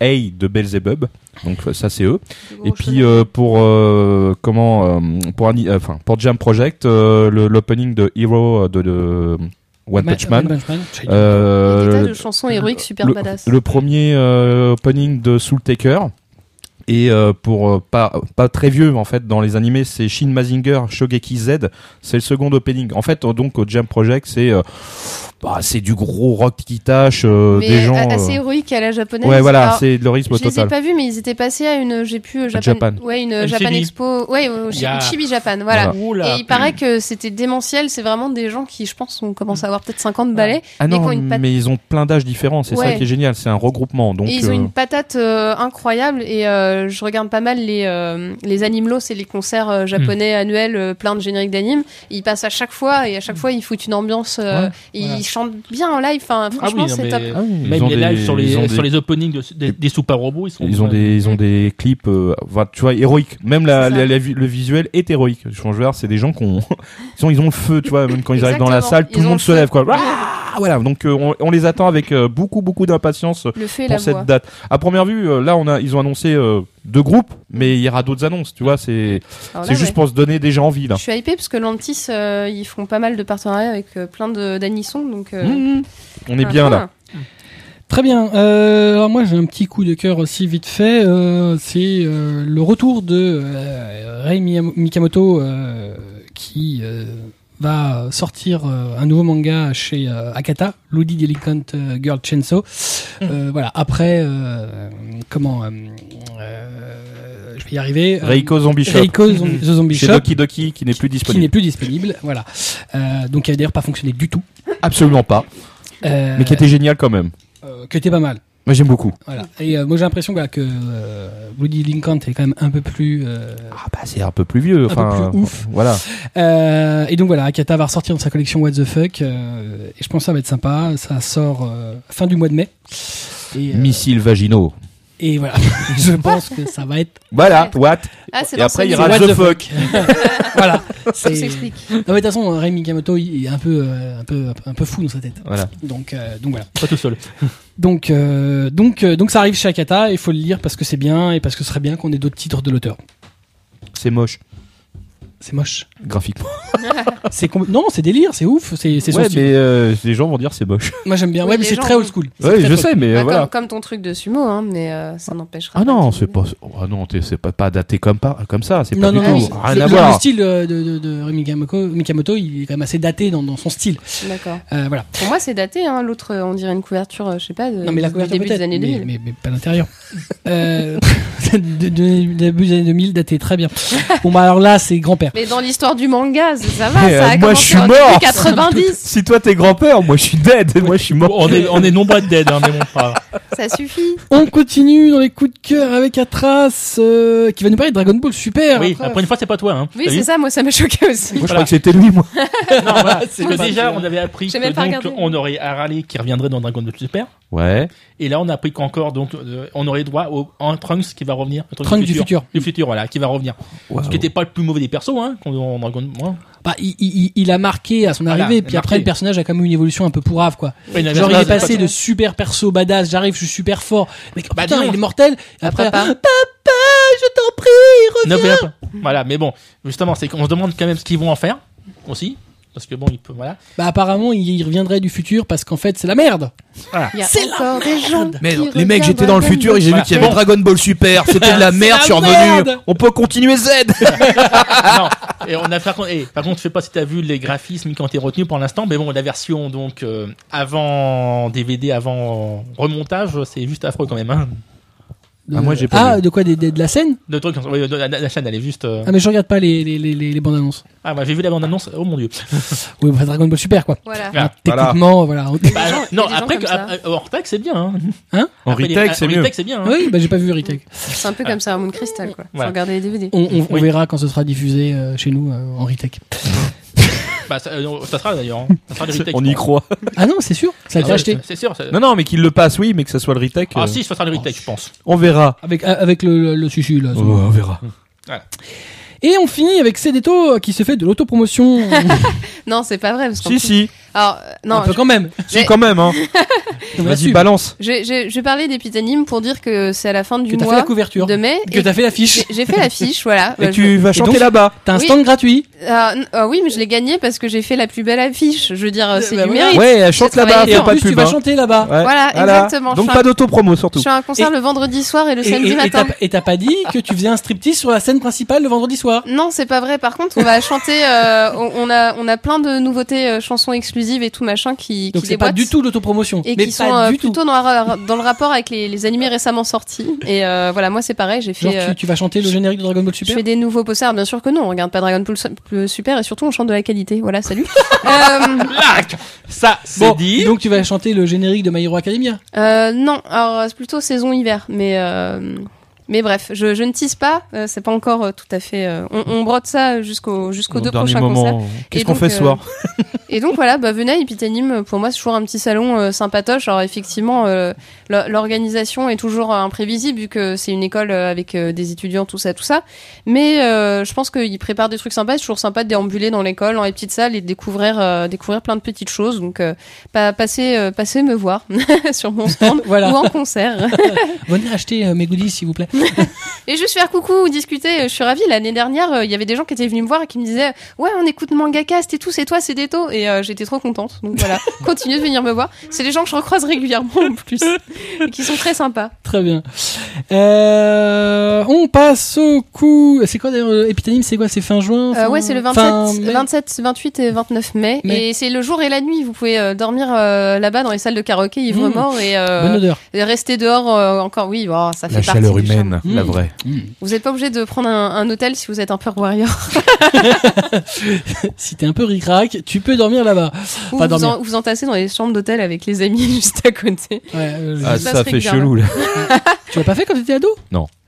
S3: Hey de Beelzebub. Donc euh, ça c'est eux. Et puis euh, pour euh, comment euh, pour Ani- euh, enfin pour Jam Project, euh, le- l'opening de Hero euh, de, de One
S1: Ma-
S3: Punch Man.
S1: Bah, One Punch Man.
S3: Euh,
S2: des tas de chansons héroïques super
S3: le,
S2: badass.
S3: le premier euh, opening de Soul Taker. Et euh, pour euh, pas, pas très vieux en fait dans les animés, c'est Shin Mazinger Shogeki Z. C'est le second opening. En fait, euh, donc au Jam Project, c'est euh, bah, c'est du gros rock qui tâche euh,
S2: mais
S3: des gens.
S2: a- assez
S3: euh,
S2: héroïque à la japonaise.
S3: Ouais, voilà,
S2: Alors,
S3: c'est de l'horisme
S2: Je les ai
S3: total.
S2: pas vus, mais ils étaient passés à une, j'ai plus euh, Japan,
S3: Japan.
S2: ouais, une
S4: MTV.
S2: Japan Expo, ouais, au
S4: Il y a-
S2: Chibi Japan, voilà.
S4: Oula.
S2: Et il paraît que c'était démentiel. C'est vraiment des gens qui, je pense, ont commencé à avoir peut-être 50 balais.
S3: Ah
S2: mais
S3: non,
S2: qui ont une patte-
S3: mais ils ont plein d'âges différents. C'est ça
S2: Ouais.
S3: qui est génial. C'est un regroupement. Donc
S2: et ils ont
S3: euh,
S2: une patate euh, incroyable. Et euh, je regarde pas mal les, euh, les animelos c'est les concerts euh, japonais annuels euh, plein de génériques d'animes. Ils passent à chaque fois et à chaque fois, ils foutent une ambiance. euh,
S4: Mm. Ouais,
S2: et
S4: voilà.
S2: Ils chantent bien en live. Enfin,
S4: Ah oui,
S2: franchement,
S4: non,
S2: c'est
S4: mais-
S2: top.
S3: ah oui, ils
S4: Même
S3: ont
S4: les
S3: des-
S4: lives sur les,
S3: ils ont
S4: sur
S3: des-
S4: les openings de- des, des super robots, ils sont. euh,
S3: Ils ont des, ils ont des clips, euh, enfin, tu vois, héroïques. Même la,
S2: C'est ça.
S3: la- la vi- le visuel est héroïque. Je pense, je veux dire, c'est des gens qui ont, ils ont, ils ont le feu, tu vois, même quand ils arrivent dans la
S2: Exactement.
S3: salle, tout
S2: Ils
S3: le
S2: ont
S3: monde
S2: le
S3: se
S2: feu.
S3: lève, quoi. Ah, voilà. Donc, euh, on, on les attend avec euh, beaucoup, beaucoup d'impatience
S2: Le fait et la
S3: pour cette
S2: voix.
S3: date. À première vue, euh, là, on a, ils ont annoncé euh, deux groupes, mais il y aura d'autres annonces, tu vois. C'est,
S2: Alors
S3: c'est
S2: là,
S3: juste
S2: Ah ouais.
S3: pour se donner déjà envie, là.
S2: Je suis hypée parce que Lantis, euh, ils font pas mal de partenariats avec euh, plein de- d'anissons. Donc, euh,
S3: Mmh, on est bien,
S2: ah,
S3: là.
S1: Très bien. Euh, alors moi j'ai un petit coup de cœur aussi vite fait. Euh, c'est euh, le retour de euh, Rei Miyam- Mikamoto euh, qui euh, va sortir euh, un nouveau manga chez euh, Akata, Ludi Delicant euh, Girl Chainsaw. Euh, voilà. Après euh, comment euh, euh, je vais y
S2: Ah.
S1: arriver. Euh,
S3: Reiko Zombie Shop.
S1: Reiko Zom- The Zombie
S3: Chez
S1: Shop.
S3: Doki Doki, qui n'est plus
S1: Qui n'est
S3: disponible.
S1: plus disponible, voilà. Euh, donc, qui a d'ailleurs pas fonctionné du tout.
S3: Absolument pas.
S1: Euh,
S3: Mais qui était génial quand même.
S1: euh, qui était pas mal.
S3: Moi, j'aime beaucoup.
S1: Voilà. Et euh, moi j'ai l'impression voilà, que euh, Woody Lincoln est quand même un peu plus. euh,
S3: Ah bah c'est un peu plus vieux,
S1: Un peu
S3: enfin
S1: plus ouf.
S3: Voilà.
S1: euh, et donc voilà, Akata va ressortir dans sa collection What the Fuck. euh, et je pense que ça va être sympa. Ça sort euh, fin du mois de mai. Et, euh,
S3: Missile vaginaux.
S1: et voilà, je pense que ça va être.
S3: Voilà, what
S2: Ah, c'est
S3: Et après il y
S2: Lantis.
S3: aura
S1: What
S3: The
S1: the
S3: Fuck.
S1: Voilà.
S2: Ça
S1: C'est-
S2: s'explique.
S1: Non, mais de toute façon, Rei Mikamoto, il est un peu, euh, un peu, un peu fou dans sa tête.
S3: Voilà.
S1: Donc, euh, donc voilà.
S4: Pas tout seul.
S1: Donc, euh, donc, euh, donc ça arrive chez Akata. Il faut le lire parce que c'est bien et parce que ce serait bien qu'on ait d'autres titres de l'auteur.
S3: C'est moche,
S1: C'est moche.
S3: graphiquement.
S1: C'est com- non, c'est délire, c'est ouf, c'est c'est son
S3: Ouais,
S1: style.
S3: mais euh, les gens vont dire c'est moche.
S1: Moi j'aime bien.
S2: Oui,
S1: ouais, mais
S2: les
S1: c'est
S2: gens
S1: très
S2: ont-
S1: old school. C'est
S3: Oui,
S1: très
S3: je
S1: old
S3: sais, mais
S2: Bah,
S3: euh, voilà.
S2: comme, comme ton truc de sumo, hein, mais euh, ça n'empêchera
S3: Ah
S2: pas
S3: non,
S2: que-
S3: c'est pas. Ah non, t'es- c'est pas, pas daté comme, par- comme ça, c'est pas
S1: non,
S3: du
S1: non,
S3: tout.
S1: non,
S3: Rien
S1: le,
S3: à
S1: le- le
S3: voir.
S1: style euh, de, de, de Rei Mikamoto, Mikamoto, il est quand même assez daté dans, dans son style.
S2: D'accord.
S1: Euh, voilà.
S2: Pour moi, c'est daté. Hein. L'autre, euh, on dirait une couverture, euh, je sais pas, de,
S1: Non, mais la
S2: du
S1: couverture
S2: début
S1: peut-être,
S2: des années 2000.
S1: mais, mais, mais pas l'intérieur. euh, de- de- début des années 2000, daté très bien. Bon, bah alors là, c'est grand-père.
S2: Mais dans l'histoire du manga, ça, ça va,
S3: Mais,
S2: ça a
S3: euh, moi,
S2: commencé
S3: je suis
S2: en
S3: mort.
S2: 90,
S3: Si toi t'es grand-père, moi je suis dead, moi je suis
S4: Bon,
S3: mort.
S4: on est, on est nombreux à être dead, hein, mais bon, pas.
S2: ça suffit.
S1: On continue dans les coups de cœur avec Atras, euh, qui va nous parler de Dragon Ball Super.
S4: Oui,
S1: après.
S4: après une fois, c'est pas toi, hein.
S2: Oui,
S4: T'as vu
S2: c'est ça, moi ça m'a choqué aussi.
S3: Moi je
S4: Voilà.
S3: crois que c'était lui, moi.
S4: Non, voilà.
S1: C'est
S4: Parce que
S1: pas
S4: déjà,
S1: celui-là.
S4: on avait appris
S2: J'ai
S4: que
S2: même pas
S4: donc,
S2: regardé.
S4: on aurait Harley qui reviendrait dans Dragon Ball Super.
S3: Ouais.
S4: Et là, on a appris qu'encore, donc, euh, on aurait droit au un Trunks qui va revenir. Un
S1: Trunks du futur.
S4: Du futur, voilà, qui va revenir.
S3: Ah
S4: Ce qui n'était pas le plus mauvais des persos, hein, qu'on on Dragon Ball.
S1: Bah, il, il- il a marqué à son
S4: Voilà,
S1: arrivée,
S4: il
S1: et
S4: a
S1: puis
S4: marqué.
S1: après, le personnage a quand même eu une évolution un peu pourrave, quoi. Genre, il est passé de super perso badass, j'arrive, je suis super fort. Mais
S4: Bah,
S1: putain,
S4: non.
S1: il est mortel. Et après,
S2: Après, pas.
S1: je t'en prie.
S4: Non, mais après- Voilà, mais bon, justement, c'est qu'on se demande quand même ce qu'ils vont en faire aussi. Parce que bon, il peut, voilà.
S1: Bah, apparemment, il il reviendrait du futur parce qu'en fait, c'est la merde.
S3: Ah.
S2: Il y a
S1: C'est la
S2: encore des gens.
S5: Mais
S2: qui
S5: les mecs,
S2: regardent
S5: j'étais dans le
S2: Dragon
S5: futur et j'ai
S4: Voilà.
S5: vu qu'il y avait
S4: Bon.
S5: Dragon Ball Super. C'était de la merde, je suis revenu.
S1: merde.
S5: On peut continuer Z.
S4: non. Et on a par contre, eh, par contre, je sais pas si t'as vu les graphismes qui ont été retenus pour l'instant, mais bon, la version donc euh, avant DVD, avant remontage, c'est juste affreux quand même. Hein.
S3: Ah, moi, j'ai pas
S1: Ah,
S3: vu.
S1: de quoi des- des- De la scène
S4: Le truc, oui, la, la- la chaîne, elle est juste. euh,
S1: Ah, mais je regarde pas les, les, les, les- les bandes annonces.
S4: Ah, bah, j'ai vu la bande annonce. Oh mon dieu.
S1: Oui, bah, Dragon Ball Super, quoi.
S2: Ball. Voilà.
S4: Ah,
S1: Techniquement, voilà.
S4: Bah,
S2: gens- il y a
S4: non,
S2: des gens
S4: après,
S2: comme
S4: que-
S2: ça.
S4: après- en retech, c'est bien. Hein.
S1: Hein
S3: En
S4: Après, les-
S3: retech, c'est
S4: en
S3: mieux.
S4: retech, c'est bien. hein.
S1: Oui, bah, j'ai pas vu Ritech.
S2: C'est un peu comme ça, un Moon Crystal, quoi. Faut
S4: Voilà.
S2: regarder les DVD.
S1: On, on- on
S4: Oui.
S1: verra quand ce sera diffusé euh, chez nous euh, en Ritech.
S4: Bah, ça, euh, ça sera d'ailleurs. hein. Ça sera le retech,
S3: On
S4: je
S3: y
S4: pense.
S3: croit.
S1: Ah non, c'est sûr, ça a
S4: Ah
S1: été
S4: ouais,
S1: acheté.
S4: C'est sûr. ça-
S3: Non, non, mais qu'il le passe, oui, mais que ça soit le retech. euh,
S4: Ah, si, ça sera le retech, je pense.
S3: On verra.
S1: Avec, euh, avec le, le, le sushi, là.
S3: Ouais, on verra.
S1: Et on finit avec Cédéto euh, qui se fait de l'autopromotion.
S2: Non, c'est pas vrai. Parce qu'en
S3: Si,
S2: plus-
S3: si.
S2: Alors, euh, non,
S1: un peu quand même.
S3: Si, quand même, hein. Vas-y,
S1: assume.
S3: balance.
S2: Je, je, je parlais des petits animes pour dire que c'est à la fin
S1: Que
S2: du
S1: t'as fait la
S2: mois
S1: couverture.
S2: de mai.
S1: Que
S2: et
S1: t'as fait l'affiche.
S2: j'ai- J'ai fait l'affiche, voilà.
S3: Et
S2: Euh,
S3: tu vas chanter
S1: donc-
S3: là-bas.
S1: T'as un
S2: Oui.
S1: stand gratuit.
S2: je- Ah, n- ah oui, mais je l'ai gagné parce que j'ai fait la plus belle affiche. Je veux dire, c'est
S1: bah
S2: du
S1: voilà.
S2: mérite.
S3: Ouais, elle chante
S2: ça
S3: là-bas,
S2: travaille
S1: Et
S3: fais
S1: en
S3: pas de
S1: plus, tu
S3: pub.
S1: vas
S3: hein.
S1: chanter là-bas.
S3: Ouais.
S2: Voilà,
S3: Voilà.
S2: exactement.
S3: Donc
S2: je,
S3: pas
S2: suis
S3: d'autopromo
S2: un, je
S3: surtout.
S2: suis à un concert le vendredi soir et le
S1: Et-
S2: samedi
S1: et- et
S2: matin.
S1: t'as- Et t'as pas dit que tu faisais un striptease sur la scène principale le vendredi soir.
S2: Non, c'est pas vrai. Par contre, on va chanter. euh, on, on a, on a plein de nouveautés, euh, chansons exclusives et tout machin qui,
S1: Donc
S2: qui
S1: c'est pas
S2: déboîtent.
S1: du tout l'autopromotion.
S2: Et
S1: Mais
S2: qui sont
S1: pas
S2: euh,
S1: du tout.
S2: plutôt dans, la- dans le rapport avec les, les animés récemment sortis. Et euh, voilà, moi c'est pareil, j'ai
S1: Genre
S2: fait. euh,
S1: tu, tu vas chanter le générique de Dragon Ball
S2: Je
S1: Super.
S2: fais des nouveaux posters, bien sûr que non, on regarde pas Dragon Ball Su- Plus Super et surtout on chante de la qualité. Voilà, salut. euh,
S4: Ça, c'est
S1: Bon,
S4: dit.
S1: donc tu vas chanter le générique de My Hero Academia.
S2: euh, non, alors c'est plutôt saison hiver, mais euh, mais bref, je, je ne tisse pas, euh, c'est pas encore euh, tout à fait. euh, on, on brode ça jusqu'au jusqu'aux deux prochains concerts.
S3: Qu'est-ce
S2: Et
S3: qu'on
S2: donc,
S3: fait ce
S2: euh,
S3: soir
S2: Et donc voilà, bah, venez à Epitanium, pour moi c'est toujours un petit salon euh, sympatoche. Alors effectivement, euh, l'o- l'organisation est toujours euh, imprévisible vu que c'est une école euh, avec euh, des étudiants, tout ça, tout ça. Mais euh, je pense qu'ils préparent des trucs sympas. C'est toujours sympa de déambuler dans l'école, dans les petites salles et de découvrir, euh, découvrir plein de petites choses. Donc euh, pa- passez, euh, passez me voir sur mon stand.
S1: Voilà.
S2: Ou en concert.
S1: Venez acheter euh, mes goodies s'il vous plaît.
S2: Et juste faire coucou ou discuter. euh, Je suis ravie. L'année dernière, euh, il y avait des gens qui étaient venus me voir et qui me disaient Ouais, on écoute Mangacast et tout, c'est toi, c'est Deto. Et euh, j'étais trop contente. Donc voilà, continuez de venir me voir. C'est des gens que je recroise régulièrement en plus. Et qui sont très sympas.
S1: Très bien. Euh, on passe au coup. C'est quoi d'ailleurs euh, Epitanium C'est quoi C'est fin juin
S2: Euh,
S1: fin-
S2: ouais, c'est le 27,
S1: fin mai
S2: 27, 28 et 29 mai.
S1: Mai.
S2: Et c'est le jour et la nuit. Vous pouvez euh, dormir euh, là-bas dans les salles de karaoké, ivre
S1: Mmh.
S2: mort. Et, euh,
S1: Bonne odeur.
S2: et rester dehors euh, encore. Oui, bon, ça fait
S5: La
S2: partie
S5: chaleur
S2: du charme.
S5: humaine, la
S1: Mmh.
S5: vraie.
S2: Vous n'êtes pas obligé de prendre un, un hôtel si vous êtes un pur warrior.
S1: Si t'es un peu ricrac, tu peux dormir là-bas.
S2: Ou
S1: Pas
S2: vous,
S1: dormir.
S2: en- vous entassez dans les chambres d'hôtel avec les amis juste à côté.
S1: Ouais, euh,
S3: Ah,
S2: ça
S3: ça,
S2: se fait
S3: fait
S2: bizarre,
S3: chelou là.
S1: Tu l'as pas fait quand t'étais ado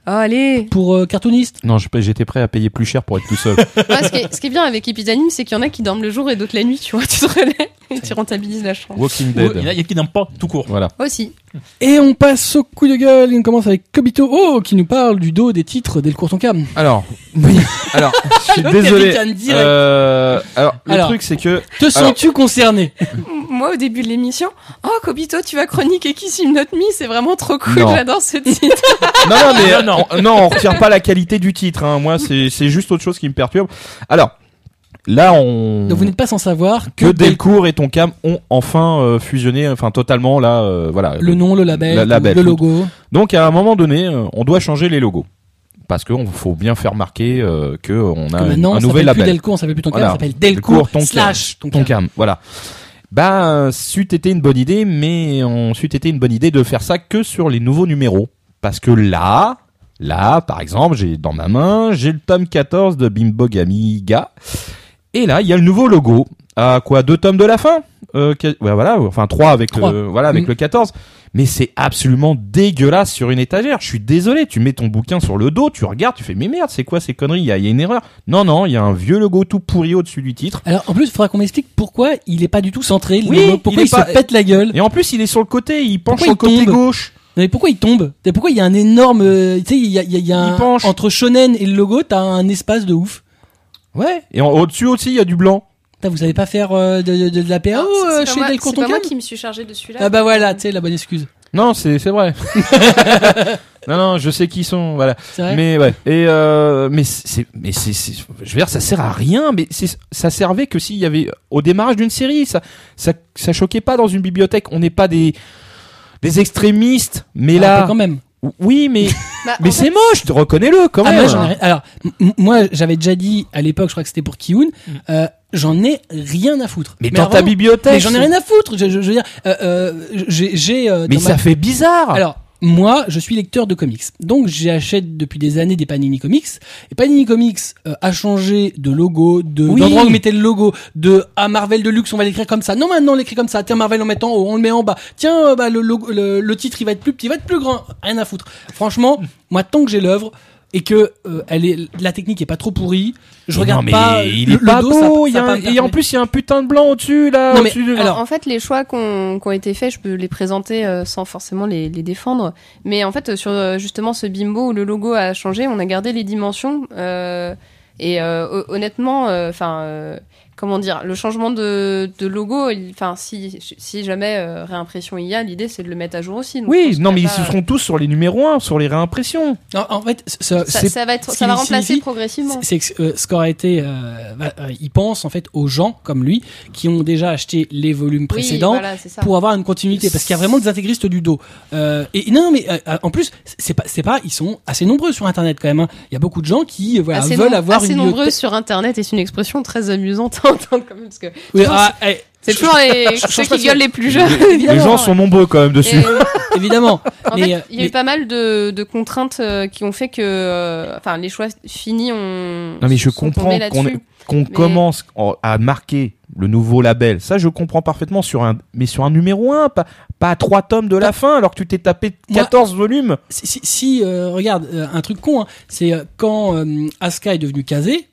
S2: Oh, allez
S1: pour euh, cartooniste
S3: Non, je- j'étais prêt à payer plus cher pour être tout seul.
S2: Ouais, ce, qui est, ce qui est bien avec Epidanime, c'est qu'il y en a qui dorment le jour et d'autres la nuit, tu vois. Tu te relèves et tu rentabilises la chambre.
S3: Walking
S4: Il y en a-
S3: Dead.
S4: il y a qui n'aiment pas tout court.
S3: Voilà.
S2: Aussi.
S1: Et on passe au coup de gueule. Et on commence avec Kobito Oh qui nous parle du dos des titres dès le court en cam.
S3: Alors, alors, je suis
S1: Le
S3: désolé.
S1: capitaine direct.
S3: Euh, alors, le
S1: Alors.
S3: truc c'est que
S1: Te sens-tu concerné
S3: Hmm.
S2: M- Moi, au début de l'émission, oh, Kobito, tu vas chroniquer Kissim Not Me, c'est vraiment trop cool,
S3: Non.
S2: j'adore ce titre.
S3: non, non, mais
S4: Non, non.
S3: on- non, on retire pas la qualité du titre. Hein. Moi, c'est c'est juste autre chose qui me perturbe. Alors, là, on
S1: Donc vous n'êtes pas sans savoir que,
S3: que Delcourt et Tonkam ont enfin euh, fusionné, enfin totalement là, euh, voilà.
S1: le nom, le label,
S3: La- label, Ah
S1: le
S3: tout.
S1: logo.
S3: Donc à un moment donné, euh, on doit changer les logos parce qu'on faut bien faire marquer euh, que on a
S1: que
S3: un-
S1: maintenant,
S3: un
S1: on s'appelle plus
S3: nouvel label.
S1: Delcourt, on s'appelle plus Tonkam,
S3: Voilà.
S1: on s'appelle Delcourt,
S3: Delcourt, Tonkam.
S1: slash Tonkam.
S3: Tonkam, voilà. Bah, euh, c'eût été une bonne idée, mais on c'eût été une bonne idée de faire ça que sur les nouveaux numéros. Parce que là, là, par exemple, j'ai dans ma main, j'ai le tome 14 de Bimbo Gamiga. Et là, il y a le nouveau logo. À quoi Deux tomes de la fin Euh, que- ouais, voilà, enfin trois avec
S1: Trois.
S3: le voilà avec
S1: Mm.
S3: le 14. Mais c'est absolument dégueulasse sur une étagère. Je suis désolé, tu mets ton bouquin sur le dos, tu regardes, tu fais mais merde, c'est quoi ces conneries Il y, a- il y a une erreur. Non non, il y a un vieux logo tout pourri au-dessus du titre.
S1: Alors en plus, il faudra qu'on m'explique pourquoi il est pas du tout centré, le
S3: Oui,
S1: logo, pourquoi
S3: il
S1: il,
S3: est pas-
S1: se pète la gueule.
S3: Et en plus, il est sur le côté, il penche
S1: Pourquoi
S3: sur le
S1: il
S3: côté
S1: tombe
S3: gauche.
S1: Non, mais pourquoi il tombe T'as- Pourquoi il y a un énorme, euh, tu sais, il y a, il y a- il y a
S3: Il
S1: un-
S3: penche.
S1: entre shonen et le logo, t'as un espace de ouf.
S3: Ouais. Et en- au-dessus aussi, il y a du blanc.
S1: Putain, vous savez pas faire euh, de, de- de la PAO euh,
S2: C'est- c'est pas
S1: chez
S2: moi-
S1: Delcourt
S2: C'est pas
S1: Tonkam
S2: moi qui me suis chargée de celui-là.
S1: Ah bah voilà, tu sais, la bonne excuse.
S3: Non, c'est c'est vrai. non non, je sais qui sont, voilà.
S1: C'est vrai.
S3: Mais ouais. Et euh, mais c'est mais c'est c'est- je veux dire ça sert à rien mais c'est ça servait que s'il y avait au démarrage d'une série ça ça ça choquait pas dans une bibliothèque on n'est pas des des extrémistes
S1: Ah,
S3: mais
S1: un peu
S3: là
S1: quand même.
S3: oui mais
S2: Bah, en
S3: mais
S2: fait,
S3: c'est moche reconnais-le quand
S1: Ah,
S3: même
S1: moi, j'en ai rien- Alors m- m- moi, j'avais déjà dit à l'époque, je crois que c'était pour Kiun,
S2: Mm.
S1: euh, j'en ai rien à foutre.
S3: mais, dans
S1: alors,
S3: ta
S1: vraiment,
S3: bibliothèque
S1: mais j'en ai rien à foutre. Je, je- je veux dire, euh, euh, j'ai, j'ai, euh,
S3: mais
S1: dans ma-
S3: ça fait bizarre
S1: Alors, moi, je suis lecteur de comics. Donc, j'achète depuis des années des Panini Comics. Et Panini Comics euh, a changé de logo, de
S3: Oui.
S1: d'endroit où on mettait le logo, de à Marvel de luxe, on va l'écrire comme ça. Non, maintenant, on l'écrit comme ça. Tiens, Marvel, on met en haut, on le met en bas. Tiens, euh, bah, le, logo, le, le titre, il va être plus petit, il va être plus grand. Rien à foutre. Franchement, moi, tant que j'ai l'œuvre et que euh, elle est, la technique est pas trop pourrie, je
S3: Mais
S1: regarde
S3: non, mais
S1: pas.
S3: il
S1: le-
S3: est
S1: le
S3: pas
S1: dos, ça-
S3: beau
S1: ça
S3: il y a
S1: va
S3: un-
S1: me
S3: et en
S1: permettre-
S3: plus il y a un putain de blanc au-dessus là
S1: Non, mais
S3: au-dessus de-
S1: alors-
S2: en fait, les choix qu'on- qui ont été faits, je peux les présenter euh, sans forcément les, les défendre. Mais en fait, euh, sur euh, justement ce bimbo où le logo a changé, on a gardé les dimensions. euh, et euh, ho- honnêtement, euh, enfin. comment dire, le changement de, de logo, il- enfin, si, si jamais euh, réimpression il y a, l'idée c'est de le mettre à jour aussi. Donc, je
S3: Oui,
S2: pense
S3: non,
S2: qu'il
S3: mais
S2: y a
S3: ils
S2: pas-
S3: se seront tous sur les numéros 1, sur les réimpressions.
S1: Non, en fait, ça,
S2: Ça,
S1: c'est-
S2: ça va être,
S1: ce
S2: ça va
S1: qu'il
S2: remplacer
S1: signifie,
S2: progressivement.
S1: c'est que euh, ce qu'aurait été, euh, bah, euh, il pense en fait aux gens comme lui qui ont déjà acheté les volumes précédents
S2: Oui, voilà, c'est ça.
S1: pour euh, avoir une continuité parce qu'il y a vraiment des intégristes du dos. Euh, et non, non, mais euh, en plus, c'est pas, c'est pas, ils sont assez nombreux sur Internet quand même. hein. Il y a beaucoup de gens qui euh, voilà,
S2: assez
S1: veulent
S2: nom-
S1: avoir
S2: assez
S1: une
S2: nombreux
S1: bibliothèque.
S2: sur Internet est une expression très amusante à entendre quand même parce que
S1: Oui,
S2: sur-
S1: ah, eh,
S2: c'est toujours les, ceux qui gueulent les plus jeunes.
S3: Les
S2: évidemment,
S3: gens sont nombreux quand même
S2: ouais.
S3: dessus.
S2: Et-
S1: évidemment.
S2: En
S1: Mais, euh,
S2: fait, il y a
S1: mais-
S2: eu pas mal de, de contraintes euh, qui ont fait que, euh, enfin, les choix finis ont.
S3: Non, mais je
S2: sont
S3: comprends
S2: tombés
S3: qu'on
S2: là-dessus.
S3: qu'on
S2: Mais-
S3: commence en- à marquer le nouveau label, ça je comprends parfaitement sur un, mais sur un numéro 1, pas, pas à trois tomes de la fin, alors que tu t'es tapé
S1: Moi-
S3: 14 volumes.
S1: Si, si- si, euh, regarde, euh, un truc con, hein, c'est euh, quand euh, Asuka est devenu Kazé,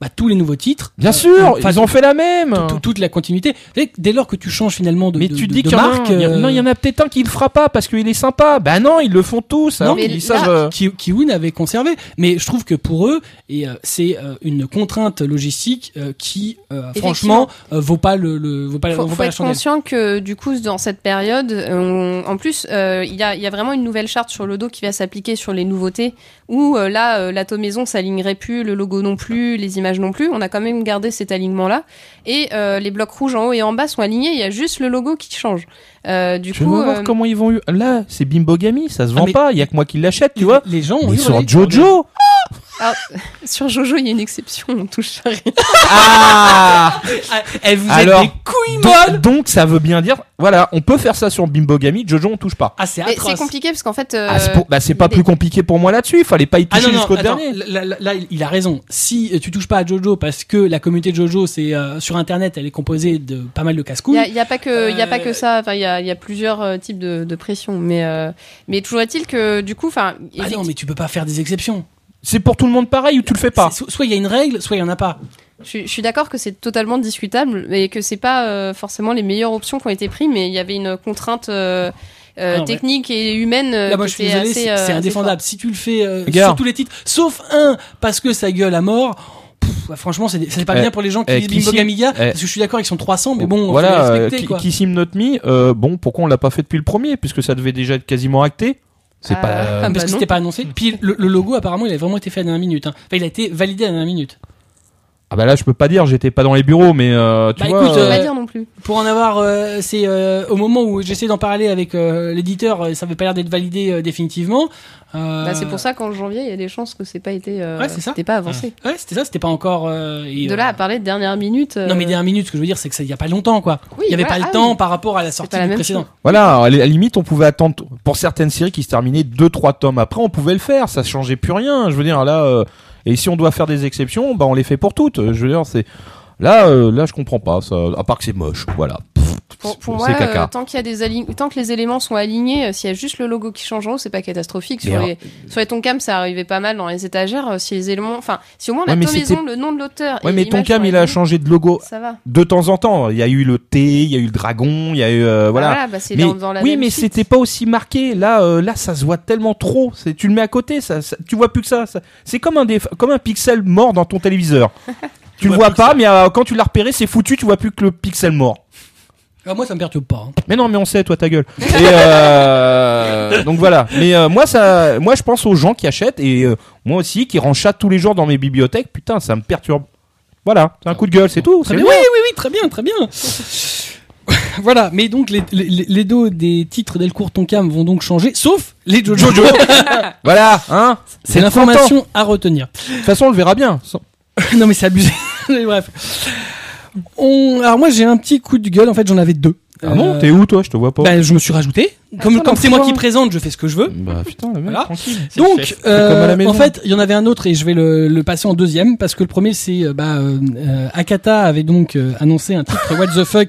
S1: bah, tous les nouveaux titres.
S3: Bien
S1: euh,
S3: sûr,
S1: enfin,
S3: ils ont fait la même.
S1: tout- tout- toute la continuité. Vous savez que Dès lors que tu changes finalement de,
S3: mais
S1: de-
S3: tu
S1: de-
S3: dis
S1: de
S3: qu'il y, en a
S1: marque,
S3: un, il y en-
S1: euh,
S3: non, il y en a peut-être un qui le fera pas parce qu'il est sympa. Bah non, ils le font tous. alors
S1: mais
S3: qu'ils
S2: là-
S3: savent, euh,
S1: Ki- Kiwin avait conservé. Mais je trouve que pour eux, et euh, c'est euh, une contrainte logistique euh, qui, euh, franchement, euh, vaut pas le, le- vaut pas,
S2: Faut,
S1: vaut
S2: faut
S1: pas la
S2: être
S1: chandelle.
S2: conscient que du coup dans cette période, on- en plus euh, il y, a, il y a vraiment une nouvelle charte sur le dos qui va s'appliquer sur les nouveautés où euh, là euh, l'atomaison s'alignerait plus, le logo non plus, les images non plus. On a quand même gardé cet alignement là et euh, les blocs rouges en haut et en bas sont alignés. Il y a juste le logo qui change. Euh, du
S3: Je veux
S2: coup,
S3: voir
S2: euh,
S3: comment ils vont. eu- Là, c'est Bimbogami, ça se vend
S1: mais-
S3: pas. Il y a que moi qui l'achète, tu vois.
S1: Les les gens ont
S3: Ah, Mais
S1: hurlé.
S3: sur Jojo.
S2: sur Jojo il y a une exception, on touche à rien.
S3: Ah.
S1: Ah, eh, vous
S3: Alors,
S1: êtes des couilles molles.
S3: donc, donc, ça veut bien dire, voilà, on peut faire ça sur Bimbogami. Jojo, on touche pas.
S1: Ah, c'est
S2: Mais C'est
S1: atroce.
S2: compliqué parce qu'en fait.
S3: Ah, c'est
S2: euh,
S3: pour- bah, c'est pas
S2: des-
S3: plus compliqué pour moi là-dessus. Il fallait pas y
S1: Ah non,
S3: toucher
S1: non,
S3: jusqu'au
S1: attends,
S3: dernier.
S1: là, là- là, il- il a raison. Si euh, tu touches pas à Jojo parce que la communauté de Jojo, c'est euh, sur Internet, elle est composée de pas mal de
S2: Il
S1: casse-couilles.
S2: n'y a, y a pas que, il y a pas
S1: Euh,
S2: que ça. Enfin, il y a, y a plusieurs euh, types de, de pression, mais euh, mais toujours est-il que du coup, enfin,
S1: Ah non,
S2: effectivement,
S1: mais tu peux pas faire des exceptions.
S3: C'est pour tout le monde pareil ou tu le fais pas.
S1: C'est- so- Soit il y a une règle, soit il y en a pas.
S2: je, suis- je suis d'accord que c'est totalement discutable et que c'est pas euh, forcément les meilleures options qui ont été prises, mais il y avait une contrainte euh, euh,
S1: Ah non,
S2: technique et humaine. euh,
S1: Là, moi,
S2: qui
S1: je suis
S2: était
S1: désolé,
S2: assez,
S1: c'est
S2: euh,
S1: c'est
S2: assez
S1: indéfendable. Si tu le fais euh,
S3: Regarde.
S1: sur tous les titres, sauf un, parce que ça gueule à mort, pff, bah, franchement, c'est c'est pas
S3: Eh,
S1: bien pour les gens qui
S3: eh,
S1: disent
S3: Kissy,
S1: Bimbo Gamiga,
S3: eh.
S1: parce que je suis d'accord, ils sont 300, mais bon,
S3: voilà,
S1: faut les
S3: euh,
S1: respecter,
S3: qui-
S1: quoi.
S3: qui sim Not Me, euh, bon, pourquoi on l'a pas fait depuis le premier Puisque ça devait déjà être quasiment acté. C'est
S2: Ah.
S3: pas. euh,
S1: Ah,
S2: bah
S1: parce que
S2: non.
S1: c'était pas annoncé. Puis le, le logo, apparemment, il a vraiment été fait à la dernière minute. hein. Enfin, il a été validé à la dernière minute.
S3: Ah bah là, je peux pas dire, j'étais pas dans les bureaux, mais euh, tu
S1: Bah,
S3: vois.
S1: écoute,
S2: forte.
S1: euh,
S2: Faut Pas dire non plus.
S1: Pour en avoir, euh, c'est euh, au moment où j'essaie d'en parler avec euh, l'éditeur, euh, ça avait pas l'air d'être validé euh, définitivement. Euh,
S2: Bah, c'est pour ça qu'en janvier, il y a des chances que c'est pas été, euh,
S1: Ouais, c'est ça.
S2: c'était pas avancé.
S1: Ouais, c'était ça, c'était pas encore. euh, et,
S2: De
S1: euh,
S2: là à parler de dernière minute. euh,
S1: Non, mais dernière minute, ce que je veux dire, c'est que ça, il y a pas longtemps, quoi.
S2: oui,
S1: il y avait
S2: voilà,
S1: pas le
S2: ah
S1: temps
S2: oui.
S1: par rapport à la sortie
S2: pas la
S1: du
S2: même
S1: précédent.
S3: Voilà, à la limite, on pouvait attendre pour certaines séries qui se terminaient deux trois tomes après, on pouvait le faire, ça changeait plus rien. Je veux dire là, euh, et si on doit faire des exceptions, bah on les fait pour toutes. Je veux dire, c'est là, euh, là, je comprends pas. Ça, à part que c'est moche, voilà. Pff,
S2: Pour, pour
S3: c'est
S2: moi,
S3: caca.
S2: euh, tant qu'il y a des ali- tant que les éléments sont alignés, euh, s'il y a juste le logo qui change en haut, c'est pas catastrophique. Sur
S3: Mais
S2: les, sur les Tonkam, ça arrivait pas mal dans les étagères. euh, Si les éléments, enfin, si au moins la
S3: Ouais, mais
S2: tomaison,
S3: c'était-
S2: le nom de l'auteur.
S3: ouais,
S2: et
S3: mais
S2: l'image
S3: ton cam,
S2: sont
S3: il a
S2: alignées,
S3: changé de logo
S2: Ça va.
S3: de temps en temps. Il y a eu le T, il y a eu le dragon, il y a eu euh,
S2: Voilà.
S3: voilà.
S2: bah, c'est
S3: Mais-
S2: dans, dans la
S3: oui,
S2: même
S3: mais
S2: suite.
S3: c'était pas aussi marqué. Là, euh, là, ça se voit tellement trop. C'est, tu le mets à côté, ça, ça- tu vois plus que ça. ça- c'est comme un, déf- comme un pixel mort dans ton téléviseur. tu le vois pas, mais euh, quand tu l'as repéré, c'est foutu. Tu vois plus que le pixel mort.
S1: Ah, moi, ça me perturbe pas. hein.
S3: Mais non, mais on sait, toi, ta gueule. Et, euh, donc voilà. Mais euh, moi, ça, moi, je pense aux gens qui achètent et euh, moi aussi qui renchate tous les jours dans mes bibliothèques. Putain, ça me perturbe. Voilà,
S1: Ah.
S3: c'est un coup de gueule, c'est tout.
S1: Très
S3: C'est
S1: bien. Oui, oui, oui, très bien, très bien. voilà, mais donc les, les, les dos des titres d'Elcourt Tonkam vont donc changer, sauf les Jojo.
S3: Jojo. voilà, hein.
S1: C'est
S3: Pour
S1: l'information à retenir.
S3: De toute façon, on le verra bien.
S1: non, mais c'est abusé. Mais Bref. On... Alors moi, j'ai un petit coup de gueule. En fait, j'en avais deux.
S3: Ah bon,
S1: Euh,
S3: t'es où, toi Ah, Je te vois pas.
S1: bah, je me suis rajouté. Comme
S2: Attends,
S1: comme c'est moi qui
S2: l'enfoiré.
S1: présente, je fais ce que je veux.
S3: Bah putain, le mec,
S1: Voilà.
S3: tranquille.
S4: C'est le
S1: Donc,
S4: chef.
S1: euh,
S3: comme à la maison.
S1: en fait, il y en avait un autre et je vais le, le passer en deuxième parce que le premier, c'est euh, bah, euh, euh, Akata avait donc euh, annoncé un titre What the fuck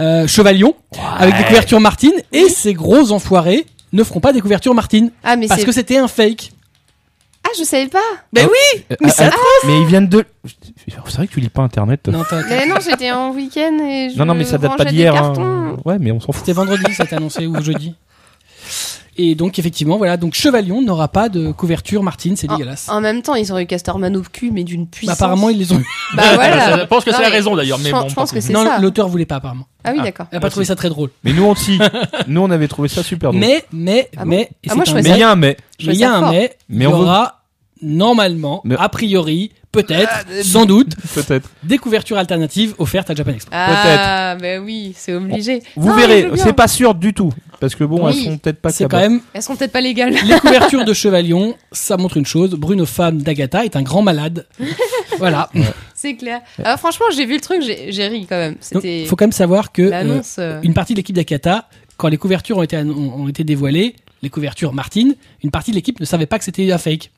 S1: euh, Chevalion avec des couvertures Martine et ces gros enfoirés ne feront pas des couvertures Martine
S2: Ah, mais
S1: parce
S2: c'est.
S1: que c'était un fake.
S2: Ah, je savais pas.
S1: Ben oui,
S3: Euh,
S1: mais
S3: ah,
S1: c'est
S3: ah, mais ils viennent de. C'est vrai que tu lis pas internet.
S1: non, attends, attends.
S2: Mais non, j'étais en week-end et je.
S3: non, non, mais ça date
S2: rangeais
S3: pas
S2: des
S3: d'hier.
S2: cartons.
S3: hein. Ouais, mais on s'en fout.
S1: c'était vendredi, ça a été annoncé ou jeudi. Et donc, effectivement, voilà. Donc, Chevalion n'aura pas de couverture Martine, c'est
S2: Ah,
S1: dégueulasse.
S2: En même temps, ils auraient eu Casterman au cul, mais d'une
S1: Bah,
S2: puissance.
S1: apparemment, ils les ont eu.
S2: Bah voilà.
S4: Je pense que
S2: Non,
S4: c'est la
S2: mais
S4: raison, d'ailleurs, mais
S2: Je,
S4: bon,
S2: je
S4: par
S2: pense que c'est
S1: Non,
S2: ça.
S1: l'auteur voulait pas, apparemment.
S2: Ah oui, d'accord.
S1: Il a pas
S4: Moi
S1: trouvé
S4: aussi.
S1: ça très drôle.
S3: Mais nous aussi, nous on avait trouvé ça super drôle.
S1: Mais, mais,
S2: Ah bon
S1: mais, et
S2: Ah, moi,
S1: c'est
S2: je
S1: un
S2: trouvais
S1: mais,
S2: ça
S3: Mais il y a un mais.
S1: mais il y a un
S2: Fort.
S1: mais, il y
S3: Mais on veut-
S1: aura normalement,
S3: Ne-
S1: a priori, peut-être,
S2: Ah,
S1: sans doute,
S3: Ah, Peut-être.
S1: des couvertures alternatives offertes à Japan Expo.
S2: Ah, bah oui, c'est obligé.
S3: Vous
S2: Non, je veux
S3: verrez,
S2: bien.
S3: c'est pas sûr du tout. Parce que bon,
S2: Oui.
S3: elles sont peut-être pas
S1: C'est
S3: capables.
S1: quand même
S2: Elles sont peut-être pas légales.
S1: Les couvertures de Chevalion, ça montre une chose. Bruno Femme d'Agatha est un grand malade. voilà.
S2: C'est clair. Ah, franchement, j'ai vu le truc, j'ai j'ai ri quand même.
S1: Donc,
S2: C'était
S1: il faut quand même savoir que euh,
S2: l'annonce. euh,
S1: une partie de l'équipe d'Agatha, quand les couvertures ont été, annon- ont été dévoilées, les couvertures Martine, une partie de l'équipe ne savait pas que c'était un fake.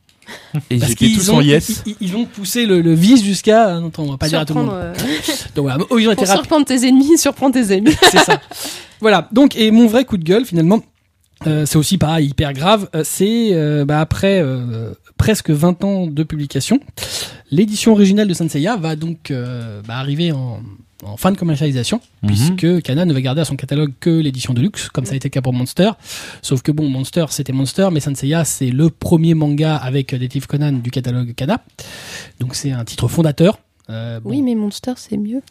S3: Et
S1: Parce
S3: j'étais tous
S1: qu'ils
S3: en
S1: ont,
S3: yes.
S1: ils, ils ont poussé le, le vice jusqu'à. Non, attends, on va pas dire à tout le monde.
S2: surprendre, euh,
S1: Donc voilà, eux, ils ont été
S2: Pour
S1: rapides.
S2: surprendre tes ennemis, surprendre tes ennemis.
S1: c'est ça. Voilà. Donc, et mon vrai coup de gueule, finalement, euh, c'est aussi pareil, hyper grave. euh, c'est euh, bah, après euh, presque 20 ans de publication, l'édition originale de Senseiya va donc euh, bah, arriver en, en fin de commercialisation,
S3: Mhm.
S1: puisque Kana ne va garder à son catalogue que l'édition de luxe, comme ça a été le cas pour Monster. Sauf que bon, Monster, c'était Monster, mais Senseiya, c'est le premier manga avec Detective Conan du catalogue Kana. Donc c'est un titre fondateur. Euh, bon,
S2: Oui, mais Monster, c'est mieux.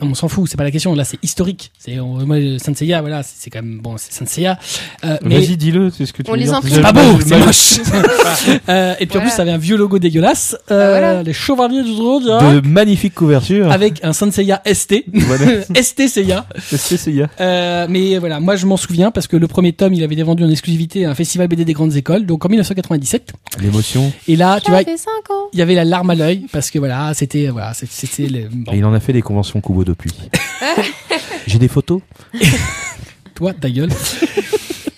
S1: non, on s'en fout, c'est pas la question. Là, c'est historique. C'est on- moi, le Saint Seiya, voilà, c'est c'est quand même bon, c'est Saint Seiya. Euh, mais
S3: Vas-y, dis-le, c'est ce que tu
S2: On
S3: veux
S2: les
S3: dire.
S2: imprime.
S1: c'est pas beau,
S3: Mal-
S1: c'est
S3: mal-
S1: moche. Euh, et puis en
S2: Voilà.
S1: plus, ça avait un vieux logo dégueulasse. Euh,
S2: Bah voilà.
S1: Les Chevaliers du Drôle, hein,
S3: De magnifiques couvertures.
S1: avec un Saint Seiya ST,
S3: Voilà,
S1: ST Seiya.
S3: c'est Seiya.
S1: Euh, mais voilà, moi je m'en souviens parce que le premier tome, il avait été vendu en exclusivité à un festival BD des grandes écoles, donc en 1997.
S3: L'émotion.
S1: Et là, tu vois,
S2: J'avais 5 ans.
S1: il y avait la larme à l'œil parce que voilà, c'était voilà, c'est- c'était le- bon,
S3: Et il en a fait des conventions Kubo depuis. J'ai des photos.
S1: toi ta gueule.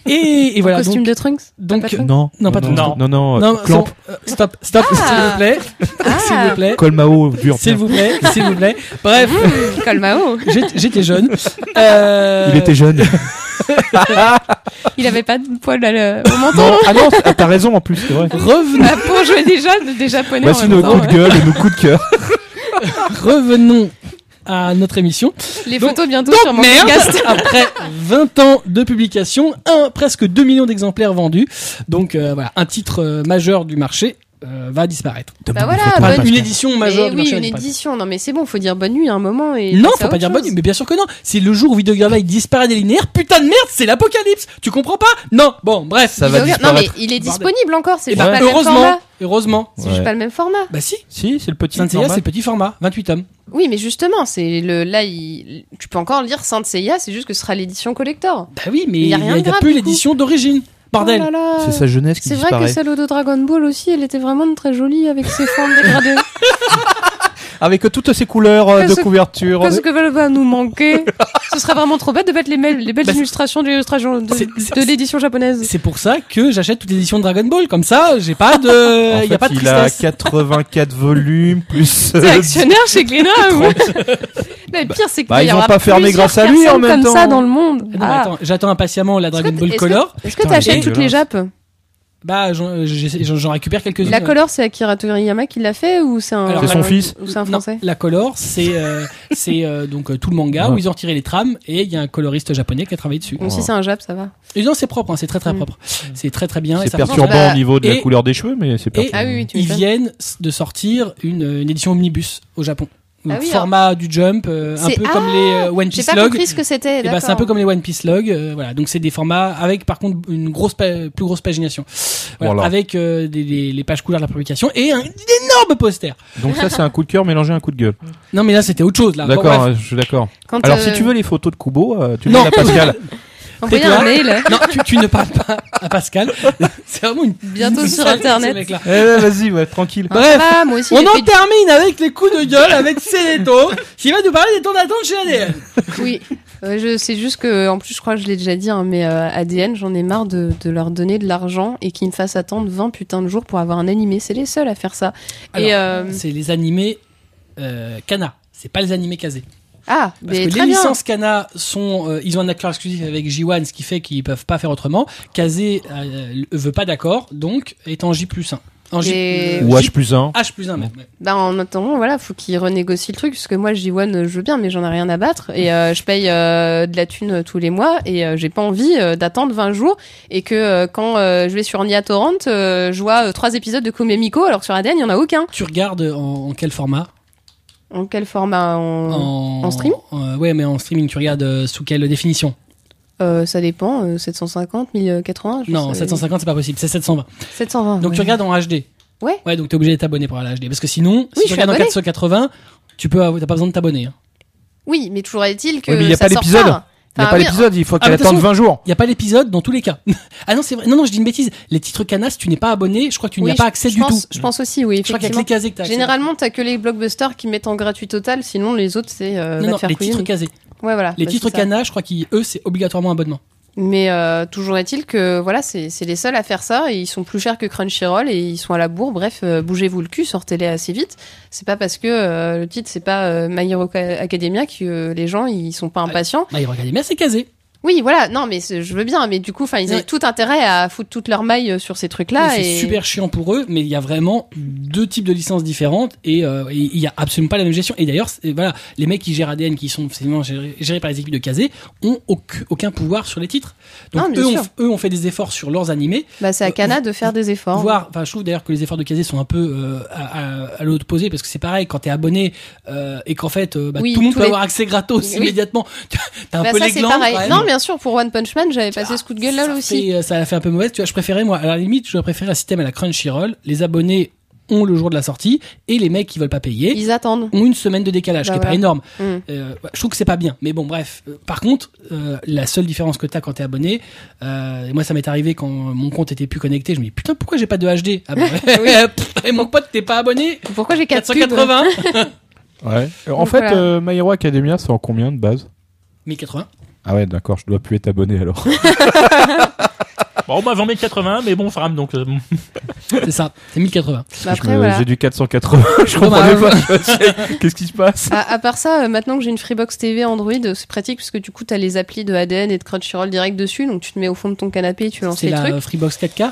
S1: Et, et voilà,
S2: Costume
S1: donc,
S2: de Trunks.
S1: donc
S3: Non,
S1: Non, pas
S3: non,
S1: tout.
S3: non, non, non,
S1: Non,
S3: euh, Clamp,
S1: c'est bon. Euh, stop, stop,
S2: Ah.
S1: s'il vous plaît. S'il vous plaît.
S3: Colmao, dur.
S1: S'il vous plaît, s'il vous plaît. Bref,
S2: Mmh, Colmao.
S1: j'ai- j'étais jeune. Euh,
S3: Il était jeune.
S2: Il avait pas de poils à le- au menton.
S3: non, ah non, c'est- ah, t'as raison en plus, c'est vrai.
S1: revenons,
S2: La peau jouait déjà des japonais. en
S3: Voici
S2: même
S3: nos
S2: temps,
S3: coups de
S2: ouais.
S3: gueule et nos coups de cœur.
S1: revenons à notre émission.
S2: Les
S1: Donc-
S2: photos bientôt sur
S1: Donc,
S2: mon
S1: merde, Ah,
S2: podcast.
S1: après 20 ans de publication, un, presque 2 millions d'exemplaires vendus. Donc, euh, voilà, un titre euh, majeur du marché euh, va disparaître.
S2: Bah voilà,
S3: Faites-moi
S2: bonne
S1: Enfin,
S3: pas
S1: une
S3: ça.
S1: édition
S2: Mais
S1: majeure du
S2: oui,
S1: marché. va
S2: une
S1: disparaître.
S2: édition. Non, mais c'est bon, faut dire bonne nuit à un moment. Et
S1: Non,
S2: passer à
S1: faut pas
S2: autre
S1: dire bonne
S2: chose.
S1: nuit, mais bien sûr que non. C'est le jour où Video Girl Live disparaît des linéaires. Putain de merde, c'est l'apocalypse. Tu comprends pas Non. Bon, bref.
S5: Ça va
S2: Vidéo- Non, mais
S5: disparaître.
S2: il
S1: Bordel.
S2: est disponible encore. C'est
S1: Eh
S2: juste
S1: ben,
S2: pas le même
S1: heureusement,
S2: format.
S1: heureusement.
S2: C'est juste
S3: Ouais.
S2: pas le même format.
S1: Bah si.
S3: Si, c'est le petit.
S1: Saint Seiya,
S3: normal.
S1: c'est le petit format, 28 tomes.
S2: Oui, mais justement, c'est le là, il- tu peux encore lire Saint Seiya. C'est juste que ce sera l'édition collector.
S1: Bah oui, mais
S2: Il
S1: il
S2: y
S1: n'y
S2: a
S1: a,
S2: rien de
S1: il y a
S2: grave,
S1: plus
S2: du coup.
S1: l'édition d'origine. Bordel.
S2: Oh là là.
S3: C'est sa jeunesse qui
S2: C'est vrai que
S3: disparaît.
S2: celle de Dragon Ball aussi, elle était vraiment très jolie avec ses formes dégradées.
S3: Avec euh, toutes ces couleurs euh,
S2: Que
S3: de
S2: ce-
S3: couverture.
S2: Qu'est-ce que va- va nous manquer Ce serait vraiment trop bête de mettre les, mêmes- les belles
S1: Bah, c'est-
S2: illustrations de l'illustration- de-
S1: c'est-
S2: de l'édition japonaise.
S1: C'est pour ça que j'achète toute l'édition de Dragon Ball. Comme ça, j'ai pas de,
S3: En
S1: il euh, y a
S3: fait,
S1: pas de
S3: il a
S1: tristesse.
S3: 84 volumes plus. euh,
S2: C'est actionnaire chez Glénat ou Mais Le pire, c'est qu'il
S3: Bah,
S2: y
S3: ils ont
S2: aura
S3: pas fermé
S2: plusieurs
S3: grâce à lui,
S2: personnes
S3: en même
S2: comme ça
S3: temps.
S2: dans le monde.
S1: Non, mais
S2: Ah.
S1: attends, j'attends impatiemment la Dragon
S2: Est-ce que-
S1: Ball
S2: est-ce
S1: Color.
S2: que- Est-ce que
S3: Putain,
S2: t'achètes
S3: mais-
S2: toutes les japes
S1: Bah, j'en j'essaie- j'en- j'en récupère quelques-unes.
S2: La Color, c'est Akira Toriyama qui l'a fait ou c'est un
S1: Alors, C'est son
S2: ou-
S3: fils.
S2: ou c'est un
S1: Non,
S2: français
S1: la color, c'est euh, c'est euh, donc euh, tout le manga
S3: Ouais.
S1: où ils ont retiré les trames et il y a un coloriste japonais qui a travaillé dessus.
S2: Bon, si c'est un Jap, ça va.
S1: Et non, c'est propre, hein, c'est très très
S2: Mm.
S1: propre. C'est très très bien. et
S3: C'est
S1: ça fonctionne.
S3: perturbant
S2: Bah,
S3: au niveau de
S1: et-
S3: la couleur des cheveux, mais c'est
S1: et-
S3: perturbant.
S2: Ah oui, oui, tu
S1: Ils
S2: m'étonnes.
S1: viennent s- de sortir une, euh, une édition omnibus au Japon. Donc,
S2: Ah oui,
S1: format du Jump, euh, un
S2: C'est-
S1: peu
S2: Ah
S1: comme les euh, One
S2: J'ai
S1: Piece
S2: pas
S1: Log.
S2: compris ce que c'était.
S1: Et bah, c'est un peu comme les One Piece Log, euh, voilà. Donc c'est des formats avec par contre une grosse pa- plus grosse pagination, Voilà.
S3: Voilà.
S1: avec euh, des, des- les pages couleurs de la publication et un énorme poster.
S3: Donc ça, c'est un coup de cœur mélangé à un coup de gueule.
S1: Non mais là c'était autre chose là. Bon,
S3: D'accord,
S1: bref.
S3: euh, je suis d'accord.
S2: Quand,
S3: Alors
S2: euh,
S3: si tu veux les photos de Kubo, euh, tu les
S1: Non.
S3: donnes à Pascal.
S2: Envoyer
S1: tais-toi.
S2: un mail.
S1: non, tu, tu ne parles pas à Pascal. C'est vraiment une
S2: Bientôt
S1: une
S2: sur
S1: sale-
S2: Internet. Hein,
S1: ce mec-là.
S3: Eh, ouais, vas-y, ouais, tranquille.
S1: Bref.
S2: Ah, moi aussi,
S1: On
S2: j'ai
S1: en
S2: fait du-
S1: termine avec les coups de gueule avec Céléto qui va nous parler des temps d'attente chez ADN.
S2: Oui, Euh, je sais juste que, en plus, je crois que je l'ai déjà dit, hein, mais euh, ADN, j'en ai marre de, de leur donner de l'argent et qu'ils me fassent attendre 20 putains de jours pour avoir un animé. C'est les seuls à faire ça. et euh,
S1: C'est les animés euh, Kana. C'est pas les animés casés.
S2: ah,
S1: Parce
S2: mais
S1: que
S2: très
S1: les
S2: bien.
S1: licences Kana sont, euh, ils ont un accord exclusif avec J1, ce qui fait qu'ils peuvent pas faire autrement. Kazé euh, veut pas d'accord, donc est en J plus 1. En
S2: Et-
S1: J-
S3: Ou
S1: J-
S3: H plus 1.
S1: H plus 1 même. ouais.
S2: Bah en attendant, voilà, faut qu'ils renégocient le truc, parce que moi, J1, je veux bien, mais j'en ai rien à battre, et euh, je paye euh, de la thune euh, tous les mois, et euh, j'ai pas envie euh, d'attendre 20 jours, et que euh, quand euh, je vais sur Nia Torrent, euh, je vois euh, trois épisodes de Komemiko, alors que sur ADN, il y en a aucun.
S1: Tu regardes en, en quel format
S2: En quel format on...
S1: en,
S2: en stream
S1: en- Ouais, mais en streaming, tu regardes euh, sous quelle définition
S2: Euh, Ça dépend, euh, 750, 1080 je
S1: Non,
S2: sais-
S1: 750, c'est pas possible, c'est 720.
S2: 720.
S1: Donc tu
S2: ouais.
S1: regardes en HD
S2: Ouais.
S1: Ouais, donc t'es obligé de t'abonner pour aller à la HD. Parce que sinon, si
S2: Oui, je
S1: tu
S2: suis
S1: regardes en
S2: abonnée.
S1: 480, tu peux, avoir- t'as pas besoin de t'abonner. hein.
S2: Oui, mais toujours est-il que.
S3: Oui, mais il y a
S2: ça
S3: pas
S2: sort
S3: l'épisode.
S2: tard.
S3: Il n'y a
S2: Enfin,
S3: pas
S2: oui,
S3: l'épisode, il faut
S1: Ah, mais
S3: qu'elle
S1: de toute
S3: attende
S1: façon-
S3: 20 jours.
S1: Il n'y a pas l'épisode dans tous les cas. ah non, c'est vrai. Non, non, je dis une bêtise. Les titres canas, tu n'es pas abonné. Je crois que tu n'y
S2: oui,
S1: as pas accès
S2: je
S1: du
S2: pense,
S1: tout.
S2: Je pense aussi, oui.
S1: Je crois qu'il y a que
S2: effectivement.
S1: les casés que t'as accès.
S2: Généralement, t'as que les blockbusters qui mettent en gratuit total, sinon les autres, c'est. Euh,
S1: Non,
S2: va
S1: non,
S2: te faire
S1: les
S2: couiller,
S1: titres
S2: mais-
S1: casés.
S2: Ouais, voilà.
S1: Les
S2: bah,
S1: titres
S2: c'est ça.
S1: canas, je crois qu'eux, c'est obligatoirement abonnement.
S2: Mais euh, toujours est-il que voilà, c'est c'est les seuls à faire ça et ils sont plus chers que Crunchyroll et ils sont à la bourre. Bref, euh, bougez-vous le cul, sortez-les assez vite. C'est pas parce que euh, le titre c'est pas euh, My Hero Academia que euh, les gens ils sont pas impatients.
S1: Bah, regardez, mais c'est casé.
S2: Oui, voilà. Non, mais c'est- je veux bien, mais du coup, enfin, ils
S1: Ouais.
S2: avaient tout intérêt à foutre toutes leurs mailles euh, sur ces trucs-là
S1: C'est
S2: et
S1: super chiant pour eux, mais il y a vraiment deux types de licences différentes et euh, et il y a absolument pas la même gestion. Et d'ailleurs, c'est- voilà, les mecs qui gèrent ADN, qui sont finalement gérés, gérés par les équipes de Kazé, ont auc- aucun pouvoir sur les titres. Donc
S2: Non, bien
S1: eux, ont,
S2: sûr.
S1: eux ont fait des efforts sur leurs animés,
S2: Bah, c'est à Cana de faire des efforts.
S1: voire, enfin, je trouve d'ailleurs que les efforts de Kazé sont un peu euh, à, à- à l'opposé parce que c'est pareil quand t'es abonné euh, et qu'en fait euh, bah,
S2: Oui,
S1: tout le monde
S2: tous
S1: peut
S2: les-
S1: avoir accès gratos
S2: Oui.
S1: immédiatement. T'as un
S2: Bah,
S1: peu
S2: ça
S1: les
S2: c'est
S1: glandes.
S2: pareil.
S1: quand même. Ah,
S2: Non, bien sûr, pour One Punch Man, j'avais passé ce coup de gueule là
S1: Ça
S2: aussi.
S1: fait- ça a fait un peu mauvaise. Tu vois, je préférais, moi, à la limite, je préférais un système à la Crunchyroll. Les abonnés ont le jour de la sortie et les mecs qui veulent pas payer
S2: Ils attendent.
S1: ont une semaine de décalage,
S2: Bah
S1: qui est pas
S2: voilà.
S1: énorme.
S2: Mm.
S1: Euh, bah, je trouve que c'est pas bien. Mais bon, bref. Euh, Par contre, euh, la seule différence que t'as quand t'es abonné, euh, et moi, ça m'est arrivé quand mon compte était plus connecté, je me dis putain, pourquoi j'ai pas de HD ah, bah, pff, Et mon pote, t'es pas abonné
S2: Pourquoi j'ai 4 pubs
S1: 480
S3: Ouais. En
S2: Donc,
S3: fait,
S2: voilà.
S3: euh, My Hero Academia, c'est en combien de base
S1: 1080
S3: Ah ouais, d'accord, je dois plus être abonné alors.
S4: Bon, bah, 20 000 80, mais bon, femme, donc. euh, bon.
S1: C'est ça, c'est 1080.
S2: Bah,
S3: Je
S2: après
S3: me-
S2: voilà.
S3: J'ai du 480, je comprenais
S1: Dommage.
S3: pas. Qu'est-ce qui se passe
S2: À, à part ça, euh, maintenant que j'ai une Freebox TV Android, euh, c'est pratique parce que du coup, t'as les applis de ADN et de Crunchyroll direct dessus, donc tu te mets au fond de ton canapé et tu lances
S1: C'est
S2: les
S1: la
S2: trucs.
S1: Freebox 4K,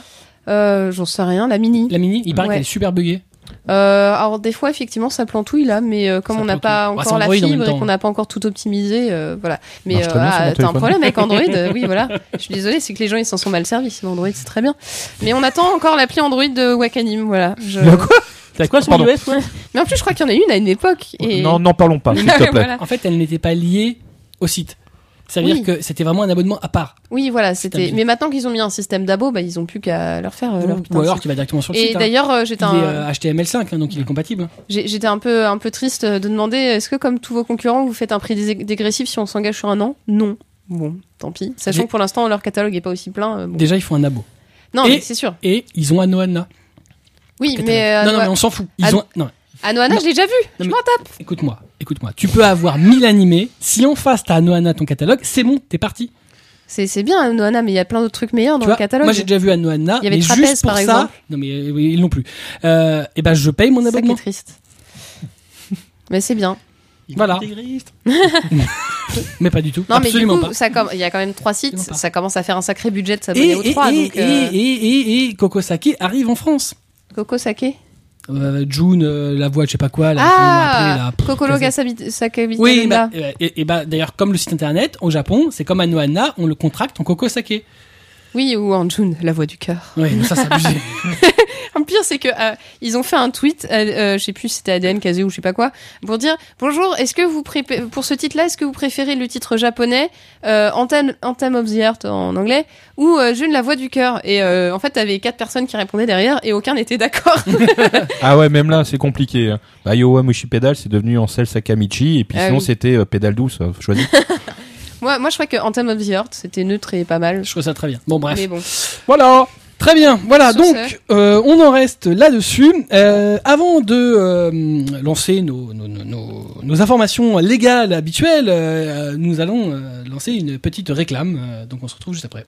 S2: Euh, J'en sais rien, la mini.
S1: la mini, il paraît
S2: Ouais.
S1: qu'elle est super buggée.
S2: Euh, alors des fois, effectivement, ça plantouille là, mais euh, comme
S1: Ça
S2: on n'a
S1: plantouille.
S2: pas
S1: Bah,
S2: encore
S1: c'est
S2: la
S1: Android en même
S2: fibre et
S1: temps.
S2: qu'on n'a pas encore tout optimisé, euh, voilà. Mais
S3: Marche
S2: euh,
S3: très bien sur
S2: ah,
S3: mon
S2: t'as un
S3: téléphone.
S2: problème avec Android, euh, oui, voilà. Je suis désolée, c'est que les gens ils s'en sont mal servis. Mais Android, c'est très bien. Mais on attend encore l'appli Android de Wakanim, voilà. Je-
S3: Le quoi
S4: T'as quoi, ce
S3: Pardon.
S4: US, ouais
S2: Mais en plus, je crois qu'il y en a une à une époque. Et...
S3: Non, n'en parlons pas, s'il te plaît.
S2: Voilà.
S1: En fait, elle n'était pas liée au site. Ça veut
S2: Ah. Oui.
S1: dire que c'était vraiment un abonnement à part.
S2: Oui, voilà,
S1: un
S2: c'était.
S1: budget.
S2: Mais maintenant qu'ils ont mis un système d'abo, bah, ils ont plus qu'à leur faire euh, leur putain
S1: Ou
S2: de
S1: alors
S2: site.
S1: tu vas directement sur le
S2: Et
S1: site. hein.
S2: d'ailleurs, euh, j'étais
S1: Il est
S2: un-
S1: euh, HTML5, hein, donc il est compatible.
S2: j'ai- j'étais un peu un peu triste de demander est-ce que comme tous vos concurrents, vous faites un prix dé- dégressif si on s'engage sur un an Non. Bon, tant pis. Sachant
S1: Dé-
S2: que pour l'instant, leur catalogue est pas aussi plein. euh, bon.
S1: Déjà, ils font un abo.
S2: Non,
S1: Et-
S2: mais c'est sûr.
S1: Et ils ont Anoana.
S2: Oui,
S1: Catalogue.
S2: mais euh,
S1: non, non, mais
S2: Anoa-
S1: on s'en fout. Ils
S2: Ano-
S1: ont... non,
S2: Anohana,
S1: Non.
S2: je l'ai déjà vu.
S1: mais-
S2: Je m'en tape.
S1: écoute-moi, écoute-moi. Tu peux avoir 1000 animés. Si en face, t'as Anoana ton catalogue, c'est bon, t'es parti.
S2: C'est c'est bien Anohana, mais il y a plein d'autres trucs meilleurs
S1: Tu
S2: dans le
S1: vois,
S2: catalogue.
S1: moi j'ai déjà vu Anoana.
S2: Il y avait
S1: mais
S2: Trapèze,
S1: juste pour
S2: par
S1: ça,
S2: exemple.
S1: Non, mais euh, oui, ils l'ont plus. Euh, et ben, je paye mon
S2: C'est ça qui est
S1: abonnement.
S2: triste. mais c'est bien.
S1: Voilà.
S4: Intégriste.
S1: Mais pas du tout.
S2: Non,
S1: Absolument
S2: mais du coup,
S1: pas.
S2: ça com- il y a quand même trois sites.
S1: Absolument pas.
S2: Ça commence à faire un sacré budget de
S1: Et,
S2: s'abonner aux
S1: et,
S2: trois.
S1: et,
S2: donc, euh,
S1: et, et, et, et Kokosaki arrive en France.
S2: Coco Sake.
S1: Euh, June, euh, la voix, de je sais pas quoi, là, comment on l'a
S2: Ah,
S1: appelée, là.
S2: Kokolo
S1: Pff,
S2: Gasabi- Sakabito
S1: Oui,
S2: Linda.
S1: bah, euh, et, et bah, d'ailleurs, comme le site internet, au Japon, c'est comme à Noana, on le contracte en coco saké.
S2: Oui, ou en June, la voix du cœur.
S1: Oui, mais ça, c'est abusé.
S2: Le pire, c'est que euh, ils ont fait un tweet, euh, euh, je sais plus si c'était ADN, Kazé ou je sais pas quoi, pour dire bonjour. Est-ce que vous prépa- pour ce titre-là, est-ce que vous préférez le titre japonais euh, Anthem, Anthem of the Heart en anglais ou euh, June, la voix du cœur Et euh, en fait, t'avais quatre personnes qui répondaient derrière et aucun n'était d'accord.
S3: Ah ouais, même là, c'est compliqué. hein. Bah, Yowa Mushi Pedal, c'est devenu Ansel Sakamichi, et puis
S2: Ah
S3: sinon,
S2: oui.
S3: c'était euh, Pédale douce, euh, choisi.
S2: moi, moi, je crois que Anthem of the Heart, c'était neutre et pas mal.
S1: Je trouve ça très bien. Bon, bref.
S2: Mais bon,
S1: Voilà. Très bien. Voilà.
S2: Sur ce.
S1: donc, euh, on en reste là-dessus. Euh, avant de euh, lancer nos, nos, nos- nos- nos informations légales habituelles, euh, nous allons euh, lancer une petite réclame. Euh, donc, on se retrouve juste après.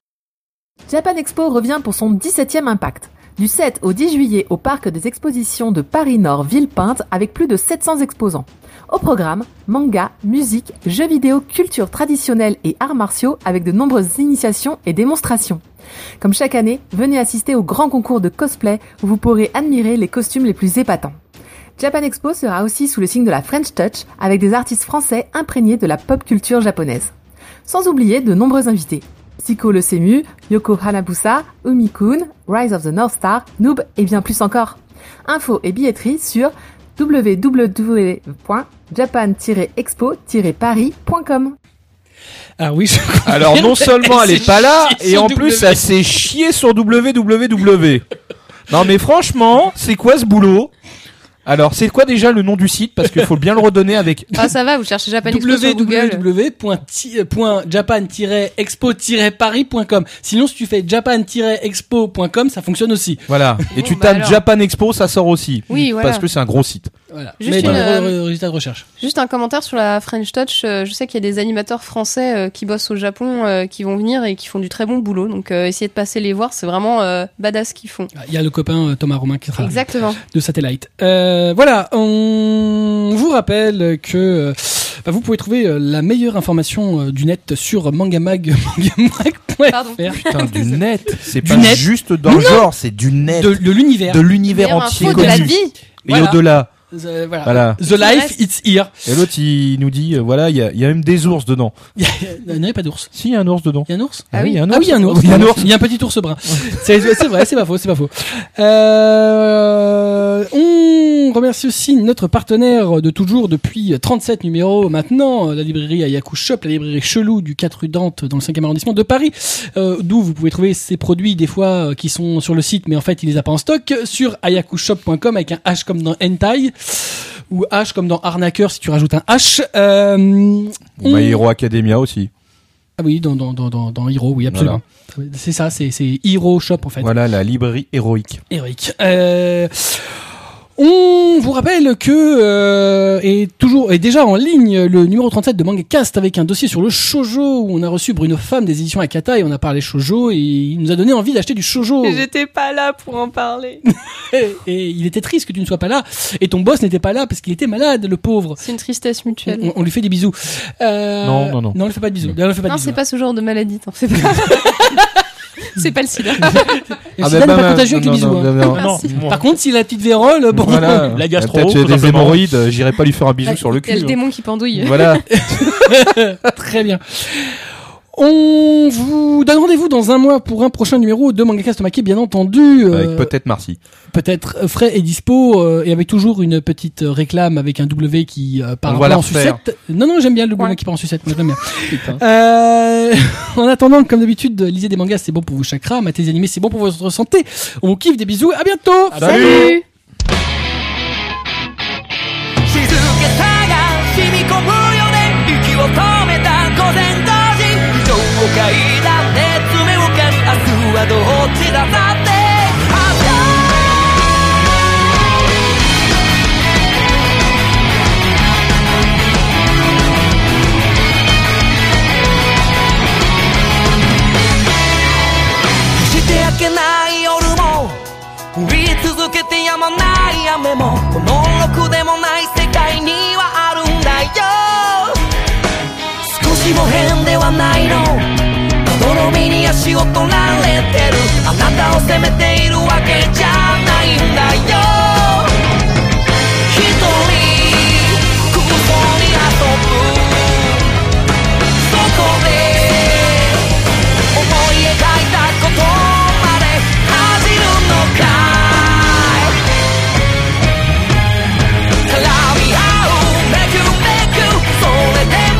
S6: Japan Expo revient pour son 17e impact. du 7 au 10 juillet au parc des expositions de Paris-Nord Villepinte avec plus de 700 exposants. Au programme, manga, musique, jeux vidéo, culture traditionnelle et arts martiaux avec de nombreuses initiations et démonstrations. Comme chaque année, venez assister au grand concours de cosplay où vous pourrez admirer les costumes les plus épatants. Japan Expo sera aussi sous le signe de la French Touch avec des artistes français imprégnés de la pop culture japonaise. Sans oublier de nombreux invités. Psycho le Semu, Yoko Hanabusa, Umi-kun, Rise of the North Star, Noob et bien plus encore. Infos et billetterie sur www.japan-expo-paris.com.
S1: Ah oui, je-
S3: Alors non seulement elle
S1: Elle
S3: est
S1: s'est
S3: pas là,
S1: chiée
S3: et
S1: sur
S3: en
S1: W.
S3: plus elle s'est chiée sur www. non mais franchement, c'est quoi ce boulot Alors c'est quoi déjà le nom du site Parce qu'il faut bien le redonner avec...
S2: Ah, ça va, vous cherchez Japan Expo sur Google.
S1: www.japan-expo-paris.com. Sinon, si tu fais japan-expo.com, ça fonctionne aussi.
S3: Voilà. Et
S2: Bon,
S3: tu
S2: bah
S3: tapes
S2: alors.
S3: Japan Expo, ça sort aussi.
S2: Oui, voilà.
S3: Parce que c'est un gros site.
S1: Voilà.
S2: Juste
S1: Mais dans
S2: une,
S1: le
S2: euh,
S1: re- résultat de recherche.
S2: Juste un commentaire sur la French Touch. euh, Je sais qu'il y a des animateurs français euh, qui bossent au Japon, euh, qui vont venir et qui font du très bon boulot. Donc euh, essayez de passer les voir, c'est vraiment euh, badass ce qu'ils font.
S1: Ah, Il y a le copain euh, Thomas Romain qui
S3: Ah.
S1: travaille.
S2: Exactement.
S1: de satellite. Euh, voilà, on vous rappelle que euh, bah, vous pouvez trouver euh, la meilleure information euh, du net sur mangamag, mangamag.fr,
S2: Pardon.
S3: Putain, du net. C'est
S1: Du
S3: pas
S1: net.
S3: juste dans le genre, c'est du net.
S1: de, de l'univers.
S3: De l'univers
S2: Meilleure
S3: entier.
S2: info de la
S3: connu.
S2: vie.
S3: Et
S1: Voilà.
S3: au-delà.
S1: Euh, voilà.
S3: Voilà.
S1: The life,
S2: reste.
S1: it's here.
S3: Et l'autre, il nous dit, euh, voilà, il y, a- il y a même des ours dedans.
S1: Il y a- Euh, il n'y a pas d'ours.
S3: Si, il y a un ours dedans.
S1: Il y a un ours
S3: Ah oui, il y a un
S1: Ah oui, il y a un ours.
S3: Il y a un ours.
S1: Il y a un petit ours brun. C'est c'est vrai, c'est pas faux, c'est pas faux. Euh, on remercie aussi notre partenaire de toujours depuis 37 numéros maintenant, la librairie Ayaku Shop, la librairie Chelou du 4 rue Dante dans le 5e arrondissement de Paris, euh, d'où vous pouvez trouver ces produits des fois euh, qui sont sur le site mais en fait il les a pas en stock, sur ayakushop.com avec un H comme dans Hentai ou H comme dans Arnaqueur si tu rajoutes un H. Euh,
S3: Ou My Hero Academia aussi.
S1: ah oui, dans, dans, dans, dans, dans Hero, oui, absolument. C'est ça, c'est c'est Hero Shop en fait.
S3: Voilà, la librairie héroïque.
S1: Eric. Euh, on vous rappelle que euh, est toujours est déjà en ligne le numéro 37 de Mangacast avec un dossier sur le shojo où on a reçu Bruno Femme des éditions Akata et on a parlé shojo et il nous a donné envie d'acheter du shojo
S7: Et J'étais pas là pour en parler.
S1: et, et il était triste que tu ne sois pas là et ton boss n'était pas là parce qu'il était malade le pauvre.
S2: C'est une tristesse mutuelle.
S1: On, on lui fait des bisous. Euh,
S3: Non, non, non.
S1: Non, on lui fait pas de bisous. Non, on lui fait pas de
S2: non,
S1: bisous.
S2: c'est pas ce genre de maladie, t'en fais pas. c'est pas le sida.
S3: Ah,
S1: Le sida
S3: ben,
S1: n'est pas contagieux avec les bisous. hein.
S4: Ah non, bon.
S1: Par contre, s'il a la petite vérole, bon.
S3: Voilà.
S4: La gastro,
S3: Peut-être
S4: tout
S3: des
S4: simplement.
S3: hémorroïdes, euh, j'irai pas lui faire un bisou sur le
S2: Il y a
S3: cul.
S2: le
S3: hein.
S2: démon qui pendouille.
S3: Voilà.
S1: Très bien. On vous donne rendez-vous dans un mois pour un prochain numéro de Mangaka Stomaki, bien entendu. euh,
S3: Avec peut-être Marcy.
S1: peut-être frais et dispo, euh, et avec toujours une petite euh, réclame avec un W qui euh, part
S3: On
S1: un
S3: va
S1: peu
S3: la
S1: en
S3: refaire.
S1: sucette. Non, non, j'aime bien le W qui part en sucette. Moi, j'aime bien. Euh, en attendant, comme d'habitude, lisez des mangas, c'est bon pour vos chakras. Matez des animés, c'est bon pour votre santé. On vous kiffe, des bisous, à bientôt
S2: Salut
S7: 「静けさが染み込むよね」「息を止めた午前同時」「情を嗅いだ熱目を借り」「明日はどっちだだって」「明日」「してあけない夜も」降り続けてやまない雨もこのろくでもない世界にはあるんだよ少しも変ではないのまどろみに足を取られてるあなたを責めているわけじゃないんだよ一人空想に遊ぶそこで思い描いたことまで恥じるのかい絡み合うめくめくそれで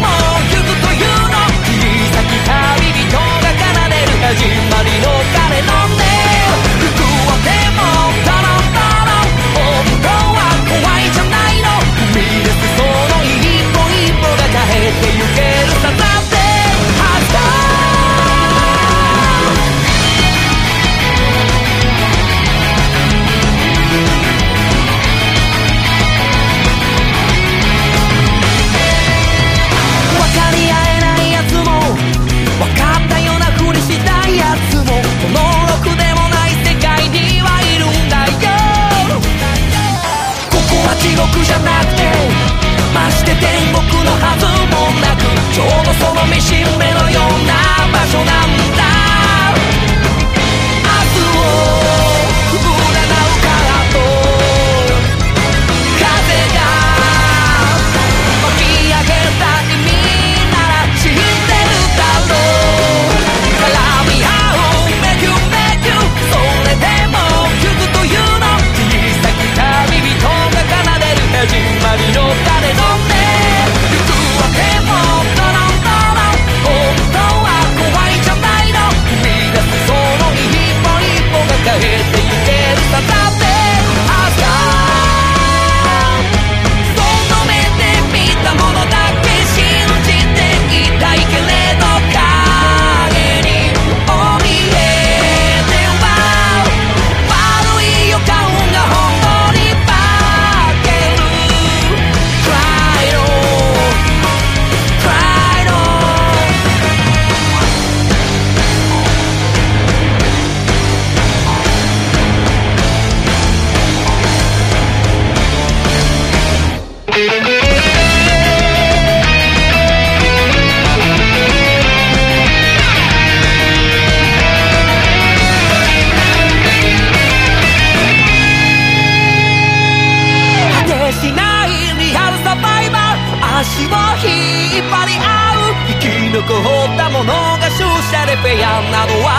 S7: もゆくというの小さき旅人が奏でる始まりの鐘の音服はでもなどは